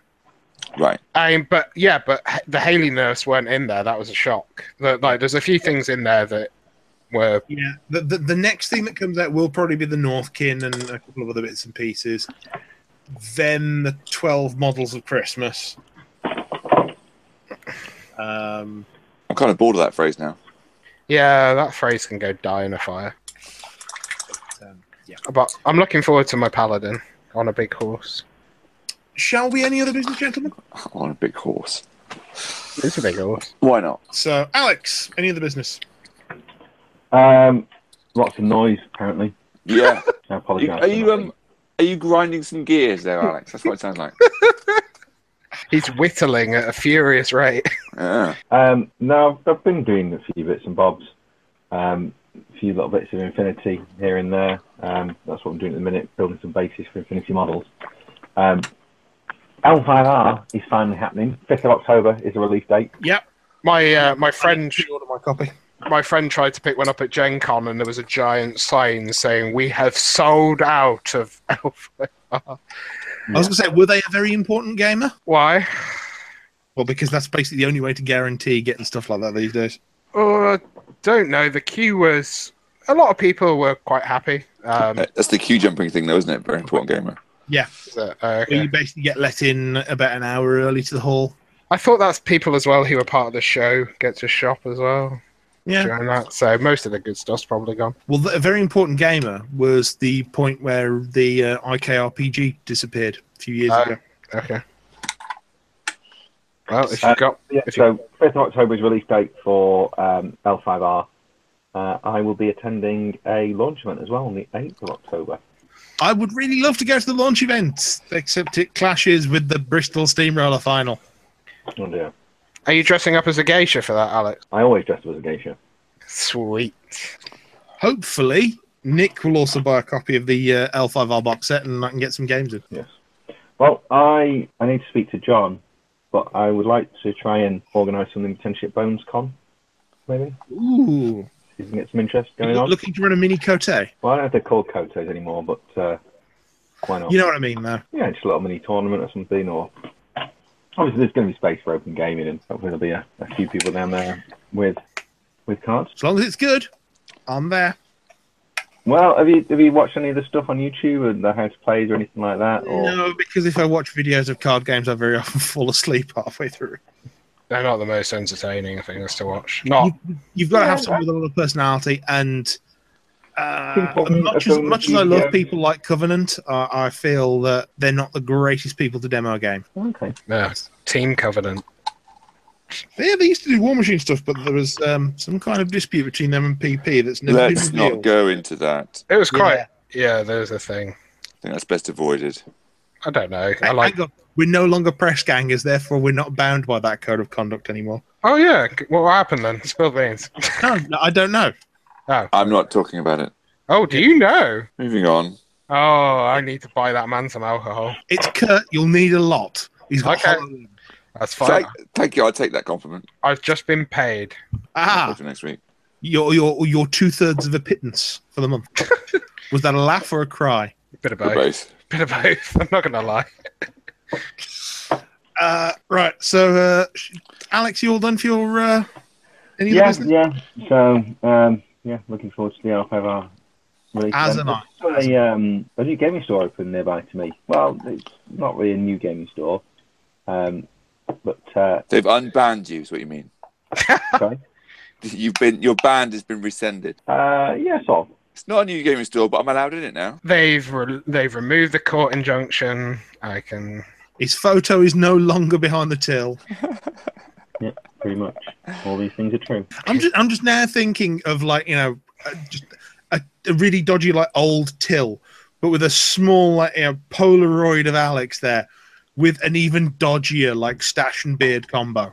[SPEAKER 2] Right.
[SPEAKER 3] I mean, but yeah, but H- the Haley nurse weren't in there. That was a shock. The, like, there's a few things in there that were
[SPEAKER 1] Yeah. The, the the next thing that comes out will probably be the Northkin and a couple of other bits and pieces. Then the twelve models of Christmas. Um,
[SPEAKER 2] I'm kind of bored of that phrase now.
[SPEAKER 3] yeah. That phrase can go die in a fire.
[SPEAKER 1] um,
[SPEAKER 3] But I'm looking forward to my paladin on a big horse.
[SPEAKER 1] shall we? Any other business, gentlemen?
[SPEAKER 2] On a big horse.
[SPEAKER 3] It's a big horse.
[SPEAKER 2] Why not?
[SPEAKER 1] So, Alex, any other business?
[SPEAKER 4] Um, lots of noise apparently.
[SPEAKER 2] Yeah.
[SPEAKER 4] I
[SPEAKER 2] You-
[SPEAKER 4] apologise.
[SPEAKER 2] are
[SPEAKER 4] for
[SPEAKER 2] you
[SPEAKER 4] that.
[SPEAKER 2] um are you grinding some gears there, Alex? That's what it sounds like.
[SPEAKER 3] He's whittling at a furious rate.
[SPEAKER 2] Yeah.
[SPEAKER 4] Um, no, I've been doing a few bits and bobs, um, a few little bits of Infinity here and there. Um, that's what I'm doing at the minute, building some bases for Infinity models. Um, L5R is finally happening. 5th of October is the release date.
[SPEAKER 3] My uh, my friend
[SPEAKER 1] order my copy.
[SPEAKER 3] my friend tried to pick one up at Gen Con and there was a giant sign saying we have sold out of Alpha.
[SPEAKER 1] I was going to say, were they a very important gamer?
[SPEAKER 3] Why?
[SPEAKER 1] Well, because that's basically the only way to guarantee getting stuff like that these days.
[SPEAKER 3] Oh, I don't know. The queue was a lot of people were quite happy. Um,
[SPEAKER 2] Uh, That's the queue jumping thing, though, isn't it? Very important gamer.
[SPEAKER 3] so, uh,
[SPEAKER 1] Where you basically get let in about an hour early to the hall.
[SPEAKER 3] I thought that's people as well who were part of the show get to shop as well
[SPEAKER 1] Yeah.
[SPEAKER 3] during that. So most of the good stuff's probably gone.
[SPEAKER 1] Well, th- a very important gamer was the point where the uh, IKRPG disappeared a few years
[SPEAKER 4] Oh.
[SPEAKER 3] Uh,
[SPEAKER 1] ago.
[SPEAKER 3] Okay. Well, if you got
[SPEAKER 4] Yeah,
[SPEAKER 3] If
[SPEAKER 4] so 5th of October is release date for um, L5R. Uh, I will be attending a launch event as well on the 8th of October.
[SPEAKER 1] I would really love to go to the launch event, except it clashes with the Bristol Steamroller final.
[SPEAKER 4] Oh dear.
[SPEAKER 3] are you dressing up as a geisha for that, Alex?
[SPEAKER 4] I always dress up as a geisha.
[SPEAKER 3] Sweet.
[SPEAKER 1] Hopefully, Nick will also buy a copy of the uh, L5R box set and I can get some games in.
[SPEAKER 4] Well, I I need to speak to John, but I would like to try and organise something potentially at Bones Con, maybe.
[SPEAKER 1] Ooh.
[SPEAKER 4] See if we can get some interest going on. Oh.
[SPEAKER 1] Looking to run a mini Cote. You
[SPEAKER 4] Well, I don't know if they're called Kotos anymore, but uh, why not?
[SPEAKER 1] know what I mean, though.
[SPEAKER 4] yeah, just a little mini tournament or something. Or obviously, there's going to be space for open gaming, and hopefully there'll be a, a few people down there with with cards.
[SPEAKER 1] As long as it's good, I'm there.
[SPEAKER 4] Well, have you have you watched any of the stuff on YouTube and the house plays or anything like that? Or
[SPEAKER 1] No, because if I watch videos of card games, I very often fall asleep halfway through.
[SPEAKER 3] They're not the most entertaining things to watch. Not
[SPEAKER 1] You've got to have
[SPEAKER 4] Yeah.
[SPEAKER 1] someone with a lot of personality, and uh,
[SPEAKER 4] People who
[SPEAKER 1] much
[SPEAKER 4] are
[SPEAKER 1] as
[SPEAKER 4] doing
[SPEAKER 1] much as I
[SPEAKER 4] video-
[SPEAKER 1] love people like Covenant, uh, I feel that they're not the greatest people to demo a game.
[SPEAKER 4] okay,
[SPEAKER 3] no, Team Covenant.
[SPEAKER 1] Yeah, they used to do War Machine stuff, but there was um, some kind of dispute between them and PP that's never
[SPEAKER 2] Let's
[SPEAKER 1] been revealed.
[SPEAKER 2] not go into that.
[SPEAKER 3] It was
[SPEAKER 1] Yeah.
[SPEAKER 3] quite. Yeah, there's a thing.
[SPEAKER 2] I think that's best avoided.
[SPEAKER 3] I don't know. I
[SPEAKER 1] Hang-
[SPEAKER 3] like.
[SPEAKER 1] hang on. We're no longer press gangers, therefore we're not bound by that code of conduct anymore.
[SPEAKER 3] Oh yeah, what happened then? Spill beans.
[SPEAKER 1] No, no, I don't know.
[SPEAKER 2] I'm not talking about it.
[SPEAKER 3] Oh, do you know?
[SPEAKER 2] Moving on.
[SPEAKER 3] Oh, I need to buy that man some alcohol.
[SPEAKER 1] It's Kurt. You'll need a lot. He's got
[SPEAKER 3] Okay.
[SPEAKER 1] Halloween.
[SPEAKER 3] That's fine.
[SPEAKER 2] Thank, thank you. I'll take that compliment.
[SPEAKER 3] I've just been paid.
[SPEAKER 1] Ah,
[SPEAKER 2] Talk to you next week.
[SPEAKER 1] you're you're you're two thirds of a pittance for the month. Was that a laugh or a cry?
[SPEAKER 3] Bit of
[SPEAKER 2] Good
[SPEAKER 3] both.
[SPEAKER 2] both.
[SPEAKER 3] Bit of both. I'm not gonna lie.
[SPEAKER 1] Uh, right. So, uh, sh- Alex, you all done for your uh, any other
[SPEAKER 4] yeah,
[SPEAKER 1] business?
[SPEAKER 4] yeah. So um, yeah, looking forward to the R5R. release
[SPEAKER 1] As
[SPEAKER 4] event.
[SPEAKER 1] am I.
[SPEAKER 4] There's a, um, a new gaming store open nearby to me. Well, it's not really a new gaming store, um, but uh,
[SPEAKER 2] They've unbanned you. Is what you mean?
[SPEAKER 4] sorry.
[SPEAKER 2] You've been your ban has been rescinded.
[SPEAKER 4] Uh, yeah, sort of.
[SPEAKER 2] It's not a new gaming store, but I'm allowed in it now.
[SPEAKER 3] They've re- they've removed the court injunction. I can.
[SPEAKER 1] His photo is no longer behind the till.
[SPEAKER 4] Pretty much, all these things are true.
[SPEAKER 1] I'm just I'm just now thinking of like you know uh, just a, a really dodgy like old till but with a small like, you know, Polaroid of Alex there, with an even dodgier like stash and beard combo.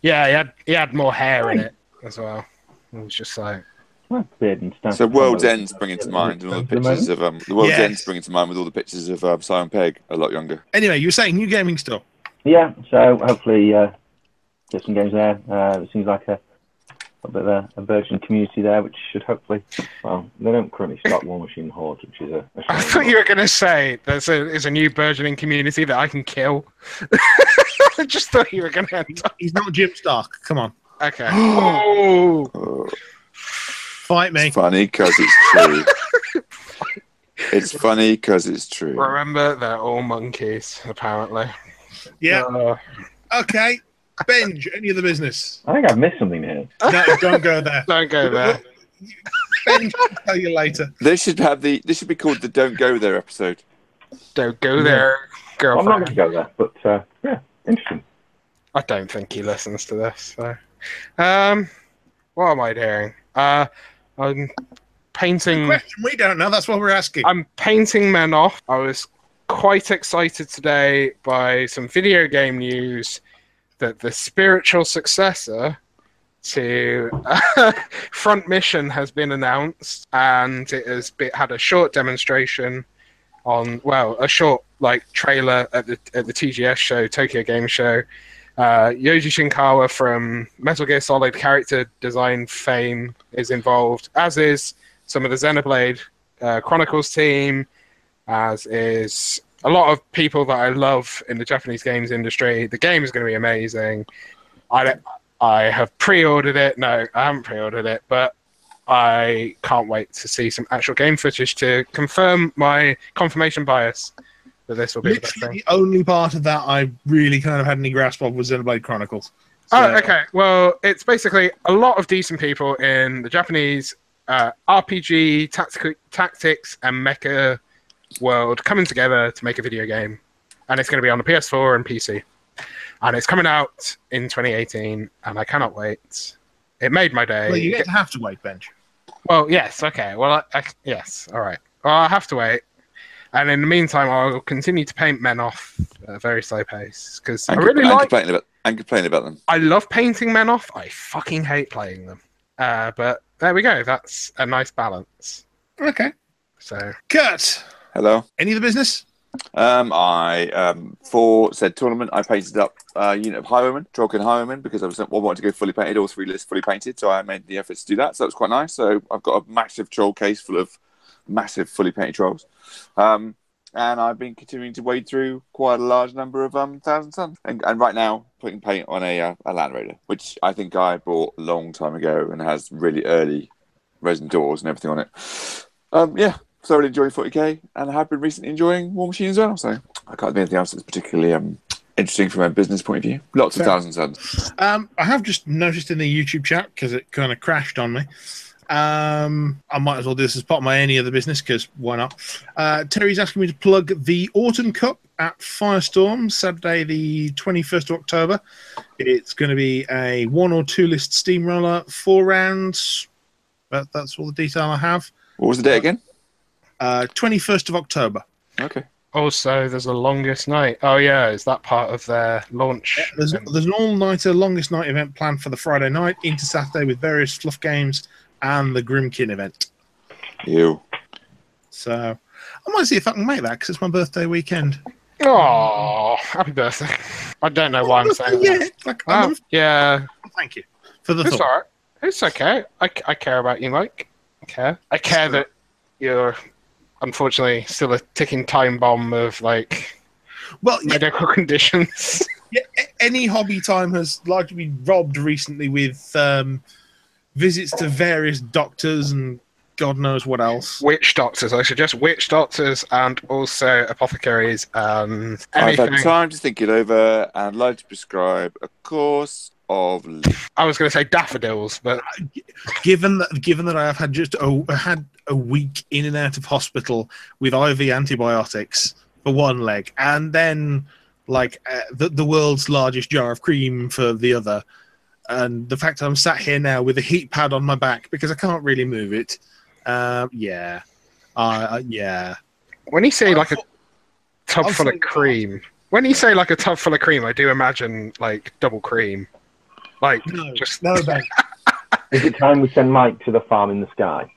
[SPEAKER 3] Yeah, he had he had more hair in it as well. It was just like
[SPEAKER 4] Well, beard and stuff.
[SPEAKER 2] So World's End's bringing to mind and all the pictures of um the World's
[SPEAKER 1] Yes.
[SPEAKER 2] End's bringing to mind with all the pictures of um, Simon Pegg a lot younger.
[SPEAKER 1] Anyway, you were saying new gaming stuff.
[SPEAKER 4] Yeah, so hopefully uh, there's some games there. Uh, it seems like a, a bit of a, a virgin community there, which should hopefully. Well, they don't currently stock War Machine Horde, which is a. a
[SPEAKER 3] I
[SPEAKER 4] shame.
[SPEAKER 3] thought you were gonna say there's a is a new burgeoning community that I can kill. I just thought you were gonna end up.
[SPEAKER 1] He's not Jim Stark. Come on,
[SPEAKER 3] Okay. oh,
[SPEAKER 2] Oh,
[SPEAKER 1] fight me.
[SPEAKER 2] it's funny because it's true. it's funny because it's true.
[SPEAKER 3] remember they're all monkeys apparently.
[SPEAKER 1] Yeah.
[SPEAKER 3] Uh,
[SPEAKER 1] Okay. Benj, any other business?
[SPEAKER 4] I think I've missed something here.
[SPEAKER 1] No, don't go there.
[SPEAKER 3] don't go there.
[SPEAKER 1] Benj, I'll tell you later.
[SPEAKER 2] This should have the this should be called the Don't Go There episode.
[SPEAKER 3] Don't go there,
[SPEAKER 4] I'm not going
[SPEAKER 3] girlfriend.
[SPEAKER 4] to go there, but uh, yeah, interesting.
[SPEAKER 3] I don't think he listens to this. So, um, what am I doing? Uh, I'm painting.
[SPEAKER 1] Question we don't know. That's what we're asking.
[SPEAKER 3] Hmm. I'm painting men off. I was quite excited today by some video game news that the spiritual successor to Front Mission has been announced, and it has be had a short demonstration on well, a short like trailer at the at the TGS show, Tokyo Game Show. Uh, Yoji Shinkawa from Metal Gear Solid character design fame is involved, as is some of the Xenoblade uh, Chronicles team, as is a lot of people that I love in the Japanese games industry. The game is going to be amazing. I don't- I have pre-ordered it. No, I haven't pre-ordered it, but I can't wait to see some actual game footage to confirm my confirmation bias that this will be the best
[SPEAKER 1] Literally,
[SPEAKER 3] thing.
[SPEAKER 1] the only part of that I really kind of had any grasp of was Xenoblade Chronicles.
[SPEAKER 3] Oh,
[SPEAKER 1] So-
[SPEAKER 3] okay. Well, it's basically a lot of decent people in the Japanese uh, RPG, tactic- tactics, and mecha world coming together to make a video game. And it's going to be on the PS4 and PC. And it's coming out in 2018, and I cannot wait. It made my day.
[SPEAKER 1] Well, you get to have to wait, Benj.
[SPEAKER 3] Well, yes, okay. Well, I, I, yes, all right. Well, I have to wait. And in the meantime, I'll continue to paint men off at a very slow pace because I
[SPEAKER 2] And,
[SPEAKER 3] really
[SPEAKER 2] and
[SPEAKER 3] like
[SPEAKER 2] complain about and complain about them.
[SPEAKER 3] I love painting men off. I fucking hate playing them. Uh, but there we go. That's a nice balance.
[SPEAKER 1] Okay.
[SPEAKER 3] So
[SPEAKER 1] Kurt,
[SPEAKER 2] Hello.
[SPEAKER 1] any other business?
[SPEAKER 2] Um, I um, for said tournament, I painted up uh, a unit of highwaymen, Trollkin highwaymen, because I was I wanted to go fully painted, all three lists fully painted. So I made the efforts to do that. So that was quite nice. So I've got a massive troll case full of massive fully painted trolls, um, and I've been continuing to wade through quite a large number of um thousand suns, and, and right now putting paint on a uh, a Land Raider, which I think I bought a long time ago and has really early resin doors and everything on it. Um, yeah, thoroughly enjoying 40k and have been recently enjoying War Machine as well. So I can't think of anything else that's particularly um, interesting from a business point of view. Lots of
[SPEAKER 1] Fair.
[SPEAKER 2] thousand suns.
[SPEAKER 1] Um, I have just noticed in the YouTube chat because it kind of crashed on me. Um, I might as well do this as part of my any other business because why not? Uh, Terry's asking me to plug the Autumn Cup at Firestorm Saturday, the 21st of October. It's going to be a one or two list steamroller, four rounds. But that's all the detail I have.
[SPEAKER 2] What was the date again?
[SPEAKER 1] Uh, 21st of October.
[SPEAKER 2] Okay.
[SPEAKER 3] also, there's the longest night. Oh yeah, is that part of their launch?
[SPEAKER 1] There's,
[SPEAKER 3] And
[SPEAKER 1] there's an all-nighter, longest night event planned for the Friday night into Saturday with various fluff games and the Grimkin event.
[SPEAKER 2] Ew.
[SPEAKER 1] So I might see if I can make that because it's my birthday weekend.
[SPEAKER 3] Aw, happy birthday! I don't know why I'm saying
[SPEAKER 1] yeah,
[SPEAKER 3] that.
[SPEAKER 1] like, I
[SPEAKER 3] Wow.
[SPEAKER 1] love-
[SPEAKER 3] Yeah,
[SPEAKER 1] thank you for the
[SPEAKER 3] it's
[SPEAKER 1] thought.
[SPEAKER 3] alright. It's okay. I, c- I care about you, Mike. I care. I care that you're unfortunately still a ticking time bomb of like
[SPEAKER 1] Well, yeah,
[SPEAKER 3] medical conditions.
[SPEAKER 1] yeah, a- any hobby time has largely been robbed recently with um, visits to various doctors and God knows what else.
[SPEAKER 3] witch doctors. I suggest witch doctors and also apothecaries and
[SPEAKER 2] I've
[SPEAKER 3] anything.
[SPEAKER 2] had time to think it over and like to prescribe a course of. li-
[SPEAKER 3] I was going to say daffodils, but
[SPEAKER 1] Given that, given that I have had just a, had a week in and out of hospital with IV antibiotics for one leg, and then like uh, the, the world's largest jar of cream for the other, and the fact that I'm sat here now with a heat pad on my back because I can't really move it. Um, yeah, I I yeah,
[SPEAKER 3] When you say like a
[SPEAKER 1] Unfo-
[SPEAKER 3] tub full of
[SPEAKER 1] unfortunately-
[SPEAKER 3] cream, when you say like a tub full of cream, I do imagine like double cream, like
[SPEAKER 1] Oh, No,
[SPEAKER 3] just
[SPEAKER 1] no, Ben.
[SPEAKER 4] Is it time we send Mike to the farm in the sky?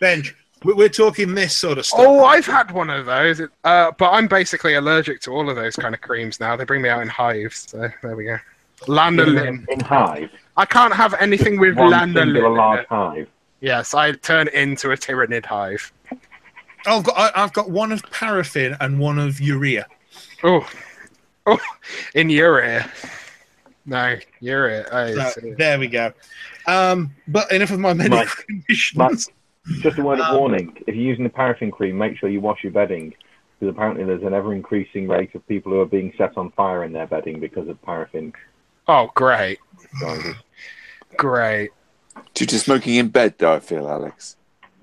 [SPEAKER 1] Ben, we- we're talking this sort of stuff.
[SPEAKER 3] Oh, I've had one of those, It- uh, but I'm basically allergic to all of those kind of creams now. They bring me out in hives, so there we go. Lanolin.
[SPEAKER 4] In, in hive.
[SPEAKER 3] I can't have anything with
[SPEAKER 4] One singular
[SPEAKER 3] lanolin. in
[SPEAKER 4] large
[SPEAKER 3] it.
[SPEAKER 4] hive.
[SPEAKER 3] Yes, I turn into a tyrannid hive.
[SPEAKER 1] I've got, I, I've got one of paraffin and one of urea.
[SPEAKER 3] Oh, oh, in urea. No, Oh, urea. I
[SPEAKER 1] So,
[SPEAKER 3] see.
[SPEAKER 1] there we go. Um, but enough of my medical
[SPEAKER 4] Mike.
[SPEAKER 1] conditions.
[SPEAKER 4] Mike. Just a word of
[SPEAKER 1] Um,
[SPEAKER 4] warning: if you're using the paraffin cream, make sure you wash your bedding, because apparently there's an ever-increasing rate of people who are being set on fire in their bedding because of paraffin.
[SPEAKER 3] Oh, great,
[SPEAKER 4] noises.
[SPEAKER 3] great.
[SPEAKER 2] Due to smoking in bed, though, I feel, Alex.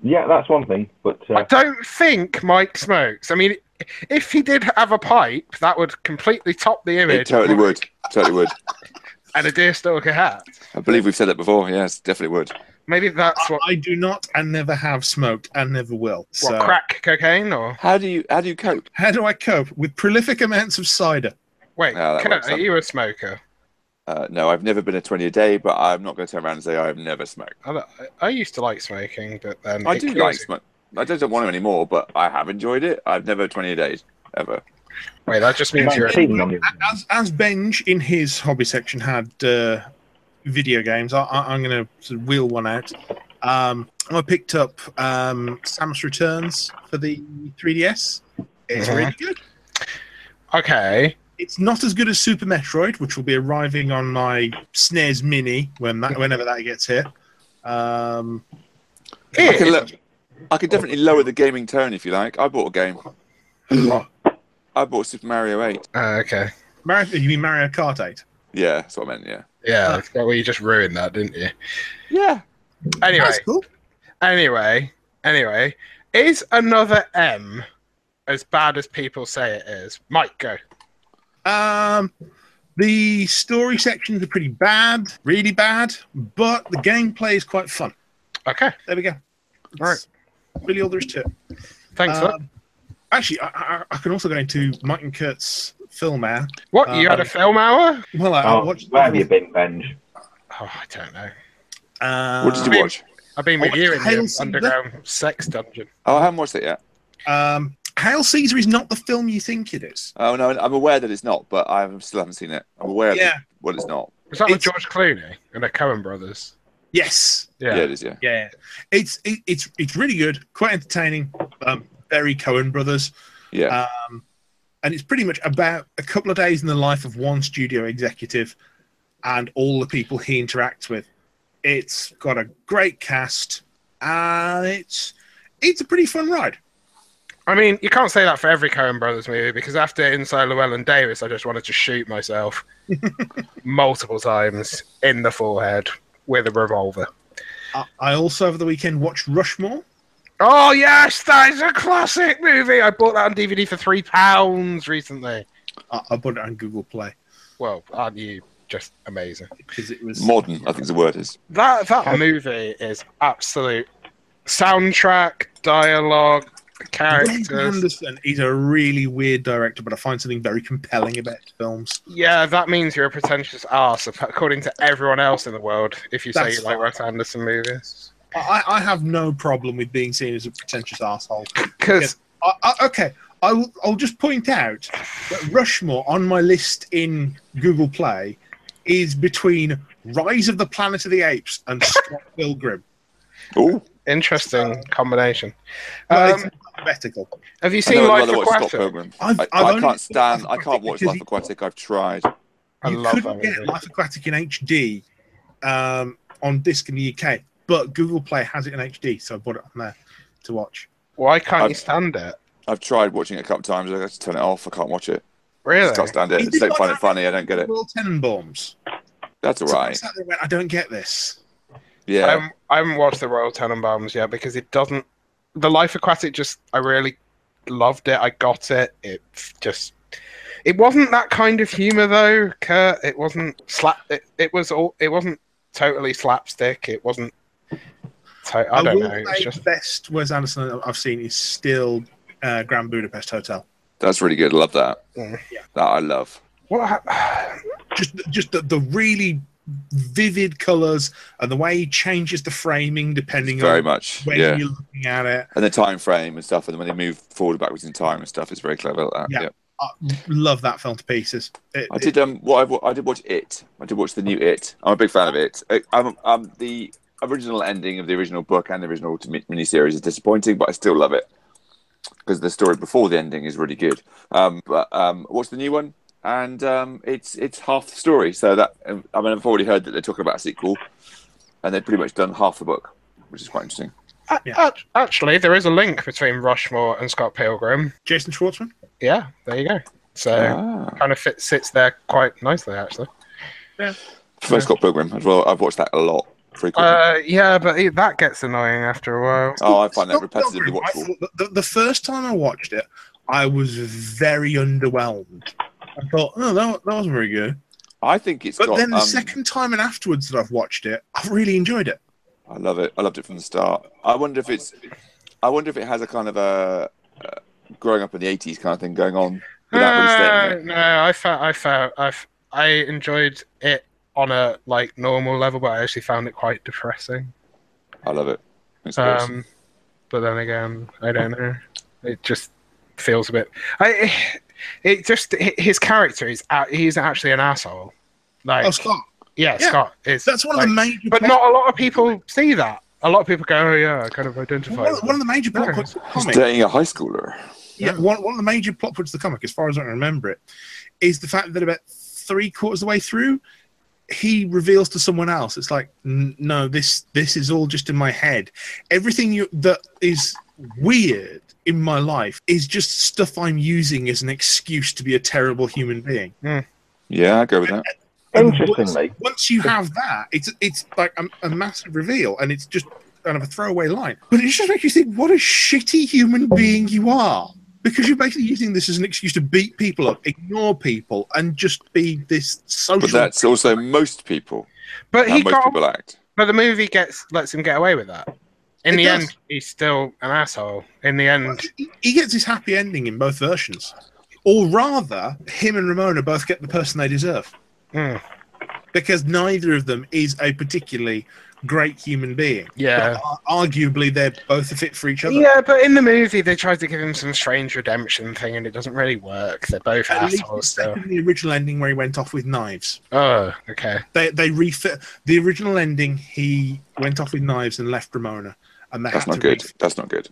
[SPEAKER 4] yeah, that's one thing, but
[SPEAKER 3] I
[SPEAKER 4] uh,
[SPEAKER 3] don't think Mike smokes. I mean, if he did have a pipe, that would completely top the image.
[SPEAKER 2] It totally
[SPEAKER 3] of
[SPEAKER 2] would. Totally would.
[SPEAKER 3] And a deerstalker hat.
[SPEAKER 2] I believe we've said that before. Yes, definitely would.
[SPEAKER 3] Maybe that's
[SPEAKER 1] I,
[SPEAKER 3] what,
[SPEAKER 1] I do not and never have smoked and never will. So,
[SPEAKER 3] what crack cocaine or
[SPEAKER 2] How do you how do you cope?
[SPEAKER 1] how do I cope with prolific amounts of cider?
[SPEAKER 3] wait,
[SPEAKER 2] Yeah, that
[SPEAKER 3] Kurt,
[SPEAKER 2] works,
[SPEAKER 3] are you a smoker?
[SPEAKER 2] Uh, no, I've never been a twenty a day, but I'm not going to turn around and say I have never smoked.
[SPEAKER 3] I, don't- I used to like smoking, but then
[SPEAKER 2] I
[SPEAKER 3] it
[SPEAKER 2] do
[SPEAKER 3] kills
[SPEAKER 2] like
[SPEAKER 3] you.
[SPEAKER 2] smoke. I just don't want to anymore, but I have enjoyed it. I've never twenty a day ever.
[SPEAKER 3] Wait, that just means you're.
[SPEAKER 4] Nineteen on the-
[SPEAKER 1] As as Benj in his hobby section had uh, video games, I, I, I'm going to sort of wheel one out. Um, I picked up um, Samus Returns for the 3DS. It's
[SPEAKER 3] Mhm.
[SPEAKER 1] really good.
[SPEAKER 3] Okay.
[SPEAKER 1] It's not as good as Super Metroid, which will be arriving on my SNES Mini when that whenever that gets here. Um,
[SPEAKER 2] I can,
[SPEAKER 3] Ew.
[SPEAKER 2] look, I can definitely lower the gaming tone if you like. I bought a game. I bought Super Mario Eight.
[SPEAKER 3] Uh, okay.
[SPEAKER 1] Mario, you mean Mario Kart 8?
[SPEAKER 2] Yeah, that's what I meant. Yeah.
[SPEAKER 1] Uh,
[SPEAKER 3] Yeah, well, you just ruined that, didn't you?
[SPEAKER 2] Yeah.
[SPEAKER 3] Anyway,
[SPEAKER 1] That's cool.
[SPEAKER 3] anyway, anyway, is another M as bad as people say it is? Mike, go.
[SPEAKER 1] Um, the story sections are pretty bad, really bad, but the gameplay is quite fun.
[SPEAKER 3] Okay,
[SPEAKER 1] There we go.
[SPEAKER 3] All right.
[SPEAKER 1] That's Really, all there is to it.
[SPEAKER 3] thanks for that.
[SPEAKER 1] Um, actually, I, I, I can also go into Mike and Kurt's film hour.
[SPEAKER 3] What you had a
[SPEAKER 1] um,
[SPEAKER 3] film hour?
[SPEAKER 1] Well, I, I
[SPEAKER 4] oh,
[SPEAKER 1] watched.
[SPEAKER 4] where have you been, Benj?
[SPEAKER 3] Oh, I don't know.
[SPEAKER 1] Uh,
[SPEAKER 2] What did you watch?
[SPEAKER 3] I've been with
[SPEAKER 1] Oh,
[SPEAKER 3] you in
[SPEAKER 1] Hail
[SPEAKER 3] the
[SPEAKER 1] Caesar.
[SPEAKER 3] underground sex dungeon.
[SPEAKER 2] Oh, I haven't watched it yet.
[SPEAKER 1] Um, Hail Caesar is not the film you think it is.
[SPEAKER 2] Oh no, I'm aware that it's not, but I still haven't seen it. I'm aware of
[SPEAKER 1] Yeah.
[SPEAKER 2] what it's not.
[SPEAKER 3] Was that with
[SPEAKER 1] It's-
[SPEAKER 3] George Clooney and the Coen Brothers?
[SPEAKER 1] Yes.
[SPEAKER 2] Yeah.
[SPEAKER 3] Yeah.
[SPEAKER 2] it is. Yeah.
[SPEAKER 1] Yeah. It's it, it's it's really good, quite entertaining. Um, very Cohen Brothers. Uh,
[SPEAKER 2] Yeah.
[SPEAKER 1] and it's pretty much about a couple of days in the life of one studio executive and all the people he interacts with. It's got a great cast, and it's it's a pretty fun ride.
[SPEAKER 3] I mean, you can't say that for every Coen Brothers movie because after Inside Llewellyn Davis, I just wanted to shoot myself multiple times in the forehead with a revolver.
[SPEAKER 1] I, I also over the weekend watched Rushmore.
[SPEAKER 3] Oh yes, that is a classic movie. I bought that on DVD for three pounds recently.
[SPEAKER 1] I, I bought it on Google Play
[SPEAKER 3] Well, aren't you just amazing?
[SPEAKER 1] because it was
[SPEAKER 2] Modern, I think the word is.
[SPEAKER 3] That that movie is absolute soundtrack, dialogue,
[SPEAKER 1] Wes
[SPEAKER 3] characters.
[SPEAKER 1] Anderson. He's a really weird director, but I find something very compelling about his films.
[SPEAKER 3] Yeah, that means you're a pretentious ass, according to everyone else in the world. If you say
[SPEAKER 1] That's
[SPEAKER 3] you like Wes Anderson movies,
[SPEAKER 1] I, I have no problem with being seen as a pretentious asshole.
[SPEAKER 3] because
[SPEAKER 1] I, I, okay, I will, I'll just point out that Rushmore on my list in Google Play is between Rise of the Planet of the Apes and Scott Pilgrim.
[SPEAKER 2] Oh,
[SPEAKER 3] interesting combination.
[SPEAKER 1] Well,
[SPEAKER 3] Um,
[SPEAKER 1] it's hypothetical.
[SPEAKER 3] have you
[SPEAKER 2] I
[SPEAKER 3] seen
[SPEAKER 2] know I'd
[SPEAKER 3] Life
[SPEAKER 2] rather watch Scott
[SPEAKER 3] Aquatic?
[SPEAKER 2] Pilgrim.
[SPEAKER 1] I've,
[SPEAKER 2] I,
[SPEAKER 1] I've
[SPEAKER 2] I
[SPEAKER 1] only-
[SPEAKER 2] can't stand. I can't watch
[SPEAKER 1] because
[SPEAKER 2] Life
[SPEAKER 1] you-
[SPEAKER 2] Aquatic. I've tried.
[SPEAKER 3] I
[SPEAKER 1] you
[SPEAKER 3] love that
[SPEAKER 1] couldn't get
[SPEAKER 3] movie.
[SPEAKER 1] Life Aquatic in HD um, on disc in the UK, but Google Play has it in HD, so I bought it on there to watch.
[SPEAKER 3] Why can't you
[SPEAKER 2] I've-
[SPEAKER 3] stand it?
[SPEAKER 2] I've tried watching it a couple times. I have to turn it off. I can't watch it. I
[SPEAKER 3] Really?
[SPEAKER 2] just can't stand
[SPEAKER 1] Is
[SPEAKER 2] it. I just
[SPEAKER 1] it
[SPEAKER 2] don't find it
[SPEAKER 1] like-
[SPEAKER 2] funny. I don't get it.
[SPEAKER 1] Will Tenenbaums.
[SPEAKER 2] That's all
[SPEAKER 1] So I
[SPEAKER 2] right.
[SPEAKER 1] sat there and went, I don't get this.
[SPEAKER 3] I,
[SPEAKER 1] Um,
[SPEAKER 2] Yeah.
[SPEAKER 3] haven't, I haven't watched the Royal Tenenbaums yet because it doesn't. The Life Aquatic just I really loved it. I got it. It just it wasn't that kind of humor though, Kurt. It wasn't slap. It, it was all. It wasn't totally slapstick. It wasn't I, I don't
[SPEAKER 1] will
[SPEAKER 3] know. It's
[SPEAKER 1] say
[SPEAKER 3] just
[SPEAKER 1] the best Wes Anderson that I've seen is still uh, Grand Budapest Hotel.
[SPEAKER 2] That's really good. Love that.
[SPEAKER 3] Mm.
[SPEAKER 1] Yeah.
[SPEAKER 2] That I love.
[SPEAKER 3] well, I-
[SPEAKER 1] Just, just the, the really vivid colours and the way he changes the framing depending
[SPEAKER 2] Very
[SPEAKER 1] on
[SPEAKER 2] much.
[SPEAKER 1] when
[SPEAKER 2] yeah.
[SPEAKER 1] you're looking at it.
[SPEAKER 2] And the time frame and stuff, and when they move forward and backwards in time and stuff, it's very clever. That.
[SPEAKER 1] Yeah.
[SPEAKER 2] Yeah.
[SPEAKER 1] I love that film to pieces. Uh, It-
[SPEAKER 2] I did. Um, what I, wa- I did watch it. I did watch the new it. I'm a big fan of it. I, um, um, the original ending of the original book and the original t- mi- miniseries is disappointing, but I still love it because the story before the ending is really good. Um, but um, watch the new one, and um, it's it's half the story. So that um, I mean, I've already heard that they're talking about a sequel, and they've pretty much done half the book, which is quite interesting.
[SPEAKER 3] a-
[SPEAKER 1] Yeah.
[SPEAKER 3] act- actually, there is a link between Rushmore and Scott Pilgrim.
[SPEAKER 1] Jason Schwartzman.
[SPEAKER 3] Yeah, there you go.
[SPEAKER 1] Uh,
[SPEAKER 3] So
[SPEAKER 2] Ah.
[SPEAKER 3] kind of fits sits there quite nicely, actually.
[SPEAKER 2] First got Pilgrim as well. I've watched that a lot frequently.
[SPEAKER 3] Uh, yeah, but it, that gets annoying after a while.
[SPEAKER 2] oh, I find that
[SPEAKER 1] Scott
[SPEAKER 2] repetitively
[SPEAKER 1] Pilgrim, I
[SPEAKER 2] watchful.
[SPEAKER 1] thought- the, the first time I watched it, I was very underwhelmed. I thought, oh, that, that wasn't very good.
[SPEAKER 2] I think it's
[SPEAKER 1] But
[SPEAKER 2] got.
[SPEAKER 1] then the
[SPEAKER 2] um,
[SPEAKER 1] second time and afterwards that I've watched it, I've really enjoyed it.
[SPEAKER 2] I love it. I loved it from the start. I wonder if it's. I wonder if it has a kind of a, a growing up in the eighties kind of thing going on without really
[SPEAKER 3] Uh,
[SPEAKER 2] stating it.
[SPEAKER 3] no, I found I found I f- I enjoyed it on a like normal level, but I actually found it quite depressing.
[SPEAKER 2] I love it. It's awesome.
[SPEAKER 3] Um, but then again, I don't know. It just feels a bit. I it just hi- his character is a- he's actually an asshole. Like
[SPEAKER 1] Oh, Scott,
[SPEAKER 3] yeah,
[SPEAKER 1] yeah.
[SPEAKER 3] Scott is.
[SPEAKER 1] that's one of the major.
[SPEAKER 3] But not a lot of people see that. A lot of people go, oh yeah, I kind of identify.
[SPEAKER 1] One,
[SPEAKER 3] with
[SPEAKER 1] one of
[SPEAKER 3] it."
[SPEAKER 1] the major plot points of the
[SPEAKER 2] He's
[SPEAKER 1] comic,
[SPEAKER 2] dating a high schooler.
[SPEAKER 1] yeah, one, one of the major plot points of the comic, as far as I can remember it, is the fact that about three quarters of the way through, he reveals to someone else, "It's like, "N- no, this this is all just in my head. Everything you, that is weird in my life is just stuff I'm using as an excuse to be a terrible human being."
[SPEAKER 2] Yeah, I go with that.
[SPEAKER 1] And
[SPEAKER 4] Interestingly-
[SPEAKER 1] once, once you have that, it's it's like a, a massive reveal, and it's just kind of a throwaway line. But it just makes you think, what a shitty human being you are, because you're basically using this as an excuse to beat people up, ignore people, and just be this social.
[SPEAKER 2] But that's also most people.
[SPEAKER 3] but
[SPEAKER 2] How
[SPEAKER 3] he
[SPEAKER 2] most
[SPEAKER 3] got
[SPEAKER 2] people act.
[SPEAKER 3] But the movie gets lets him get away with that. In
[SPEAKER 1] It
[SPEAKER 3] the
[SPEAKER 1] does.
[SPEAKER 3] end, he's still an asshole. In the end,
[SPEAKER 1] He- he gets his happy ending in both versions, or rather, him and Ramona both get the person they deserve,
[SPEAKER 3] Hmm.
[SPEAKER 1] because neither of them is a particularly great human being.
[SPEAKER 3] yeah,
[SPEAKER 1] Ar- Arguably, they're both a fit for each other.
[SPEAKER 3] uh, yeah. But in the movie, they tried to give him some strange redemption thing, and it doesn't really work. They're both
[SPEAKER 1] At least
[SPEAKER 3] assholes
[SPEAKER 1] except
[SPEAKER 3] still.
[SPEAKER 1] in the original ending where he went off with knives.
[SPEAKER 3] Oh, okay.
[SPEAKER 1] They they refit the original ending. He went off with knives and left Ramona, and they
[SPEAKER 2] That's
[SPEAKER 1] had
[SPEAKER 2] not
[SPEAKER 1] to
[SPEAKER 2] good.
[SPEAKER 1] refit-
[SPEAKER 2] That's not good.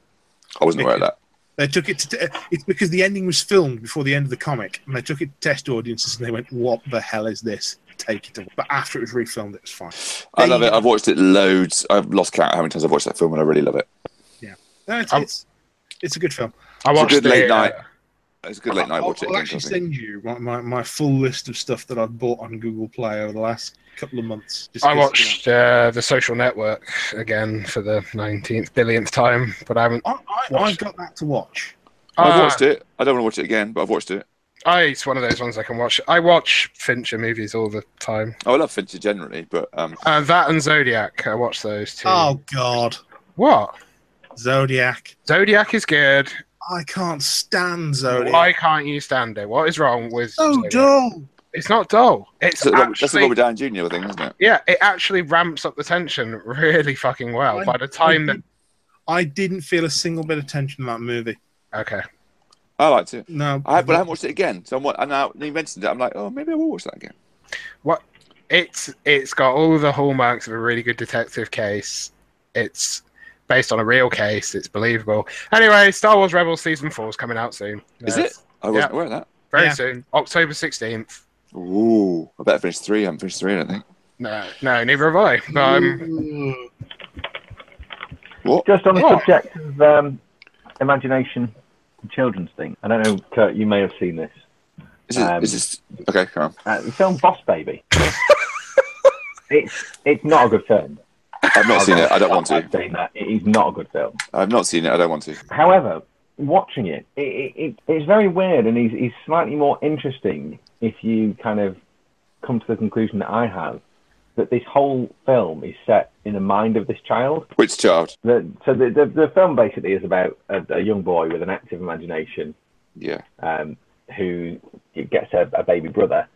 [SPEAKER 2] I wasn't aware of that.
[SPEAKER 1] They took it to te- it's because the ending was filmed before the end of the comic, and they took it to test audiences, and they went, "What the hell is this? Take it." Away. But after it was refilmed, it was fine.
[SPEAKER 2] I
[SPEAKER 1] They-
[SPEAKER 2] love it. I've watched it loads. I've lost count how many times I've watched that film, and I really love it.
[SPEAKER 1] No, it's,
[SPEAKER 2] Um,
[SPEAKER 3] I'm-
[SPEAKER 1] it's it's a good film.
[SPEAKER 3] I
[SPEAKER 2] It's a
[SPEAKER 3] watched
[SPEAKER 2] good
[SPEAKER 3] the,
[SPEAKER 2] late
[SPEAKER 3] uh,
[SPEAKER 2] night. It's a good late night.
[SPEAKER 1] I'll,
[SPEAKER 2] Watch it.
[SPEAKER 1] I'll
[SPEAKER 2] again,
[SPEAKER 1] actually
[SPEAKER 2] trust me.
[SPEAKER 1] send you my, my, my full list of stuff that I've bought on Google Play over the last couple of months. just
[SPEAKER 3] I
[SPEAKER 1] 'cause, you know,
[SPEAKER 3] watched uh, the Social Network again for the nineteenth billionth time, but I haven't.
[SPEAKER 1] I, I, I've
[SPEAKER 3] watched-
[SPEAKER 1] got that to watch.
[SPEAKER 2] I've
[SPEAKER 3] Ah,
[SPEAKER 2] watched it. I don't want to watch it again, but I've watched it.
[SPEAKER 3] I, it's one of those ones I can watch. I watch Fincher movies all the time.
[SPEAKER 2] Oh, I love Fincher generally, but um,
[SPEAKER 3] Uh, that and Zodiac, I watch those two.
[SPEAKER 1] Oh God,
[SPEAKER 3] What?
[SPEAKER 1] Zodiac.
[SPEAKER 3] Zodiac is good.
[SPEAKER 1] I can't stand Zodiac.
[SPEAKER 3] Why can't you stand it? What is wrong with
[SPEAKER 1] so
[SPEAKER 3] Zodiac?
[SPEAKER 1] dull.
[SPEAKER 3] It's not dull. It's
[SPEAKER 2] that's a Robert, that's a
[SPEAKER 3] actually
[SPEAKER 2] Robert Downey Jr. thing, isn't it?
[SPEAKER 3] yeah, it actually ramps up the tension really fucking well.
[SPEAKER 1] I-
[SPEAKER 3] By the time that
[SPEAKER 1] I didn't feel a single bit of tension in that movie.
[SPEAKER 3] okay,
[SPEAKER 2] I liked it.
[SPEAKER 1] No,
[SPEAKER 2] I, but I haven't watched it again. So I'm, wa- and now you mentioned it. I'm like, oh, maybe I will watch that again.
[SPEAKER 3] it's it's got all the hallmarks of a really good detective case. It's based on a real case. It's believable. Anyway, Star Wars Rebels season four is coming out soon.
[SPEAKER 2] Is
[SPEAKER 3] Yes,
[SPEAKER 2] it? I wasn't
[SPEAKER 3] Yeah.
[SPEAKER 2] aware of that.
[SPEAKER 3] very
[SPEAKER 1] Yeah.
[SPEAKER 3] soon? October sixteenth.
[SPEAKER 2] Ooh, I better finish three. I haven't finished three, I don't think.
[SPEAKER 3] No, no, neither have I. But um, I'm
[SPEAKER 1] Ooh.
[SPEAKER 2] What?
[SPEAKER 4] Just on the
[SPEAKER 3] Oh.
[SPEAKER 4] subject of um, imagination and children's thing. I don't know, Kurt, you may have seen this.
[SPEAKER 2] Is it?
[SPEAKER 4] Um,
[SPEAKER 2] is this? Okay, come on.
[SPEAKER 4] Uh, the film Boss Baby. it's it's not a good film.
[SPEAKER 2] I've not seen it. I don't want to.
[SPEAKER 4] I've seen that. It is not a good film.
[SPEAKER 2] I've not seen it. I don't want to.
[SPEAKER 4] However, watching it, it, it, it it's very weird and he's, he's slightly more interesting if you kind of come to the conclusion that I have that this whole film is set in the mind of this child.
[SPEAKER 2] Which child?
[SPEAKER 4] The, so the, the the film basically is about a, a young boy with an active imagination
[SPEAKER 2] Yeah.
[SPEAKER 4] um, who gets a, a baby brother,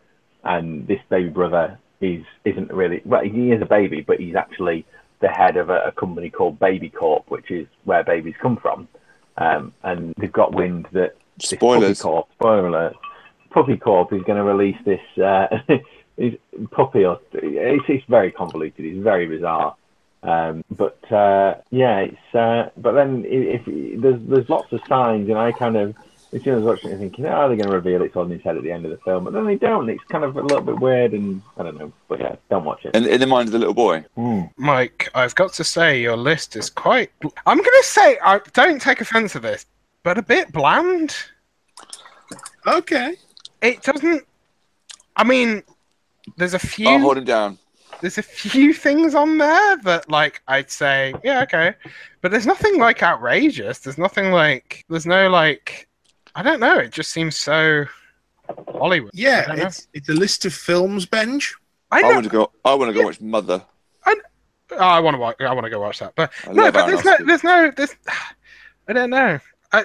[SPEAKER 4] and this baby brother is isn't really well. He is a baby, but he's actually the head of a, a company called Baby Corp, which is where babies come from. Um, and they've got wind that this
[SPEAKER 2] Spoilers.
[SPEAKER 4] Puppy Corp, spoiler alert, Puppy Corp is going to release this uh, his puppy. Or, it's, it's very convoluted. It's very bizarre. Um, but uh, yeah, it's uh, but then i- if, if there's there's lots of signs, and I kind of as soon as I was watching it, thinking, oh, they're going to reveal it's on his head at the end of the film, but then they don't. It's kind of a little bit weird, and I don't know. But yeah, don't watch it. Hmm.
[SPEAKER 2] In, in the mind of the little boy.
[SPEAKER 3] Mike, I've got to say your list is quite. I'm going to say, I don't take offence to this, but a bit bland.
[SPEAKER 1] Okay.
[SPEAKER 3] It doesn't. I mean, there's a few.
[SPEAKER 2] I'll Oh, hold him down.
[SPEAKER 3] there's a few things on there that like I'd say, yeah, okay. But there's nothing like outrageous. There's nothing like there's no like I don't know, it just seems so Hollywood. I
[SPEAKER 1] Yeah,
[SPEAKER 3] don't know.
[SPEAKER 1] it's it's a list of films, Benj.
[SPEAKER 3] I
[SPEAKER 2] I,
[SPEAKER 3] don't
[SPEAKER 2] want to go. I want to go watch Mother.
[SPEAKER 3] oh, I wanna watch I wanna go watch that. But
[SPEAKER 2] I
[SPEAKER 3] no,
[SPEAKER 2] love
[SPEAKER 3] but there's no
[SPEAKER 2] Aronofsky.
[SPEAKER 3] there's no there's I don't know. I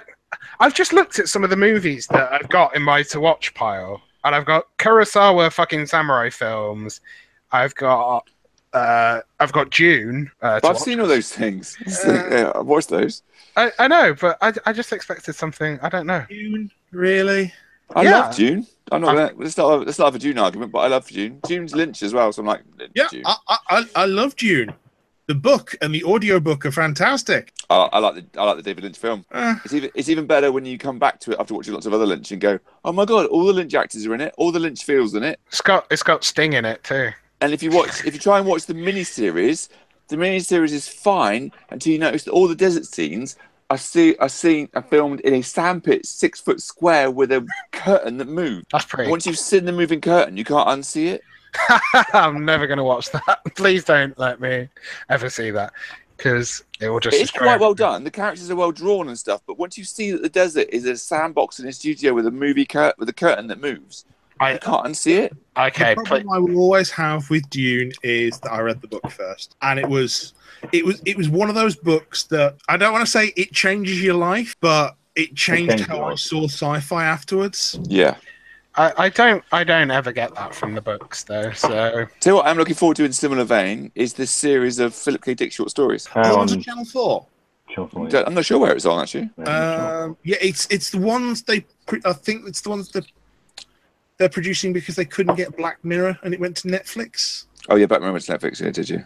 [SPEAKER 3] I've just looked at some of the movies that I've got in my to watch pile. And I've got Kurosawa fucking samurai films. I've got uh, I've got June. Uh, to
[SPEAKER 2] But I've
[SPEAKER 3] watch.
[SPEAKER 2] seen all those things.
[SPEAKER 3] Uh.
[SPEAKER 2] yeah, I've watched those.
[SPEAKER 3] I, I know, but I, I just expected something. I don't know.
[SPEAKER 1] Dune, really?
[SPEAKER 2] I
[SPEAKER 3] Yeah.
[SPEAKER 2] love June. I'm not
[SPEAKER 3] I-
[SPEAKER 2] gonna, let's not let's not have a June argument, but I love June. June's Lynch as well, so I'm like Lynch,
[SPEAKER 1] Yeah,
[SPEAKER 2] June. I,
[SPEAKER 1] I, I I- I love Dune. The book and the audiobook are fantastic.
[SPEAKER 2] I like the I like the David Lynch film.
[SPEAKER 1] Uh,
[SPEAKER 2] It's even it's even better when you come back to it after watching lots of other Lynch and go, oh my god, all the Lynch actors are in it, all the Lynch feels in it.
[SPEAKER 3] It's got it's got Sting in it too.
[SPEAKER 2] And if you watch if you try and watch the miniseries, the miniseries is fine until you notice that all the desert scenes are see are seen are filmed in a sandpit six foot square with a curtain that moves.
[SPEAKER 3] That's pretty.
[SPEAKER 2] Once you've seen the moving curtain, you can't unsee it.
[SPEAKER 3] I'm never gonna watch that. Please don't let me ever see that because it will just.
[SPEAKER 2] It's
[SPEAKER 3] destroy
[SPEAKER 2] quite well
[SPEAKER 3] everything.
[SPEAKER 2] done. The characters are well drawn and stuff. But once you see that the desert is a sandbox in a studio with a movie cur- with a curtain that moves, you can't unsee it.
[SPEAKER 3] I okay.
[SPEAKER 1] the
[SPEAKER 3] pl-
[SPEAKER 1] problem I will always have with Dune is that I read the book first, and it was, it was, it was one of those books that I don't want to say it changes your life, but it changed,
[SPEAKER 4] changed
[SPEAKER 1] how
[SPEAKER 4] your
[SPEAKER 1] I
[SPEAKER 4] life. Um,
[SPEAKER 1] saw sci-fi afterwards.
[SPEAKER 2] Yeah.
[SPEAKER 3] I, I don't I don't ever get that from the books though. So
[SPEAKER 2] So what I'm looking forward to in similar vein is this series of Philip K. Dick short stories.
[SPEAKER 4] Uh,
[SPEAKER 1] Oh,
[SPEAKER 4] on
[SPEAKER 1] was it Channel Four?
[SPEAKER 4] Chilton, yeah.
[SPEAKER 2] I'm not sure where it's on actually.
[SPEAKER 4] Yeah,
[SPEAKER 1] Um, yeah, it's it's the ones they. Pre- I think it's the ones that they're producing because they couldn't get Black Mirror and it went to Netflix.
[SPEAKER 2] Oh yeah, Batman went to Netflix. Yeah, did you?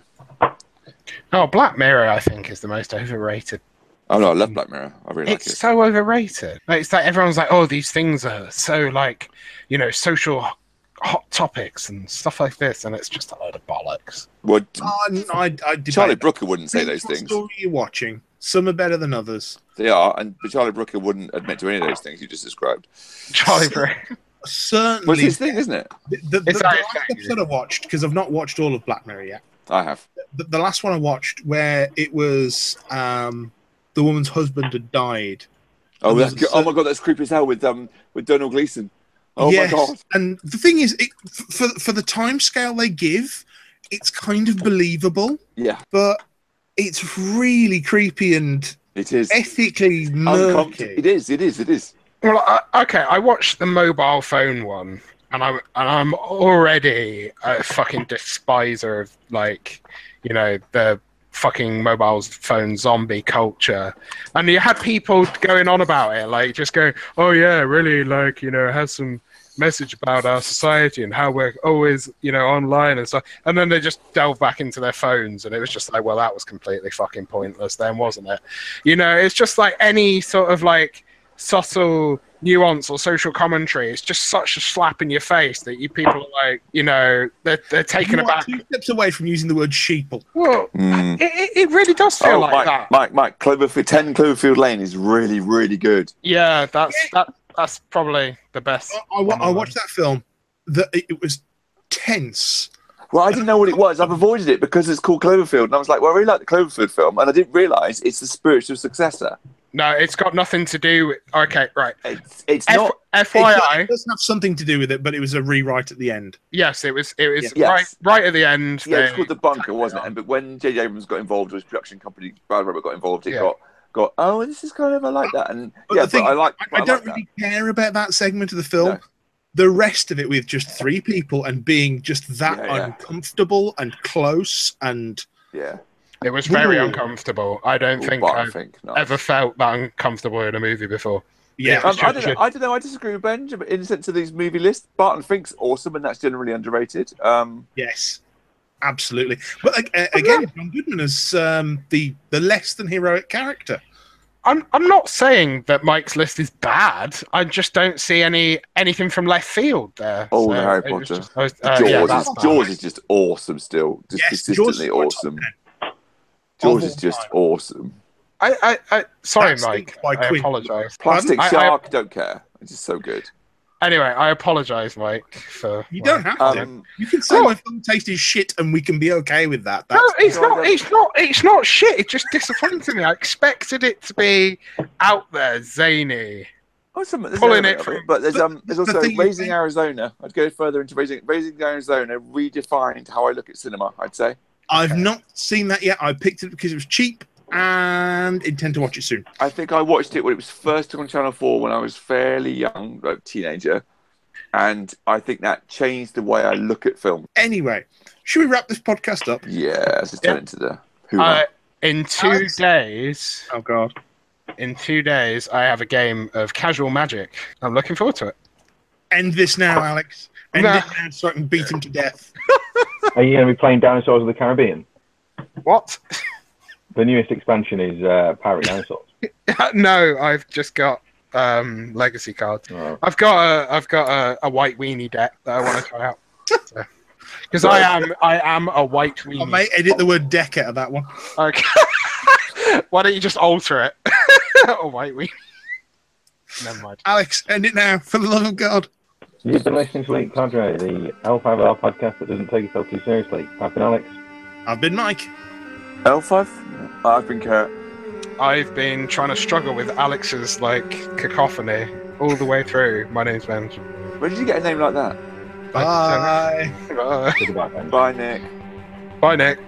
[SPEAKER 3] oh, Black Mirror I think is the most overrated.
[SPEAKER 2] Oh no, I love Black Mirror. I really
[SPEAKER 3] it's so overrated. Like, it's like everyone's like, oh, these things are so like, you know, social hot topics and stuff like this, and it's just a load of bollocks.
[SPEAKER 2] like it. Well,
[SPEAKER 1] I, I, I debate
[SPEAKER 2] Charlie
[SPEAKER 1] that.
[SPEAKER 2] Brooker wouldn't say
[SPEAKER 1] Depends
[SPEAKER 2] those
[SPEAKER 1] what
[SPEAKER 2] things.
[SPEAKER 1] Story you're watching. Some are better than others.
[SPEAKER 2] They are, and but Charlie Brooker wouldn't admit to any of those things you just described.
[SPEAKER 3] Charlie Brown.
[SPEAKER 2] Well, it's
[SPEAKER 1] Certainly,
[SPEAKER 2] his thing, isn't it?
[SPEAKER 1] the, the, the,
[SPEAKER 3] It's
[SPEAKER 1] the
[SPEAKER 3] our
[SPEAKER 1] last
[SPEAKER 3] thing.
[SPEAKER 1] episode I watched because I've not watched all of Black Mirror yet.
[SPEAKER 2] I have.
[SPEAKER 1] The, the last one I watched where it was um, the woman's husband had died.
[SPEAKER 2] Oh,
[SPEAKER 1] And
[SPEAKER 2] that's,
[SPEAKER 1] there's a
[SPEAKER 2] oh my god, that's creepy as hell with um with Donald Gleason. Oh
[SPEAKER 1] Yes,
[SPEAKER 2] my god.
[SPEAKER 1] And the thing is, it, f- for for the time scale they give, it's kind of believable.
[SPEAKER 2] Yeah,
[SPEAKER 1] but it's really creepy and
[SPEAKER 2] it is.
[SPEAKER 1] ethically
[SPEAKER 2] Uncomfortable. It
[SPEAKER 1] murky.
[SPEAKER 2] is. It is. It is.
[SPEAKER 3] Well, I, okay, I watched the mobile phone one, and I'm and I'm already a fucking despiser of like, you know, the fucking mobile phone zombie culture. And you had people going on about it, like just going, "Oh yeah, really?" Like you know, it has some message about our society and how we're always you know online and stuff. And then they just delve back into their phones, and it was just like, well, that was completely fucking pointless, then, wasn't it? You know, it's just like any sort of like subtle nuance or social commentary. It's just such a slap in your face that you people are like, you know, they're, they're taken
[SPEAKER 1] You are
[SPEAKER 3] aback.
[SPEAKER 1] two steps away from using the word sheeple.
[SPEAKER 3] Well,
[SPEAKER 2] Mm.
[SPEAKER 3] it- it, it really does feel
[SPEAKER 2] Oh,
[SPEAKER 3] like
[SPEAKER 2] Mike,
[SPEAKER 3] that.
[SPEAKER 2] Mike, Mike, Cloverfield, 10 Cloverfield Lane is really, really good.
[SPEAKER 3] Yeah, that's that. That's probably the best.
[SPEAKER 1] I, I, wa- I watched that film. That it, it was tense.
[SPEAKER 2] Well, I didn't know what it was. I've avoided it because it's called Cloverfield. And I was like, well, I really like the Cloverfield film. And I didn't realize it's the spiritual successor.
[SPEAKER 3] No, it's got nothing to do. With... Okay, right.
[SPEAKER 2] It's it's
[SPEAKER 3] F-
[SPEAKER 2] not.
[SPEAKER 1] It
[SPEAKER 3] FYI,
[SPEAKER 1] does have something to do with it, but it was a rewrite at the end.
[SPEAKER 3] yes, it was. It was
[SPEAKER 2] Yes.
[SPEAKER 3] right, right at the end.
[SPEAKER 2] Yeah, it's
[SPEAKER 3] they-
[SPEAKER 2] called the bunker, wasn't it? And, but when J.J. Abrams got involved, or his production company Bad Robot got involved, it
[SPEAKER 3] Yeah.
[SPEAKER 2] got got. Oh, this is kind of I like that, and
[SPEAKER 1] But
[SPEAKER 2] yeah,
[SPEAKER 1] the thing-
[SPEAKER 2] but I like.
[SPEAKER 1] I,
[SPEAKER 2] but
[SPEAKER 1] I don't
[SPEAKER 2] like that.
[SPEAKER 1] really care about that segment of the film.
[SPEAKER 2] No.
[SPEAKER 1] The rest of it with just three people and being just that
[SPEAKER 2] Yeah, yeah.
[SPEAKER 1] uncomfortable and close and
[SPEAKER 2] Yeah,
[SPEAKER 3] It was very
[SPEAKER 1] Ooh.
[SPEAKER 3] uncomfortable. I don't
[SPEAKER 2] Ooh,
[SPEAKER 3] think
[SPEAKER 2] but I
[SPEAKER 3] I've
[SPEAKER 2] think no.
[SPEAKER 3] ever felt that uncomfortable in a movie before.
[SPEAKER 1] yeah,
[SPEAKER 2] Um,
[SPEAKER 3] Yeah.
[SPEAKER 2] I, don't know,
[SPEAKER 3] Sure.
[SPEAKER 2] I don't know. I disagree with Benjamin in the sense of these movie lists. Barton Fink's awesome, and that's generally underrated. Um,
[SPEAKER 1] yes, absolutely. But like, a- again, John Goodman is um, the the less than heroic character.
[SPEAKER 3] I'm I'm not saying that Mike's list is bad. I just don't see any anything from left field there.
[SPEAKER 2] Oh, the Harry
[SPEAKER 3] it was
[SPEAKER 2] Potter.
[SPEAKER 3] just- I was- uh,
[SPEAKER 2] Jaws,
[SPEAKER 3] yeah,
[SPEAKER 2] is,
[SPEAKER 3] that's bad.
[SPEAKER 2] Jaws is just awesome still, just
[SPEAKER 1] Yes, Jaws
[SPEAKER 2] consistently
[SPEAKER 1] is my top
[SPEAKER 2] awesome.
[SPEAKER 1] ten
[SPEAKER 2] Jaws
[SPEAKER 1] of
[SPEAKER 2] is
[SPEAKER 1] all
[SPEAKER 2] just
[SPEAKER 1] time.
[SPEAKER 2] awesome.
[SPEAKER 3] I, I, I sorry,
[SPEAKER 1] That's
[SPEAKER 3] Mike.
[SPEAKER 1] by
[SPEAKER 3] I
[SPEAKER 1] Quinn.
[SPEAKER 3] apologise.
[SPEAKER 2] Plastic
[SPEAKER 3] I- I-
[SPEAKER 2] Shark, don't care. It's just so good.
[SPEAKER 3] Anyway, I apologise, Mike, for
[SPEAKER 1] You
[SPEAKER 3] my-
[SPEAKER 1] don't have to.
[SPEAKER 2] Um,
[SPEAKER 1] You can say
[SPEAKER 3] Oh.
[SPEAKER 1] my film taste is shit, and we can be okay with that. That's,
[SPEAKER 3] no, it's
[SPEAKER 2] No, I
[SPEAKER 3] not.
[SPEAKER 2] don't-
[SPEAKER 3] It's not. It's not shit. It just disappointed me. I expected it to be out there, zany.
[SPEAKER 2] oh, some, there's
[SPEAKER 3] Pulling
[SPEAKER 2] an
[SPEAKER 3] it
[SPEAKER 2] element of
[SPEAKER 3] from-
[SPEAKER 2] but there's
[SPEAKER 1] but
[SPEAKER 2] um, there's
[SPEAKER 1] the
[SPEAKER 2] also
[SPEAKER 1] thing is-
[SPEAKER 2] Raising Arizona. I'd go further into Raising Raising Arizona redefined how I look at cinema. I'd say.
[SPEAKER 1] I've not seen that yet. I picked it because it was cheap and intend to watch it soon.
[SPEAKER 2] I think I watched it when it was first on Channel Four when I was fairly young, like teenager, and I think that changed the way I look at film.
[SPEAKER 1] Anyway, should we wrap this podcast up?
[SPEAKER 2] Yeah, let's just turn
[SPEAKER 1] Yeah.
[SPEAKER 2] into the who.
[SPEAKER 3] Uh, in two
[SPEAKER 1] Alex?
[SPEAKER 3] days,
[SPEAKER 1] Oh God!
[SPEAKER 3] in two days, I have a game of Casual Magic. I'm looking forward to it.
[SPEAKER 1] End this now, Alex. End
[SPEAKER 3] Nah.
[SPEAKER 1] it now so I can beat him to death.
[SPEAKER 4] Are you going to be playing Dinosaurs of the Caribbean?
[SPEAKER 3] What?
[SPEAKER 4] The newest expansion is uh, Pirate Dinosaurs.
[SPEAKER 3] no, I've just got um, legacy cards.
[SPEAKER 4] Oh.
[SPEAKER 3] I've got a I've got a, a white weenie deck that I want to try out. Because I am I am a white
[SPEAKER 1] I
[SPEAKER 3] weenie.
[SPEAKER 1] may Oh, edit the word deck out of that one.
[SPEAKER 3] Okay. Why don't you just alter it? a white weenie. Never mind.
[SPEAKER 1] Alex, end it now for the love of God.
[SPEAKER 4] You've been listening to Late Cadre, the L5L podcast that doesn't take itself too seriously. I've been Alex.
[SPEAKER 1] I've been Mike.
[SPEAKER 2] L five. I've been Kurt.
[SPEAKER 3] I've been trying to struggle with Alex's like cacophony all the way through. My name's Benj.
[SPEAKER 2] Where did you get a name like that?
[SPEAKER 1] Bye.
[SPEAKER 3] Bye,
[SPEAKER 4] Goodbye, Ben.
[SPEAKER 2] Bye, Nick.
[SPEAKER 3] Bye Nick.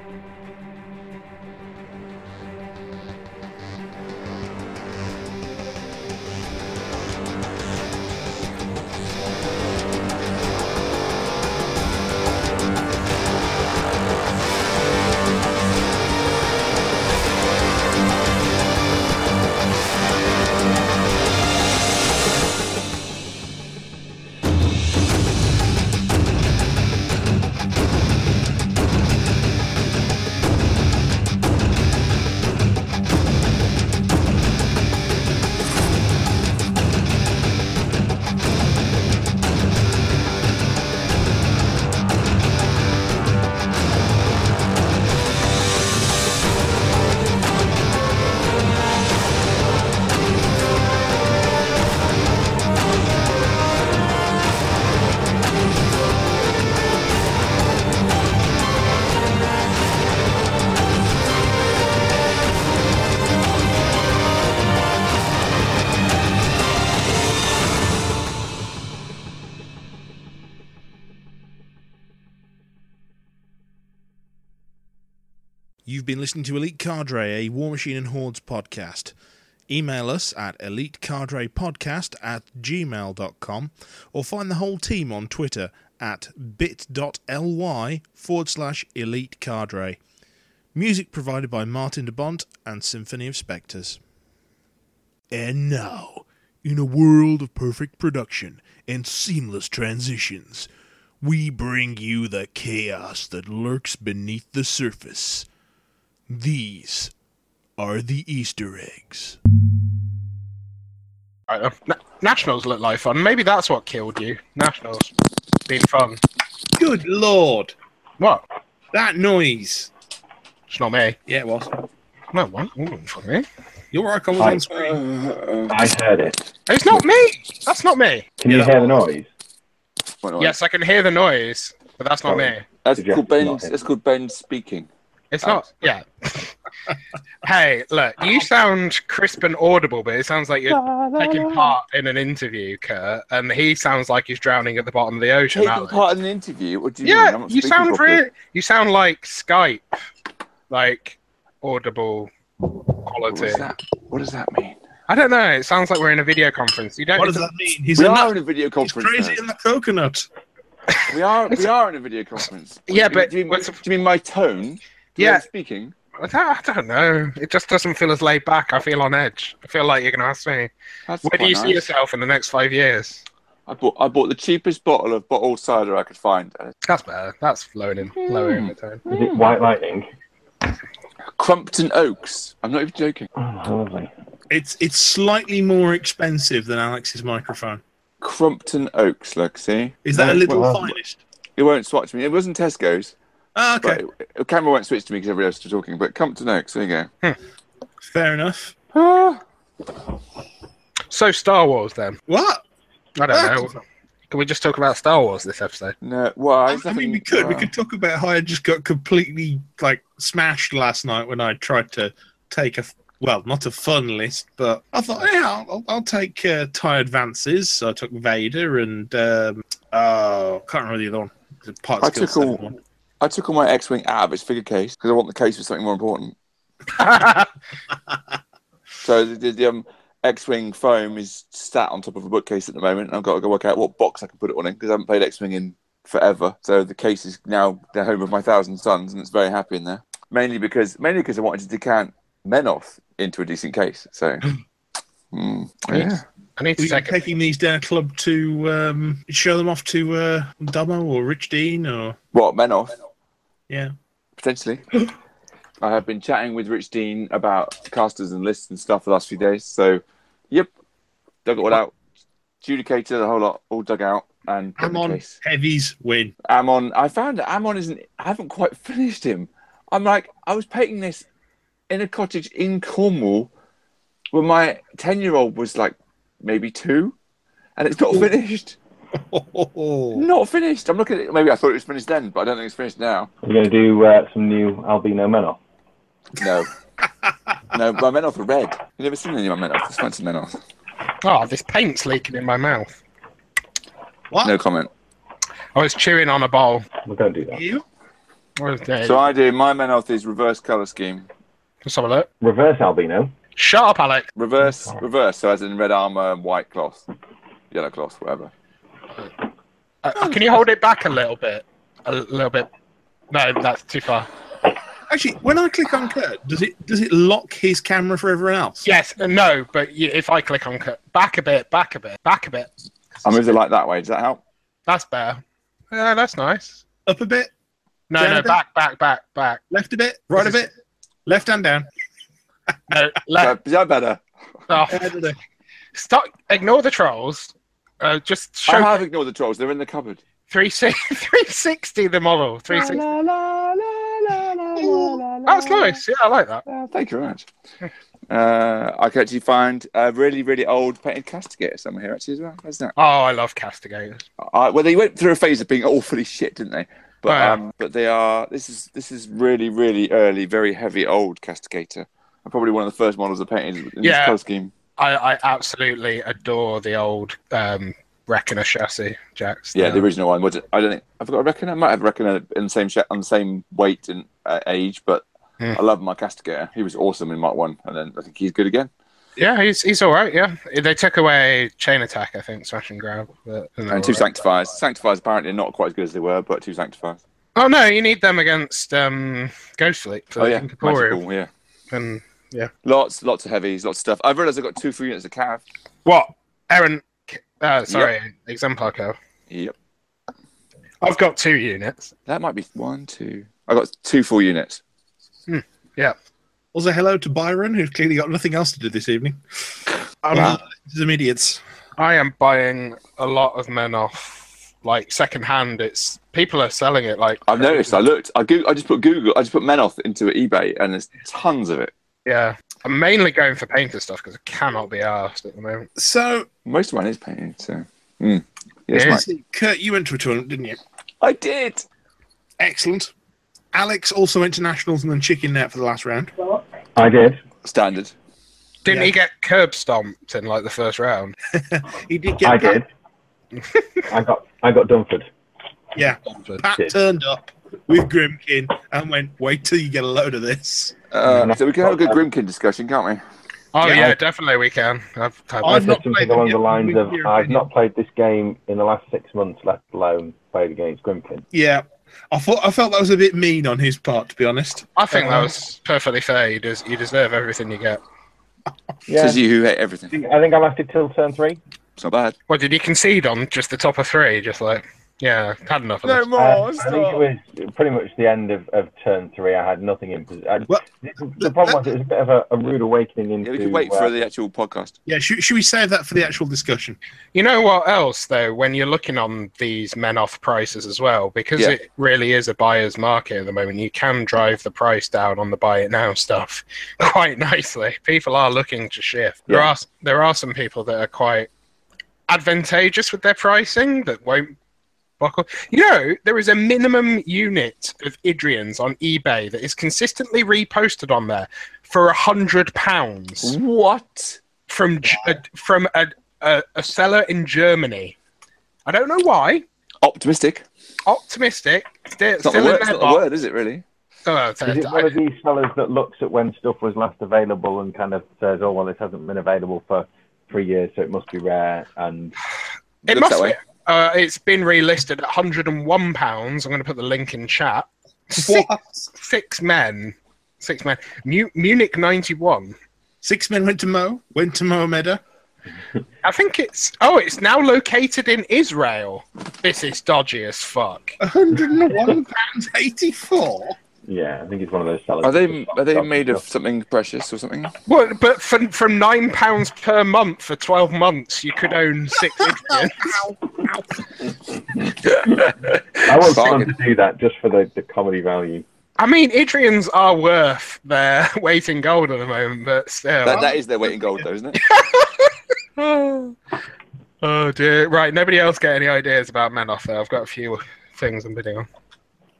[SPEAKER 1] You've been listening to Elite Cadre, a War Machine and Hordes podcast. Email us at elitecadrepodcast at gmail.com or find the whole team on Twitter at bit.ly forward slash elite cadre. Music provided by Martin de Bont and Symphony of Spectres. And now, in a world of perfect production and seamless transitions, we bring you the chaos that lurks beneath the surface. These are the Easter eggs.
[SPEAKER 3] Right, uh, na- Nationals look like fun. Maybe that's what killed you. Nationals being fun.
[SPEAKER 1] Good lord,
[SPEAKER 3] What?
[SPEAKER 1] that noise!
[SPEAKER 3] It's not me.
[SPEAKER 1] Yeah, it was.
[SPEAKER 3] No one. Ooh, fuck me.
[SPEAKER 1] Your icon was
[SPEAKER 4] Hi.
[SPEAKER 1] on screen.
[SPEAKER 4] I heard it.
[SPEAKER 3] It's not me. That's not me.
[SPEAKER 4] Can you
[SPEAKER 1] Yeah.
[SPEAKER 4] hear the noise?
[SPEAKER 2] Why not?
[SPEAKER 3] Yes, I can hear the noise, but that's not me.
[SPEAKER 4] Sorry.
[SPEAKER 2] that's
[SPEAKER 4] Yeah,
[SPEAKER 2] called Ben.
[SPEAKER 4] not him.
[SPEAKER 2] That's called Ben speaking.
[SPEAKER 3] It's not. Yeah. Hey, look, you sound crisp and audible, but it sounds like you're taking part in an interview, Kurt, and he sounds like he's drowning at the bottom of the ocean.
[SPEAKER 2] Taking
[SPEAKER 3] Alex.
[SPEAKER 2] part in an interview? What do you mean? I'm
[SPEAKER 3] yeah,
[SPEAKER 2] not
[SPEAKER 3] you
[SPEAKER 2] speaking
[SPEAKER 3] sound
[SPEAKER 2] properly.
[SPEAKER 3] real, You sound like Skype, like audible
[SPEAKER 2] What
[SPEAKER 3] quality.
[SPEAKER 2] does that? What does that mean?
[SPEAKER 3] I don't know. It sounds like we're in a video conference. You don't.
[SPEAKER 1] What
[SPEAKER 3] need
[SPEAKER 1] does
[SPEAKER 3] to-
[SPEAKER 1] that mean? He's,
[SPEAKER 2] we
[SPEAKER 1] a
[SPEAKER 2] are
[SPEAKER 1] nut.
[SPEAKER 2] in a video
[SPEAKER 1] He's
[SPEAKER 2] conference.
[SPEAKER 1] crazy
[SPEAKER 2] though.
[SPEAKER 1] in the coconut.
[SPEAKER 2] We are we are in a video conference.
[SPEAKER 3] Yeah,
[SPEAKER 2] Do you-
[SPEAKER 3] but
[SPEAKER 2] do you, mean,
[SPEAKER 3] what's-
[SPEAKER 2] do you mean my tone? The way
[SPEAKER 3] Yeah.
[SPEAKER 2] I'm speaking.
[SPEAKER 3] I don't, I don't know. It just doesn't feel as laid back. I feel on edge. I feel like you're going to ask me,
[SPEAKER 2] That's
[SPEAKER 3] where do
[SPEAKER 2] quite
[SPEAKER 3] you see
[SPEAKER 2] nice.
[SPEAKER 3] yourself in the next five years?
[SPEAKER 2] I bought I bought the cheapest bottle of bottled cider I could find. Uh,
[SPEAKER 3] That's better. That's flowing in,
[SPEAKER 2] Hmm.
[SPEAKER 3] lowering the tone.
[SPEAKER 4] Is it White Lightning?
[SPEAKER 2] Crumpton Oaks. I'm not even joking.
[SPEAKER 4] Oh, lovely.
[SPEAKER 1] It's it's slightly more expensive than Alex's microphone.
[SPEAKER 2] Crumpton Oaks, look, see?
[SPEAKER 1] Is that a little
[SPEAKER 4] well,
[SPEAKER 1] finest?
[SPEAKER 2] It won't swatch me. It wasn't Tesco's.
[SPEAKER 1] Ah, okay,
[SPEAKER 2] But it, the camera won't switch to me because everybody else is talking. But Crumpton Oaks, there you go.
[SPEAKER 1] fair enough.
[SPEAKER 2] Ah,
[SPEAKER 3] So, Star Wars then.
[SPEAKER 1] What?
[SPEAKER 3] I
[SPEAKER 1] Ah!
[SPEAKER 3] don't know. Can we just talk about Star Wars this episode?
[SPEAKER 2] no, why?
[SPEAKER 1] I, mean, we could we
[SPEAKER 2] Wow.
[SPEAKER 1] could talk about how I just got completely like smashed last night when I tried to take a f- well, not a fun list, but I thought, yeah, I'll, I'll take uh, Thai advances. So I took Vader and um, oh, can't remember the other one. It's a Part
[SPEAKER 2] I
[SPEAKER 1] skill
[SPEAKER 2] took
[SPEAKER 1] seven
[SPEAKER 2] all-
[SPEAKER 1] one.
[SPEAKER 2] I took all my X-wing out of its figure case because I want the case for something more important. So the, the, the um, X-wing foam is sat on top of a bookcase at the moment, and I've got to go work out what box I can put it on in because I haven't played X-wing in forever. So the case is now the home of my thousand sons, and it's very happy in there. Mainly because mainly because I wanted to decant Menoth into a decent case. So. Mm, yeah.
[SPEAKER 3] I need
[SPEAKER 1] Were
[SPEAKER 3] to
[SPEAKER 1] you
[SPEAKER 3] take it.
[SPEAKER 1] taking these down club to um, show them off to uh, Dumbo or Rich Dean or
[SPEAKER 2] What Menoth?
[SPEAKER 1] yeah?
[SPEAKER 2] Potentially. I have been chatting with Rich Dean about casters and lists and stuff the last few days. So, yep, dug it all out, judicated the whole lot, all dug out, and put in the
[SPEAKER 1] Amon
[SPEAKER 2] case.
[SPEAKER 1] heavies win.
[SPEAKER 2] Amon, I found that Amon isn't. I haven't quite finished him. I'm like, I was painting this in a cottage in Cornwall, where my ten-year-old was like maybe two, and it's not finished. Not finished. I'm looking at it. Maybe I thought it was finished then, but I don't think it's finished now.
[SPEAKER 4] Are you going to do uh, some new albino Menor?
[SPEAKER 2] No. no, my Menoth are red. You've never seen any of my Menoth. It's fancy Menoth.
[SPEAKER 3] Oh, this paint's leaking in my mouth.
[SPEAKER 1] What?
[SPEAKER 2] No comment.
[SPEAKER 3] I was chewing on a bowl. Oh,
[SPEAKER 4] We're going to do that.
[SPEAKER 1] You?
[SPEAKER 3] What is it?
[SPEAKER 2] So I do. My Menoth is reverse colour scheme.
[SPEAKER 3] Let's have a look.
[SPEAKER 4] Reverse albino.
[SPEAKER 3] Shut up, Alex.
[SPEAKER 2] Reverse, reverse. So as in red armour and white cloth, yellow cloth, whatever.
[SPEAKER 3] Uh, can you hold it back a little bit? A l- little bit. No, that's too far.
[SPEAKER 1] Actually, when I click on Kurt, does it does it lock his camera for everyone else?
[SPEAKER 3] Yes, uh, no, but y if I click on cut, back a bit, back a bit, back a bit.
[SPEAKER 2] I moved it like that way. Does that help?
[SPEAKER 3] That's better. Yeah, that's nice.
[SPEAKER 1] Up a bit,
[SPEAKER 3] No,
[SPEAKER 1] Down a
[SPEAKER 3] no,
[SPEAKER 1] bit?
[SPEAKER 3] back, back, back, back.
[SPEAKER 1] left a bit, right a bit, left and down.
[SPEAKER 3] No,
[SPEAKER 2] Uh,
[SPEAKER 3] left.
[SPEAKER 2] Is that better?
[SPEAKER 3] Oh,
[SPEAKER 1] I don't know.
[SPEAKER 3] stop. Ignore the trolls. Uh, just
[SPEAKER 2] I
[SPEAKER 3] show
[SPEAKER 2] have ignored the trolls. They're in the cupboard.
[SPEAKER 3] 360, 360 the model. 360. That's nice. Yeah, I like that.
[SPEAKER 2] Uh, thank you very much. Uh, I can actually find a really, really old painted castigator somewhere here actually as well. Isn't that?
[SPEAKER 3] Oh, I love castigators.
[SPEAKER 2] Uh, well, they went through a phase of being awfully shit, didn't they? But
[SPEAKER 3] Oh, yeah.
[SPEAKER 2] um, but they are. This is this is really really early, very heavy old castigator. And probably one of the first models I painted in
[SPEAKER 3] Yeah.
[SPEAKER 2] this colour scheme.
[SPEAKER 3] I, I absolutely adore the old um, Reckoner chassis, Jacks.
[SPEAKER 2] Yeah, the original one. Was it? I don't think I've got a reckon. I might have reckoned in the same sh- on the same weight and uh, age, but
[SPEAKER 3] Hmm.
[SPEAKER 2] I love my castigator. He was awesome in Mark One, and then I think he's good again.
[SPEAKER 3] Yeah, he's he's all right. Yeah, they took away chain attack, I think, smash and grab. But, and they're
[SPEAKER 2] And two
[SPEAKER 3] all right.
[SPEAKER 2] sanctifiers. Sanctifiers apparently not quite as good as they were, but two sanctifiers.
[SPEAKER 3] Oh no, you need them against um, Ghostfleet for
[SPEAKER 2] oh
[SPEAKER 3] the
[SPEAKER 2] yeah,
[SPEAKER 3] incorporeal.
[SPEAKER 2] magical. Yeah,
[SPEAKER 3] And
[SPEAKER 2] lots, lots of heavies, lots of stuff. I've realised I've got two free units of cav.
[SPEAKER 3] what? Aaron, uh, sorry, exemplar curve.
[SPEAKER 2] Yep,
[SPEAKER 3] I've got two units.
[SPEAKER 2] that might be one, two. I got two full units.
[SPEAKER 1] Also, hello to Byron, who's clearly got nothing else to do this evening.
[SPEAKER 3] Um,
[SPEAKER 2] Wow.
[SPEAKER 1] Some idiots.
[SPEAKER 3] I am buying a lot of men off, like secondhand. It's people are selling it. Like
[SPEAKER 2] I've noticed. I looked. I go- I just put Google. I just put Menoth into eBay, and there's tons of it.
[SPEAKER 3] Yeah, I'm mainly going for painter stuff because I cannot be asked at the moment.
[SPEAKER 1] So,
[SPEAKER 2] Most of mine is painted. So, mm. yes,
[SPEAKER 3] Yes.
[SPEAKER 2] mate.
[SPEAKER 1] Kurt, you went to a tournament, didn't you?
[SPEAKER 2] I did.
[SPEAKER 1] Excellent. Alex also went to nationals and then chicken out for the last round.
[SPEAKER 4] I did.
[SPEAKER 2] Standard.
[SPEAKER 3] Didn't
[SPEAKER 1] Yeah.
[SPEAKER 3] he get curb stomped in like the first round?
[SPEAKER 1] He did get
[SPEAKER 4] I
[SPEAKER 1] Pat-
[SPEAKER 4] did. I got I got Dunford.
[SPEAKER 1] Yeah,
[SPEAKER 3] Oh,
[SPEAKER 1] Pat
[SPEAKER 4] Did.
[SPEAKER 1] turned up with Grimkin and went, "Wait till you get a load of this."
[SPEAKER 2] Uh, so we can have a good Grimkin discussion, can't we?
[SPEAKER 3] Oh
[SPEAKER 1] Yeah.
[SPEAKER 3] yeah, definitely we can. I've, I've,
[SPEAKER 1] I've
[SPEAKER 4] I
[SPEAKER 1] not
[SPEAKER 4] said
[SPEAKER 1] played
[SPEAKER 4] something
[SPEAKER 1] them
[SPEAKER 4] along
[SPEAKER 1] yet.
[SPEAKER 4] the lines
[SPEAKER 1] We'll
[SPEAKER 4] of
[SPEAKER 1] hear
[SPEAKER 4] I've
[SPEAKER 1] opinion."
[SPEAKER 4] not played this game in the last six months, let alone played against Grimkin.
[SPEAKER 1] Yeah, I thought I felt that was a bit mean on his part, to be honest.
[SPEAKER 3] I think that was perfectly fair. You, des- you deserve everything you get.
[SPEAKER 4] Yeah.
[SPEAKER 2] Says you who hate everything.
[SPEAKER 4] I think I lasted till turn three.
[SPEAKER 2] It's not bad.
[SPEAKER 3] What did you concede on just the top of three? Just like, yeah, had enough of this.
[SPEAKER 2] Oh,
[SPEAKER 4] Um, I think it was pretty much the end of, of turn three. I had nothing in position.
[SPEAKER 1] Well,
[SPEAKER 4] the problem was it was a bit of a, a rude awakening into.
[SPEAKER 2] Yeah, we can wait for
[SPEAKER 4] uh,
[SPEAKER 2] the actual podcast.
[SPEAKER 1] Yeah, should, should we save that for the actual discussion?
[SPEAKER 3] You know what else though? When you're looking on these men off prices as well, because
[SPEAKER 2] Yeah.
[SPEAKER 3] it really is a buyer's market at the moment, you can drive the price down on the buy it now stuff quite nicely. People are looking to shift. There
[SPEAKER 2] Yeah.
[SPEAKER 3] are there are some people that are quite advantageous with their pricing that won't buckle. You know, there is a minimum unit of Idrians on eBay that is consistently reposted on there for a hundred pounds
[SPEAKER 2] What?
[SPEAKER 3] from G- uh, from a, a, a seller in Germany. I don't know why.
[SPEAKER 2] Optimistic.
[SPEAKER 3] Optimistic. Still,
[SPEAKER 2] It's not,
[SPEAKER 3] still
[SPEAKER 2] the
[SPEAKER 3] in
[SPEAKER 2] word, it's
[SPEAKER 3] their
[SPEAKER 2] not the
[SPEAKER 3] box.
[SPEAKER 2] word, is it really?
[SPEAKER 3] Oh, it's-
[SPEAKER 4] Is it
[SPEAKER 3] I-
[SPEAKER 4] one of these fellows that looks at when stuff was last available and kind of says, "Oh well, this hasn't been available for three years, so it must be rare"? And
[SPEAKER 3] it
[SPEAKER 2] Looks
[SPEAKER 3] must
[SPEAKER 2] that
[SPEAKER 3] be.
[SPEAKER 2] way.
[SPEAKER 3] Uh, it's been relisted at 101 pounds. I'm going to put the link in chat. Six,
[SPEAKER 1] What?
[SPEAKER 3] six men. Six men. Mu- Munich 91.
[SPEAKER 1] Six men went to Mo, went to Mohameda.
[SPEAKER 3] I think it's. Oh, it's now located in Israel. This is dodgy as fuck.
[SPEAKER 1] 101 pounds 84.
[SPEAKER 4] yeah, I think it's one of those sellers.
[SPEAKER 2] Are
[SPEAKER 4] that
[SPEAKER 2] they
[SPEAKER 4] just
[SPEAKER 2] are they
[SPEAKER 4] stocks
[SPEAKER 2] made
[SPEAKER 4] up
[SPEAKER 2] of something precious or something?
[SPEAKER 3] Well, but from from nine pounds per month for twelve months, you could own six. Idiots.
[SPEAKER 4] and stuff? I was
[SPEAKER 2] Bargain.
[SPEAKER 4] trying to do that just for the, the comedy value.
[SPEAKER 3] I mean, Idrians are worth their weight in gold at the moment, but still.
[SPEAKER 2] That, that is their weight in gold, though, isn't it?
[SPEAKER 3] oh. Oh, dear. Right, nobody else get any ideas about Menoth, though. I've got a few things I'm bidding on.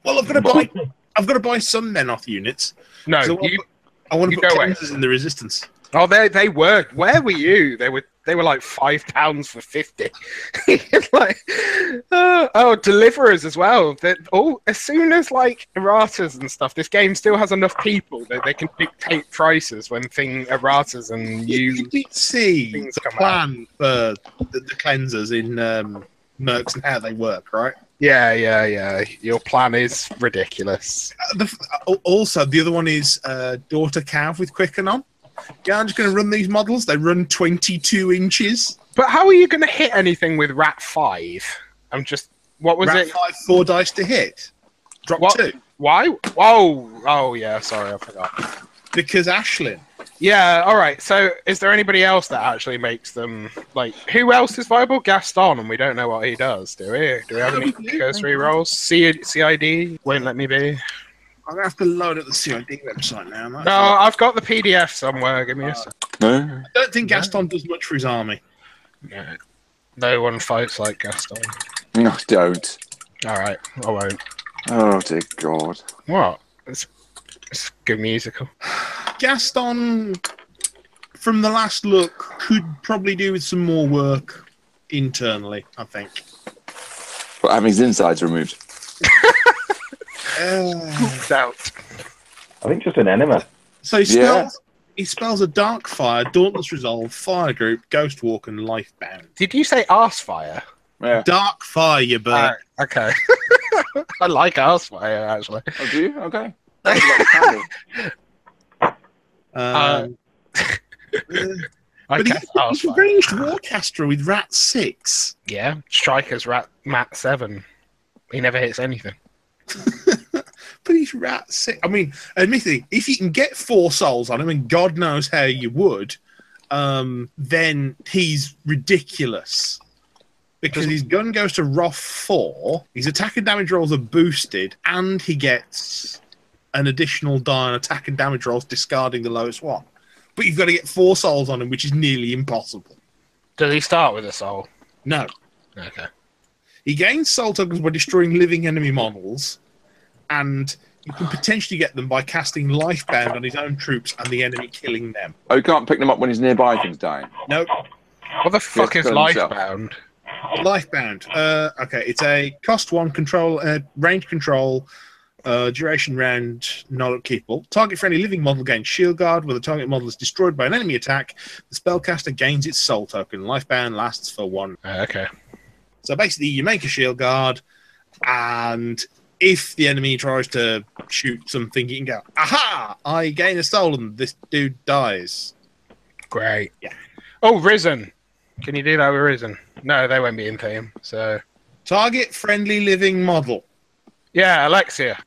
[SPEAKER 1] Well, I've got to buy. I've got to buy some Menoth units.
[SPEAKER 3] No,
[SPEAKER 1] 'cause I wanna
[SPEAKER 3] you,
[SPEAKER 1] put- I want to
[SPEAKER 3] you
[SPEAKER 1] put
[SPEAKER 3] go away.
[SPEAKER 1] Kenzas in the resistance.
[SPEAKER 3] oh, they they were. Where were you? They were they were like five pounds for fifty. like, uh, oh, deliverers as well. That all as soon as like erratas and stuff. This game still has enough people that they can dictate prices when thing erratas and
[SPEAKER 1] You
[SPEAKER 3] you.
[SPEAKER 1] did see
[SPEAKER 3] things
[SPEAKER 1] the
[SPEAKER 3] come out.
[SPEAKER 1] plan for the, the cleansers in um, Mercs and how they work, right?
[SPEAKER 3] Yeah, yeah, yeah. Your plan is ridiculous.
[SPEAKER 1] Uh, the, uh, also, the other one is uh, daughter calf with Quicken on. Yeah, I'm just going to run these models. They run 22 inches.
[SPEAKER 3] But how are you going to hit anything with Rat Five? I'm just. What was
[SPEAKER 1] Rat
[SPEAKER 3] it?
[SPEAKER 1] five, four dice to hit. Drop
[SPEAKER 3] What?
[SPEAKER 1] two
[SPEAKER 3] Why? Oh, oh yeah. Sorry, I forgot.
[SPEAKER 1] because Ashlyn.
[SPEAKER 3] Yeah. All right. So, is there anybody else that actually makes them like? Who else is viable? Gaston, and we don't know what he does, do we? Do we have any
[SPEAKER 1] We do.
[SPEAKER 3] cursory rolls? C- CID won't let me be.
[SPEAKER 1] I'm gonna have to load up the CID website now.
[SPEAKER 3] No, I've got the PDF somewhere. Give me a sec.
[SPEAKER 2] No.
[SPEAKER 1] I don't think Gaston does much for his army.
[SPEAKER 3] No, no one fights like Gaston.
[SPEAKER 2] No, don't.
[SPEAKER 3] All right, I won't.
[SPEAKER 2] Oh dear God.
[SPEAKER 3] What? It's, it's good musical.
[SPEAKER 1] Gaston, from the last look, could probably do with some more work internally. I think.
[SPEAKER 2] But having his insides removed.
[SPEAKER 1] Uh,
[SPEAKER 3] Doubt.
[SPEAKER 4] I think just an enema.
[SPEAKER 1] so he
[SPEAKER 2] Yeah.
[SPEAKER 1] spells he spells a dark fire, dauntless resolve, fire group, ghost walk, and lifebound.
[SPEAKER 3] Did you say arse
[SPEAKER 1] Uh,
[SPEAKER 3] fire?
[SPEAKER 2] Yeah.
[SPEAKER 1] Dark fire, you bird.
[SPEAKER 3] Uh, okay. I like arse fire actually.
[SPEAKER 2] Oh, do you? Okay. That was like a candle.
[SPEAKER 1] Um, uh,
[SPEAKER 3] I
[SPEAKER 1] but he-
[SPEAKER 3] guess arse
[SPEAKER 1] he's a
[SPEAKER 3] fire.
[SPEAKER 1] ranged warcaster with rat six.
[SPEAKER 3] Yeah, strikers rat mat seven. He never hits anything.
[SPEAKER 1] But he's rat sick. I mean, admittedly, if you can get four souls on him, and God knows how you would, um, then he's ridiculous. Because his gun goes to Roth 4, his attack and damage rolls are boosted, and he gets an additional die on attack and damage rolls, discarding the lowest one. But you've got to get four souls on him, which is nearly impossible.
[SPEAKER 3] Does he start with a soul?
[SPEAKER 1] No.
[SPEAKER 3] Okay.
[SPEAKER 1] He gains soul tokens by destroying living enemy models, and You can potentially get them by casting Lifebound on his own troops and the enemy killing them.
[SPEAKER 2] Oh, you can't pick them up when his nearby thing's dying.
[SPEAKER 1] Nope.
[SPEAKER 3] What the fuck is
[SPEAKER 2] turns out.
[SPEAKER 3] Lifebound?
[SPEAKER 1] Lifebound. Uh, okay, it's a cost one control, uh, range control, uh, duration round, not upkeepable. Target for any living model gains shield guard. When the target model is destroyed by an enemy attack, the spellcaster gains its soul token. Lifebound lasts for one.
[SPEAKER 3] Uh, okay.
[SPEAKER 1] So basically, you make a shield guard, and if the enemy tries to shoot something, you can go, aha, I gain a soul, and this dude dies.
[SPEAKER 3] Great.
[SPEAKER 1] Yeah.
[SPEAKER 3] Oh, Risen. Can you do that with Risen? No, they won't be in theme. So
[SPEAKER 1] Target friendly living model.
[SPEAKER 3] yeah, Alexia.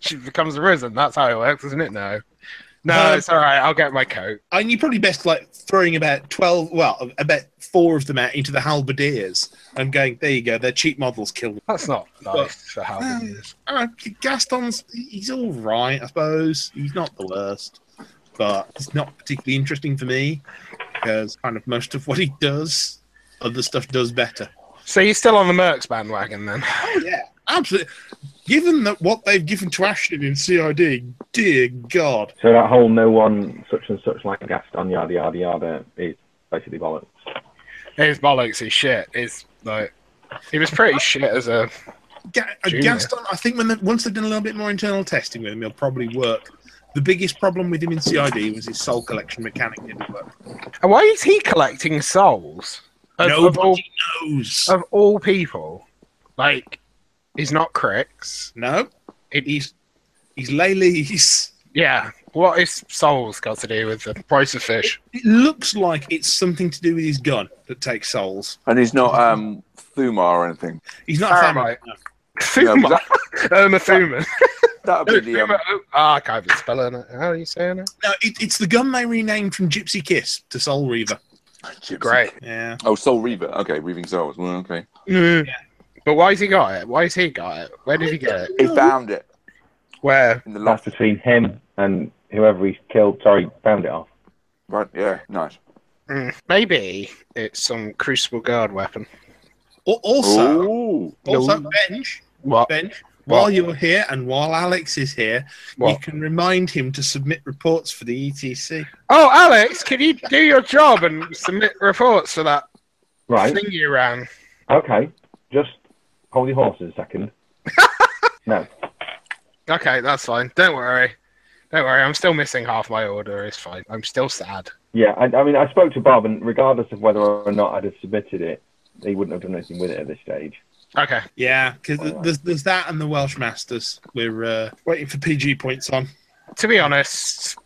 [SPEAKER 3] she becomes a Risen. That's how it works, isn't it? No. No,
[SPEAKER 1] Um,
[SPEAKER 3] it's all right. I'll get my coat.
[SPEAKER 1] and you're probably best like throwing about 12 well about four of them out into the halberdiers and going there you go they're cheap models kill them
[SPEAKER 3] That's not nice for how it is.
[SPEAKER 1] uh, gaston's he's all right i suppose he's not the worst but it's not particularly interesting for me because kind of most of what he does other stuff does better
[SPEAKER 3] So you're still on the Mercs bandwagon then?
[SPEAKER 1] oh yeah absolutely given that what they've given to ashton in cid dear god
[SPEAKER 4] So that whole no one such and such like Gaston yada yada yada is basically bollocks.
[SPEAKER 3] His bollocks is shit. It's like he was pretty shit as a
[SPEAKER 1] Ga- uh,
[SPEAKER 3] Junior.
[SPEAKER 1] Gaston, I think when the, once they've done a little bit more internal testing with him, he'll probably work. The biggest problem with him in CID was his soul collection mechanic didn't work.
[SPEAKER 3] And why is he collecting souls? Of, of, all,
[SPEAKER 1] Nobody knows.
[SPEAKER 3] of all people, like he's not Cricks.
[SPEAKER 1] no,
[SPEAKER 3] It-
[SPEAKER 1] he's he's Lely's.
[SPEAKER 3] Yeah, what is souls got to do with the price of fish?
[SPEAKER 1] It looks like it's something to do with his gun that takes souls.
[SPEAKER 2] And he's not um, Thumar or anything.
[SPEAKER 1] He's not a family.
[SPEAKER 3] Fahrenheit.
[SPEAKER 1] no.
[SPEAKER 2] No,
[SPEAKER 3] Thuma,
[SPEAKER 2] but
[SPEAKER 3] Irma Thuma.
[SPEAKER 2] that, that'd be the um,
[SPEAKER 3] Thuma- oh, ah, I can't even spell it. How are you saying it?
[SPEAKER 1] No, it, it's the gun they renamed from Gypsy Kiss to Soul Reaver.
[SPEAKER 2] gypsy.
[SPEAKER 3] Great.
[SPEAKER 1] Yeah,
[SPEAKER 2] Oh, Soul Reaver. Okay, Reaving Souls. Well, okay.
[SPEAKER 3] Mm. But why has he got it? Why has he got it? Where did he get it?
[SPEAKER 2] He found it
[SPEAKER 3] Where?
[SPEAKER 2] in the
[SPEAKER 4] That's
[SPEAKER 2] loft.
[SPEAKER 4] between him and whoever he's killed. Sorry, found it off.
[SPEAKER 2] Right? Yeah. Nice.
[SPEAKER 3] Mm, Maybe it's some Crucible Guard weapon.
[SPEAKER 1] Al- Also,
[SPEAKER 2] Oh.
[SPEAKER 1] also
[SPEAKER 3] No.
[SPEAKER 1] Benj,
[SPEAKER 3] What?
[SPEAKER 1] Benj.
[SPEAKER 3] What?
[SPEAKER 1] While you're here and while Alex is here, you
[SPEAKER 3] What?
[SPEAKER 1] can remind him to submit reports for the E ETC.
[SPEAKER 3] Oh, Alex, can you do your job and submit reports for that
[SPEAKER 4] Right.
[SPEAKER 3] thing you ran?
[SPEAKER 4] Okay. Just hold your horses a second. no.
[SPEAKER 3] Okay, that's fine. Don't worry. Don't worry. I'm still missing half my order. It's fine. I'm still sad.
[SPEAKER 4] Yeah, I, I mean, I spoke to Bob, and regardless of whether or not I'd have submitted it, he wouldn't have done anything with it at this stage.
[SPEAKER 3] Okay.
[SPEAKER 1] Yeah, because
[SPEAKER 4] Alright.
[SPEAKER 1] there's, there's that and the Welsh Masters. We're uh, waiting for PG points on.
[SPEAKER 3] To be honest,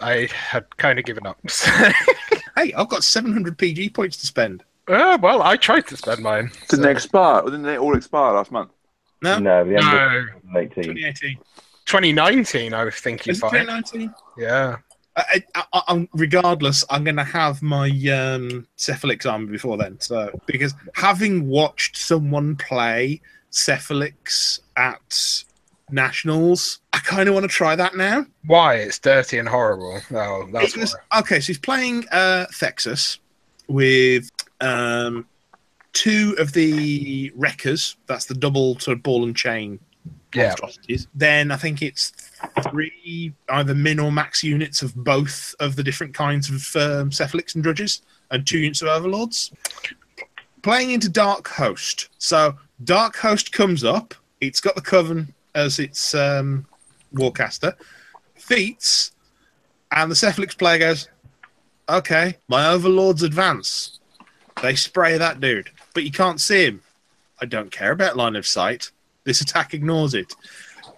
[SPEAKER 3] I had kind of given up.
[SPEAKER 1] Hey, I've got 700 PG points to spend.
[SPEAKER 3] oh, well, I tried to spend mine.
[SPEAKER 2] Didn't they expire? Didn't they all expire last month?
[SPEAKER 1] No,
[SPEAKER 4] No, the end of
[SPEAKER 3] No,
[SPEAKER 4] 2018.
[SPEAKER 1] 2018.
[SPEAKER 3] 2019. I was thinking
[SPEAKER 1] Is it
[SPEAKER 3] fine.
[SPEAKER 1] 2019?
[SPEAKER 3] Yeah.
[SPEAKER 1] I, I, I, I'm- regardless, I'm going to have my um, Cephalics army before then. So, because having watched someone play Cephalics at Nationals, I kind of want to try that now.
[SPEAKER 3] Why? It's dirty and horrible. Oh, that's
[SPEAKER 1] It was-
[SPEAKER 3] why.
[SPEAKER 1] okay, so he's playing uh, Thexus with um, two of the Wreckers. That's the double sort of ball and chain
[SPEAKER 3] Yeah.
[SPEAKER 1] monstrosities. Then I think it's three either min or max units of both of the different kinds of um, Cephalics and Drudges, and two units of Overlords. Playing into Dark Host. So Dark Host comes up. It's got the Coven as its um, Warcaster. Feats, and the Cephalics player goes, Okay, my Overlords advance. They spray that dude, but you can't see him. I don't care about line of sight. This attack ignores it.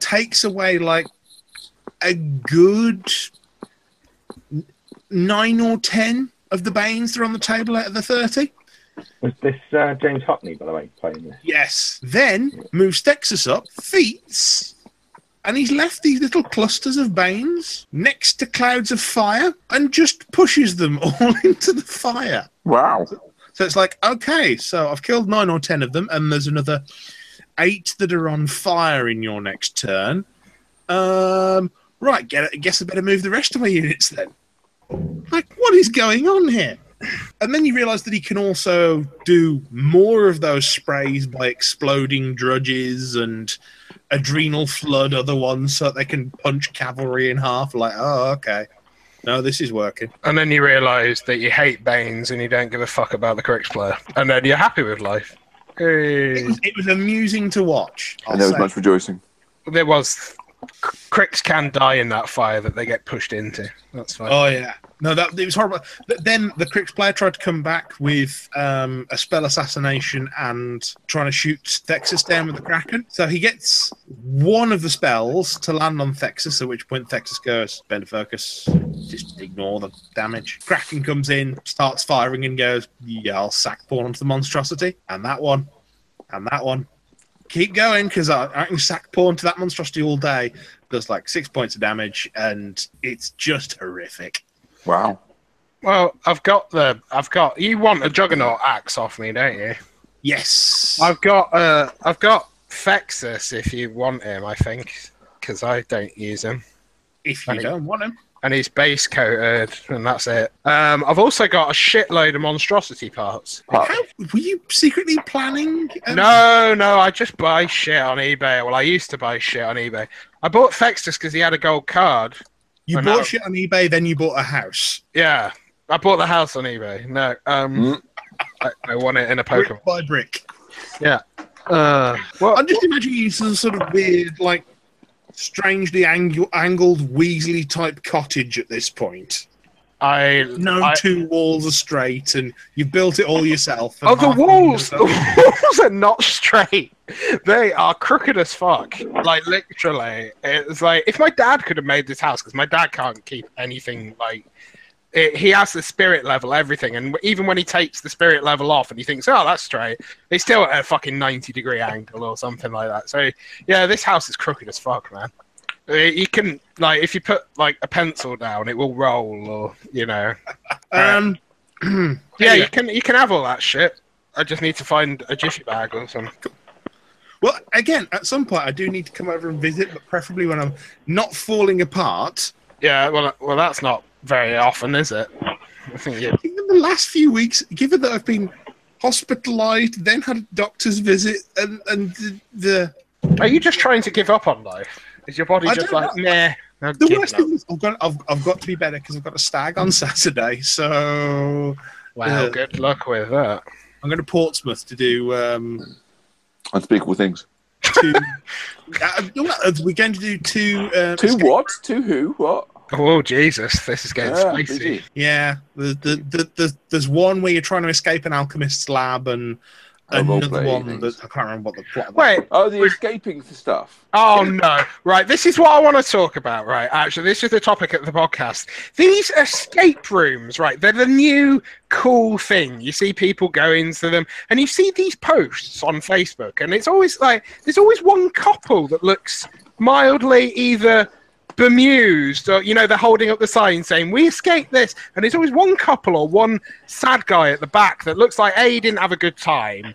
[SPEAKER 1] Takes away like a good n- nine or ten of the Banes that are on the table out of the 30.
[SPEAKER 4] Was this uh, James Hockney, by the way, playing this?
[SPEAKER 1] Yes. Then moves Texas up, feats, and he's left these little clusters of Banes next to clouds of fire and just pushes them all into the fire.
[SPEAKER 2] Wow.
[SPEAKER 1] So it's like, okay, so I've killed nine or ten of them, and there's another eight that are on fire in your next turn. Um, right, get, guess I better move the rest of my units then. Like, what is going on here? And then you realize that he can also do more of those sprays by exploding drudges and adrenal flood other ones so that they can punch cavalry in half. Like, oh, okay. No, this is working.
[SPEAKER 3] And then you realise that you hate Baines and you don't give a fuck about the Crix player. And then you're happy with life.
[SPEAKER 1] It
[SPEAKER 3] Hey.
[SPEAKER 1] was, it was amusing to watch. I'll
[SPEAKER 2] and there was
[SPEAKER 1] say.
[SPEAKER 2] much rejoicing.
[SPEAKER 3] There was. Cricks can die in that fire that they get pushed into. That's fine.
[SPEAKER 1] Oh yeah, no, that it was horrible. Th- Then the Crix player tried to come back with um, a spell assassination and trying to shoot Thexus down with the Kraken. So he gets one of the spells to land on Thexus, at which point Thexus goes bend focus, just ignore the damage. Kraken comes in, starts firing, and goes, "Yeah, I'll sack pawn onto the monstrosity, and that one, and that one." Keep going because I, I can sack pawn to that monstrosity all day does like six points of damage, and it's just horrific.
[SPEAKER 2] Wow.
[SPEAKER 3] Well, I've got the. I've got. You want a Juggernaut axe off me, don't you?
[SPEAKER 1] Yes,
[SPEAKER 3] I've got. Uh, I've got Fexus if you want him. I think because I don't use him.
[SPEAKER 1] if you don't want him,
[SPEAKER 3] and he's base coated, and that's it. Um, I've also got a shitload of monstrosity parts.
[SPEAKER 2] Wow.
[SPEAKER 1] how were you secretly planning? um,
[SPEAKER 3] No, no, I just buy shit on eBay. Well, I used to buy shit on eBay. I bought Fextus because he had a gold card.
[SPEAKER 1] you
[SPEAKER 3] I
[SPEAKER 1] bought
[SPEAKER 3] know.
[SPEAKER 1] shit on eBay, then you bought a house.
[SPEAKER 3] Yeah, I bought the house on eBay. No, um,
[SPEAKER 1] Hmm.
[SPEAKER 2] Mm.
[SPEAKER 3] I, I won it in a
[SPEAKER 1] Brick
[SPEAKER 3] Pokemon.
[SPEAKER 1] by brick.
[SPEAKER 3] Uh, well,
[SPEAKER 1] I'm just imagining you some sort of weird, like strangely angu- angled Weasley type cottage at this point.
[SPEAKER 3] I
[SPEAKER 1] No
[SPEAKER 3] I,
[SPEAKER 1] two walls are straight, and you've built it all yourself. and
[SPEAKER 3] Oh, the
[SPEAKER 1] half
[SPEAKER 3] walls! The
[SPEAKER 1] of them-
[SPEAKER 3] walls are not straight. They are crooked as fuck. Like literally, it's like if my dad could have made this house because my dad can't keep anything. Like it, he has the spirit level, everything, and even when he takes the spirit level off and he thinks, "Oh, that's straight," it's still at a fucking ninety degree angle or something like that. So yeah, this house is crooked as fuck, man. Uh, You can like if you put like a pencil down, it will roll, or you know.
[SPEAKER 1] Um,
[SPEAKER 3] Yeah,
[SPEAKER 1] Yeah.
[SPEAKER 3] you can you can have all that shit. I just need to find a jiffy bag or something.
[SPEAKER 1] Well, again, at some point, I do need to come over and visit, but preferably when I'm not falling apart.
[SPEAKER 3] Yeah, well, uh, well, that's not very often, is it? I think you,
[SPEAKER 1] I think in the last few weeks, given that I've been hospitalized, then had a doctor's visit, and, and the, the,
[SPEAKER 3] are you just trying to give up on life? Is your body
[SPEAKER 1] I
[SPEAKER 3] just
[SPEAKER 1] don't
[SPEAKER 3] like nah? I'm
[SPEAKER 1] the
[SPEAKER 3] giving
[SPEAKER 1] worst
[SPEAKER 3] up."
[SPEAKER 1] thing is I've got, I've, I've got to be better because I've got a stag on Saturday. So
[SPEAKER 3] Wow,
[SPEAKER 1] Yeah.
[SPEAKER 3] good luck with that.
[SPEAKER 1] I'm going to Portsmouth to do. Um,
[SPEAKER 2] Unspeakable things.
[SPEAKER 1] two, uh, we're going to do two. Uh,
[SPEAKER 2] Two
[SPEAKER 1] escape-
[SPEAKER 2] what? Two who? What?
[SPEAKER 3] Oh Jesus, this is getting
[SPEAKER 2] Yeah,
[SPEAKER 3] spicy.
[SPEAKER 2] BG.
[SPEAKER 1] Yeah. The, the, the, the, there's one where you're trying to escape an alchemist's lab, and
[SPEAKER 2] Oh, role
[SPEAKER 1] another
[SPEAKER 2] play
[SPEAKER 1] one
[SPEAKER 2] things.
[SPEAKER 1] that I can't remember what the plot
[SPEAKER 3] Wait.
[SPEAKER 2] Oh, the escaping stuff.
[SPEAKER 3] Oh no! Right, this is what I want to talk about. Right, actually, this is the topic of the podcast. These escape rooms, right? They're the new cool thing. You see people go into them, and you see these posts on Facebook, and it's always like there's always one couple that looks mildly either bemused or you know they're holding up the sign saying we escaped this and there's always one couple or one sad guy at the back that looks like a he didn't have a good time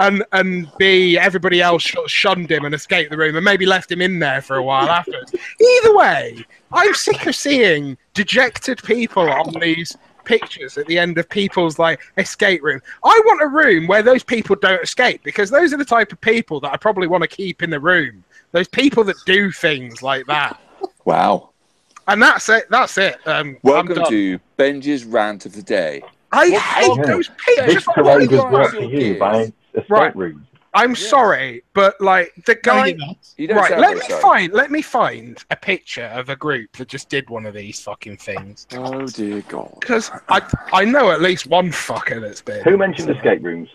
[SPEAKER 3] and and b everybody else sh- shunned him and escaped the room and maybe left him in there for a while afterwards either way i'm sick of seeing dejected people on these pictures at the end of people's like escape room i want a room where those people don't escape because those are the type of people that i probably want to keep in the room those people that do things like that
[SPEAKER 2] Wow.
[SPEAKER 3] and that's it. That's it. Um, I'm
[SPEAKER 2] Welcome
[SPEAKER 3] done.
[SPEAKER 2] to Benji's rant of the day.
[SPEAKER 3] I
[SPEAKER 2] What's
[SPEAKER 3] hate
[SPEAKER 4] wrong?
[SPEAKER 3] those
[SPEAKER 4] This
[SPEAKER 3] pictures.
[SPEAKER 2] Just
[SPEAKER 4] terrain does
[SPEAKER 2] like
[SPEAKER 4] work for
[SPEAKER 2] Russell
[SPEAKER 4] you
[SPEAKER 2] Gears.
[SPEAKER 4] by escape
[SPEAKER 3] Right.
[SPEAKER 4] rooms.
[SPEAKER 3] I'm
[SPEAKER 2] Yes.
[SPEAKER 3] sorry, but like the
[SPEAKER 1] No,
[SPEAKER 3] guy.
[SPEAKER 1] you're not.
[SPEAKER 2] You don't
[SPEAKER 3] Right,
[SPEAKER 2] sound
[SPEAKER 3] let
[SPEAKER 2] very
[SPEAKER 3] me
[SPEAKER 2] sorry.
[SPEAKER 3] find let me find a picture of a group that just did one of these fucking things
[SPEAKER 2] Oh dear God.
[SPEAKER 3] because I I know at least one fucker that's been.
[SPEAKER 4] Who mentioned escape rooms?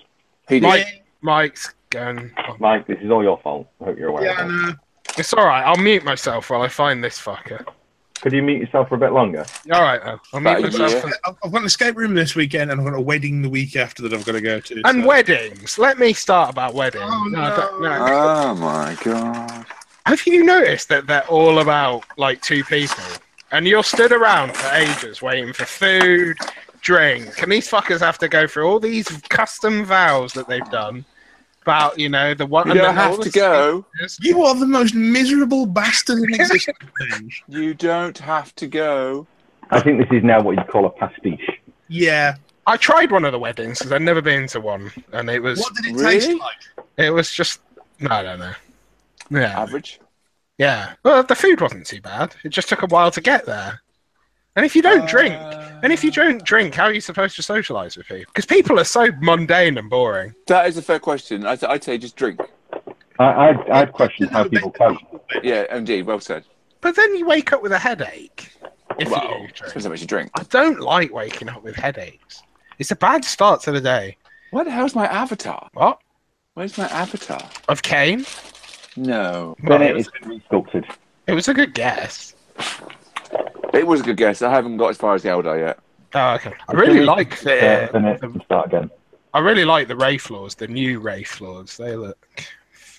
[SPEAKER 2] He did.
[SPEAKER 3] Mike Mike's going. oh,
[SPEAKER 4] Mike, this is all your fault. I hope you're aware.
[SPEAKER 1] Yeah,
[SPEAKER 4] of that.
[SPEAKER 1] no.
[SPEAKER 3] It's all right. I'll mute myself while I find this fucker.
[SPEAKER 4] Could you mute yourself for a bit longer?
[SPEAKER 3] All right, then. I'll mute
[SPEAKER 2] Right,
[SPEAKER 3] myself.
[SPEAKER 2] yeah.
[SPEAKER 3] for-
[SPEAKER 1] I've I've got an escape room this weekend, and I've got a wedding the week after that I've got to go to.
[SPEAKER 3] And
[SPEAKER 1] so-
[SPEAKER 3] weddings. Let me start about weddings.
[SPEAKER 1] Oh,
[SPEAKER 3] I don't-
[SPEAKER 1] no.
[SPEAKER 2] Oh my God.
[SPEAKER 3] Have you noticed that they're all about like two people? And you're stood around for ages waiting for food, drink, and these fuckers have to go through all these custom vows that they've done about, you know, the one
[SPEAKER 2] You
[SPEAKER 3] and
[SPEAKER 2] don't
[SPEAKER 3] then all
[SPEAKER 2] have
[SPEAKER 3] the
[SPEAKER 2] to go.
[SPEAKER 3] stickers.
[SPEAKER 1] you are the most miserable bastard in existence. Benj.
[SPEAKER 2] You don't have to go.
[SPEAKER 4] I think this is now what you'd call a pastiche.
[SPEAKER 1] yeah,
[SPEAKER 3] I tried one of the weddings because I'd never been to one, and it was
[SPEAKER 1] What did it
[SPEAKER 2] Really?
[SPEAKER 1] taste like?
[SPEAKER 3] it was just I don't know. Yeah,
[SPEAKER 2] Average.
[SPEAKER 3] yeah. Well, the food wasn't too bad. It just took a while to get there. And if you don't drink,
[SPEAKER 1] Uh,
[SPEAKER 3] and if you don't drink, how are you supposed to socialise with people? Because people are so mundane and boring.
[SPEAKER 2] That is a fair question. I'd, I'd say just drink.
[SPEAKER 4] I, I'd, I'd question how people cope.
[SPEAKER 2] Yeah, indeed. Well said.
[SPEAKER 3] But then you wake up with a headache. If
[SPEAKER 2] Well,
[SPEAKER 3] you don't drink.
[SPEAKER 2] depends how much you drink.
[SPEAKER 3] I don't like waking up with headaches. It's a bad start to the day.
[SPEAKER 2] Where the hell's my avatar?
[SPEAKER 3] What?
[SPEAKER 2] Where's my avatar?
[SPEAKER 3] Of Kane?
[SPEAKER 2] No.
[SPEAKER 3] Well,
[SPEAKER 4] Then
[SPEAKER 3] it,
[SPEAKER 4] it
[SPEAKER 3] was,
[SPEAKER 4] is resculpted.
[SPEAKER 3] it was a good guess.
[SPEAKER 2] It was a good guess. I haven't got as far as Eldar yet.
[SPEAKER 3] Oh, okay. I really
[SPEAKER 4] It's
[SPEAKER 3] like
[SPEAKER 4] Yeah, then
[SPEAKER 3] the,
[SPEAKER 4] it can start again.
[SPEAKER 3] I really like the Ray floors, the new Ray floors. They look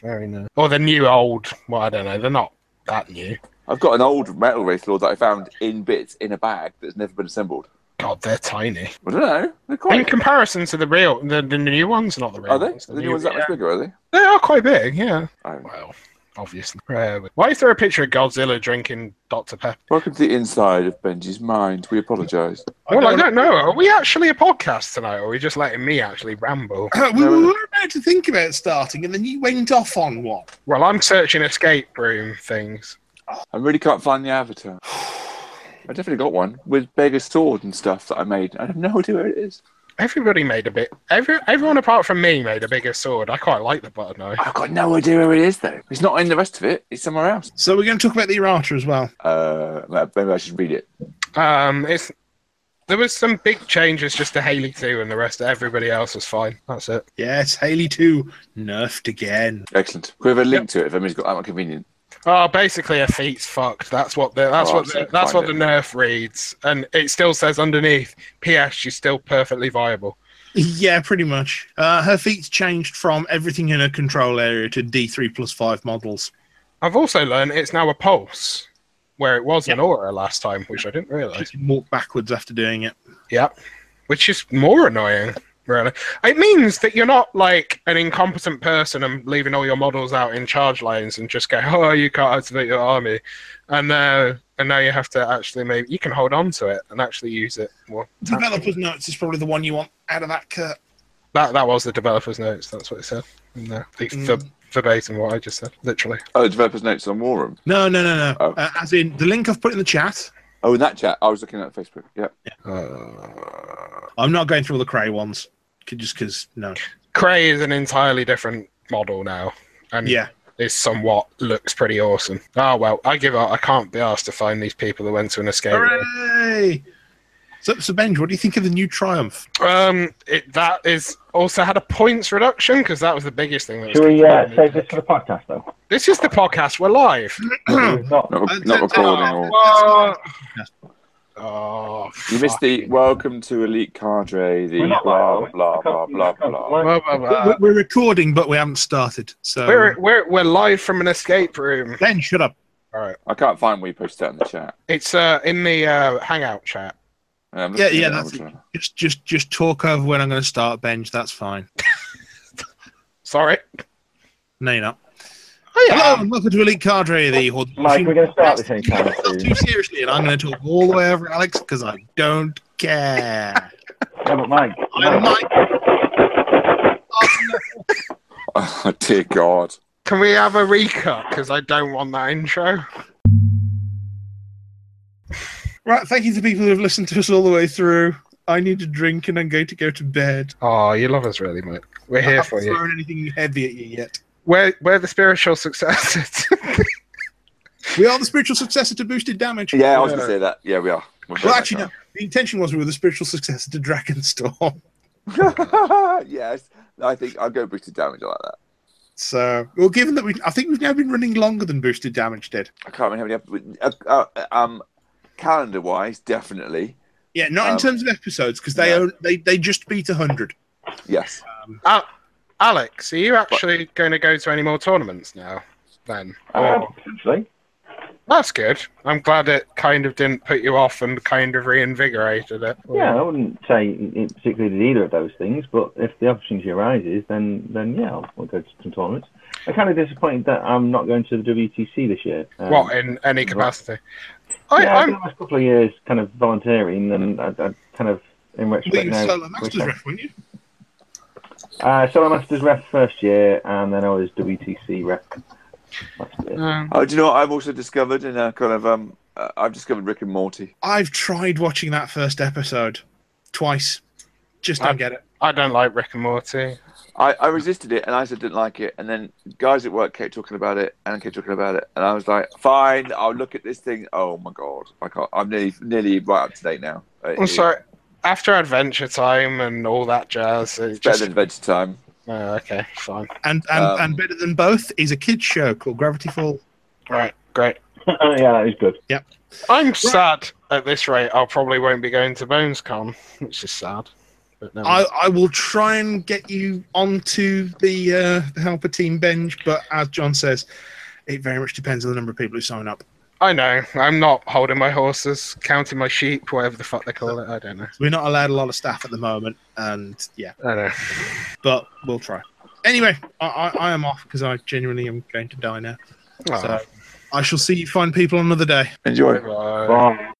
[SPEAKER 3] very nice. Or the new old. Well, I don't know. They're not that new.
[SPEAKER 2] I've got an old metal race lord that I found in bits in a bag that's never been assembled.
[SPEAKER 3] God, they're tiny.
[SPEAKER 2] I don't know. They're
[SPEAKER 3] In
[SPEAKER 2] quite.
[SPEAKER 3] comparison to the real, the, the new ones, not the real
[SPEAKER 2] Are they?
[SPEAKER 3] ones.
[SPEAKER 2] The new ones that
[SPEAKER 3] yeah.
[SPEAKER 2] much bigger, are they?
[SPEAKER 3] They are quite big, yeah.
[SPEAKER 2] Oh.
[SPEAKER 3] Well, obviously. Where are we- Why is there a picture of Godzilla drinking Dr. Pepper?
[SPEAKER 2] Welcome to the inside of Benji's mind. We apologise.
[SPEAKER 3] Well, I don't know. Are we actually a podcast tonight, or are we just letting me actually ramble?
[SPEAKER 1] we we were about to think about starting, and then you went off on one.
[SPEAKER 3] Well, I'm searching escape room things.
[SPEAKER 2] I really can't find the avatar. I definitely got one with beggar's sword and stuff that I made. I have no idea where it is.
[SPEAKER 3] Everybody made a bit. Every, everyone apart from me made a bigger sword. I quite like the butter knife.
[SPEAKER 2] I've got no idea where it is though. It's not in the rest of it. It's somewhere else.
[SPEAKER 1] So we're going to talk about the errata as well.
[SPEAKER 2] Uh, maybe I should read it.
[SPEAKER 3] Um, it's there was some big changes just to Haley two, and the rest of everybody else was fine. That's it.
[SPEAKER 1] Yes, Haley two nerfed again.
[SPEAKER 2] Excellent. Can we have a link to it if anybody's got that much convenient?
[SPEAKER 3] Oh, basically a feet's fucked. That's what the that's
[SPEAKER 2] Oh,
[SPEAKER 3] what
[SPEAKER 2] I've
[SPEAKER 3] the,
[SPEAKER 2] seen-
[SPEAKER 3] that's what
[SPEAKER 2] find
[SPEAKER 3] the
[SPEAKER 2] it.
[SPEAKER 3] nerf reads, and it still says underneath. P.S. She's still perfectly viable.
[SPEAKER 1] Yeah, pretty much. Uh, her feats changed from everything in her control area to D three plus five models.
[SPEAKER 3] I've also learned it's now a pulse, where it was an aura last time, which I didn't
[SPEAKER 1] She
[SPEAKER 3] realize.
[SPEAKER 1] can walk backwards after doing it.
[SPEAKER 3] Yeah, which is more annoying, really. It means that you're not like an incompetent person and leaving all your models out in charge lanes and just go, "Oh, you can't activate your army," and uh, and now you have to actually maybe you can hold on to it and actually use it. Well,
[SPEAKER 1] Developers notes is probably the one you want out of that cut.
[SPEAKER 3] that that was the developer's notes. That's what it said. No, the,
[SPEAKER 1] Mm.
[SPEAKER 3] the, verbatim what I just said, literally.
[SPEAKER 2] Oh, developers' notes on War Room.
[SPEAKER 1] No, no, no, no.
[SPEAKER 2] Oh.
[SPEAKER 1] Uh, as in the link I've put in the chat.
[SPEAKER 2] Oh, in that chat, I was looking at Facebook. Yeah.
[SPEAKER 3] Uh,
[SPEAKER 1] I'm not going through all the cray ones, c- just because no.
[SPEAKER 3] Cray is an entirely different model now, and
[SPEAKER 1] Yeah,
[SPEAKER 3] is somewhat looks pretty awesome. Ah well, I give up. I can't be asked to find these people that went to an escape. room.
[SPEAKER 1] hooray! So, so Benj, what do you think of the new Triumph?
[SPEAKER 3] Um, it, that is also had a points reduction because that was the biggest thing. That
[SPEAKER 4] Should
[SPEAKER 3] was
[SPEAKER 4] we uh, save this for the podcast, though?
[SPEAKER 3] this is the podcast. We're live.
[SPEAKER 4] We've not-
[SPEAKER 2] Not,
[SPEAKER 1] Uh,
[SPEAKER 2] not
[SPEAKER 1] that's-
[SPEAKER 2] recording or.
[SPEAKER 3] oh, oh,
[SPEAKER 2] You missed the welcome to Elite Cadre, the
[SPEAKER 4] We're
[SPEAKER 2] blah
[SPEAKER 4] not
[SPEAKER 2] blah
[SPEAKER 4] live,
[SPEAKER 2] blah
[SPEAKER 4] are we?
[SPEAKER 2] blah blah. blah.
[SPEAKER 3] Blah, blah,
[SPEAKER 1] we're,
[SPEAKER 3] blah.
[SPEAKER 1] we're recording, but we haven't started. So
[SPEAKER 3] We're, we're we're live from an escape room.
[SPEAKER 1] Ben, shut up.
[SPEAKER 3] All right,
[SPEAKER 2] I can't find where you posted that in the chat.
[SPEAKER 3] it's uh in the uh, hangout chat.
[SPEAKER 2] Um,
[SPEAKER 1] Yeah, yeah, that's it. Just, just, just talk over when I'm going to start, Benj. That's fine.
[SPEAKER 3] Sorry.
[SPEAKER 1] No, you're not.
[SPEAKER 3] Oh,
[SPEAKER 1] Hello, and welcome to Elite Cadre, the Horde.
[SPEAKER 4] Mike, we're going to start this anytime
[SPEAKER 1] Not
[SPEAKER 4] soon.
[SPEAKER 1] too seriously, and I'm going to talk all the way over Alex because I don't care.
[SPEAKER 4] No, but Mike,
[SPEAKER 1] I might.
[SPEAKER 2] Oh dear God.
[SPEAKER 3] Can we have a recut? Because I don't want that intro.
[SPEAKER 1] Right, thank you to people who have listened to us all the way through. I need a drink and I'm going to go to bed.
[SPEAKER 3] Oh, you love us really, Mike. We're
[SPEAKER 1] I
[SPEAKER 3] here
[SPEAKER 1] haven't
[SPEAKER 3] for you.
[SPEAKER 1] thrown anything heavy at you yet.
[SPEAKER 3] We're we're the spiritual successors.
[SPEAKER 1] We are the spiritual successor to Boosted Damage. Uh,
[SPEAKER 2] Yeah, I was gonna say that. Yeah, we are. We'll
[SPEAKER 1] Well,
[SPEAKER 2] say
[SPEAKER 1] actually, no.
[SPEAKER 2] that
[SPEAKER 1] The intention was we were the spiritual successor to Drakenstorm.
[SPEAKER 2] now. yes, I think I'll go boosted damage like that.
[SPEAKER 1] So, well, given that we, I think we've now been running longer than Boosted Damage did.
[SPEAKER 2] I can't remember how many. ep- Uh, uh, um, calendar wise, definitely
[SPEAKER 1] Yeah, not in
[SPEAKER 2] Um,
[SPEAKER 1] terms of episodes because they
[SPEAKER 2] yeah.
[SPEAKER 1] own, they they just beat hundred.
[SPEAKER 2] yes.
[SPEAKER 3] Al- Alex, are you actually going to go to any more tournaments now? Then
[SPEAKER 4] uh,
[SPEAKER 3] Or-
[SPEAKER 4] potentially.
[SPEAKER 3] that's good. I'm glad it kind of didn't put you off and kind of reinvigorated it.
[SPEAKER 4] Yeah, I wouldn't say it particularly did either of those things, but if the opportunity arises, then then yeah, I'll, I'll go to some tournaments. I'm kind of disappointed that I'm not going to the WTC this year. Um,
[SPEAKER 3] What in any capacity? I,
[SPEAKER 4] yeah, I've been
[SPEAKER 3] I'm
[SPEAKER 4] the last couple of years kind of volunteering, and I, I kind of In which
[SPEAKER 1] Well,
[SPEAKER 4] but
[SPEAKER 1] you
[SPEAKER 4] no,
[SPEAKER 1] were solo
[SPEAKER 4] we
[SPEAKER 1] masters
[SPEAKER 4] shall-
[SPEAKER 1] ref, weren't you?
[SPEAKER 4] uh, solo masters ref first year, and then I was WTC ref. last year.
[SPEAKER 3] Um,
[SPEAKER 2] Oh, do you know what I've also discovered in a kind of um, uh, I've discovered Rick and Morty.
[SPEAKER 1] I've tried watching that first episode twice. Just don't
[SPEAKER 3] I've-
[SPEAKER 1] get it.
[SPEAKER 3] I don't like Rick and Morty.
[SPEAKER 2] I, I resisted it and I said didn't like it, and then guys at work kept talking about it and kept talking about it, and I was like, fine, I'll look at this thing. Oh my god, I can't. I'm nearly nearly right up to date now. Uh, It-
[SPEAKER 3] I'm sorry. After Adventure Time and all that jazz, it
[SPEAKER 2] It's better
[SPEAKER 3] just
[SPEAKER 2] than Adventure Time.
[SPEAKER 3] Oh, okay, fine.
[SPEAKER 1] And and,
[SPEAKER 2] Um,
[SPEAKER 1] and better than both is a kids show called Gravity Fall.
[SPEAKER 3] Right, great.
[SPEAKER 4] yeah, that was good.
[SPEAKER 3] I'm sad at this rate. I probably won't be going to BonesCon, which is sad. But no,
[SPEAKER 1] I, I will try and get you onto the uh, the helper team bench, but as John says, it very much depends on the number of people who sign up.
[SPEAKER 3] I know. I'm not holding my horses, counting my sheep, whatever the fuck they call it. I don't know.
[SPEAKER 1] We're not allowed a lot of staff at the moment, and yeah,
[SPEAKER 3] I know.
[SPEAKER 1] but we'll try. Anyway, I, I, I am off because I genuinely am going to die now.
[SPEAKER 3] Oh,
[SPEAKER 1] So I shall see you fine people another day.
[SPEAKER 2] Enjoy.
[SPEAKER 3] bye.
[SPEAKER 4] Bye.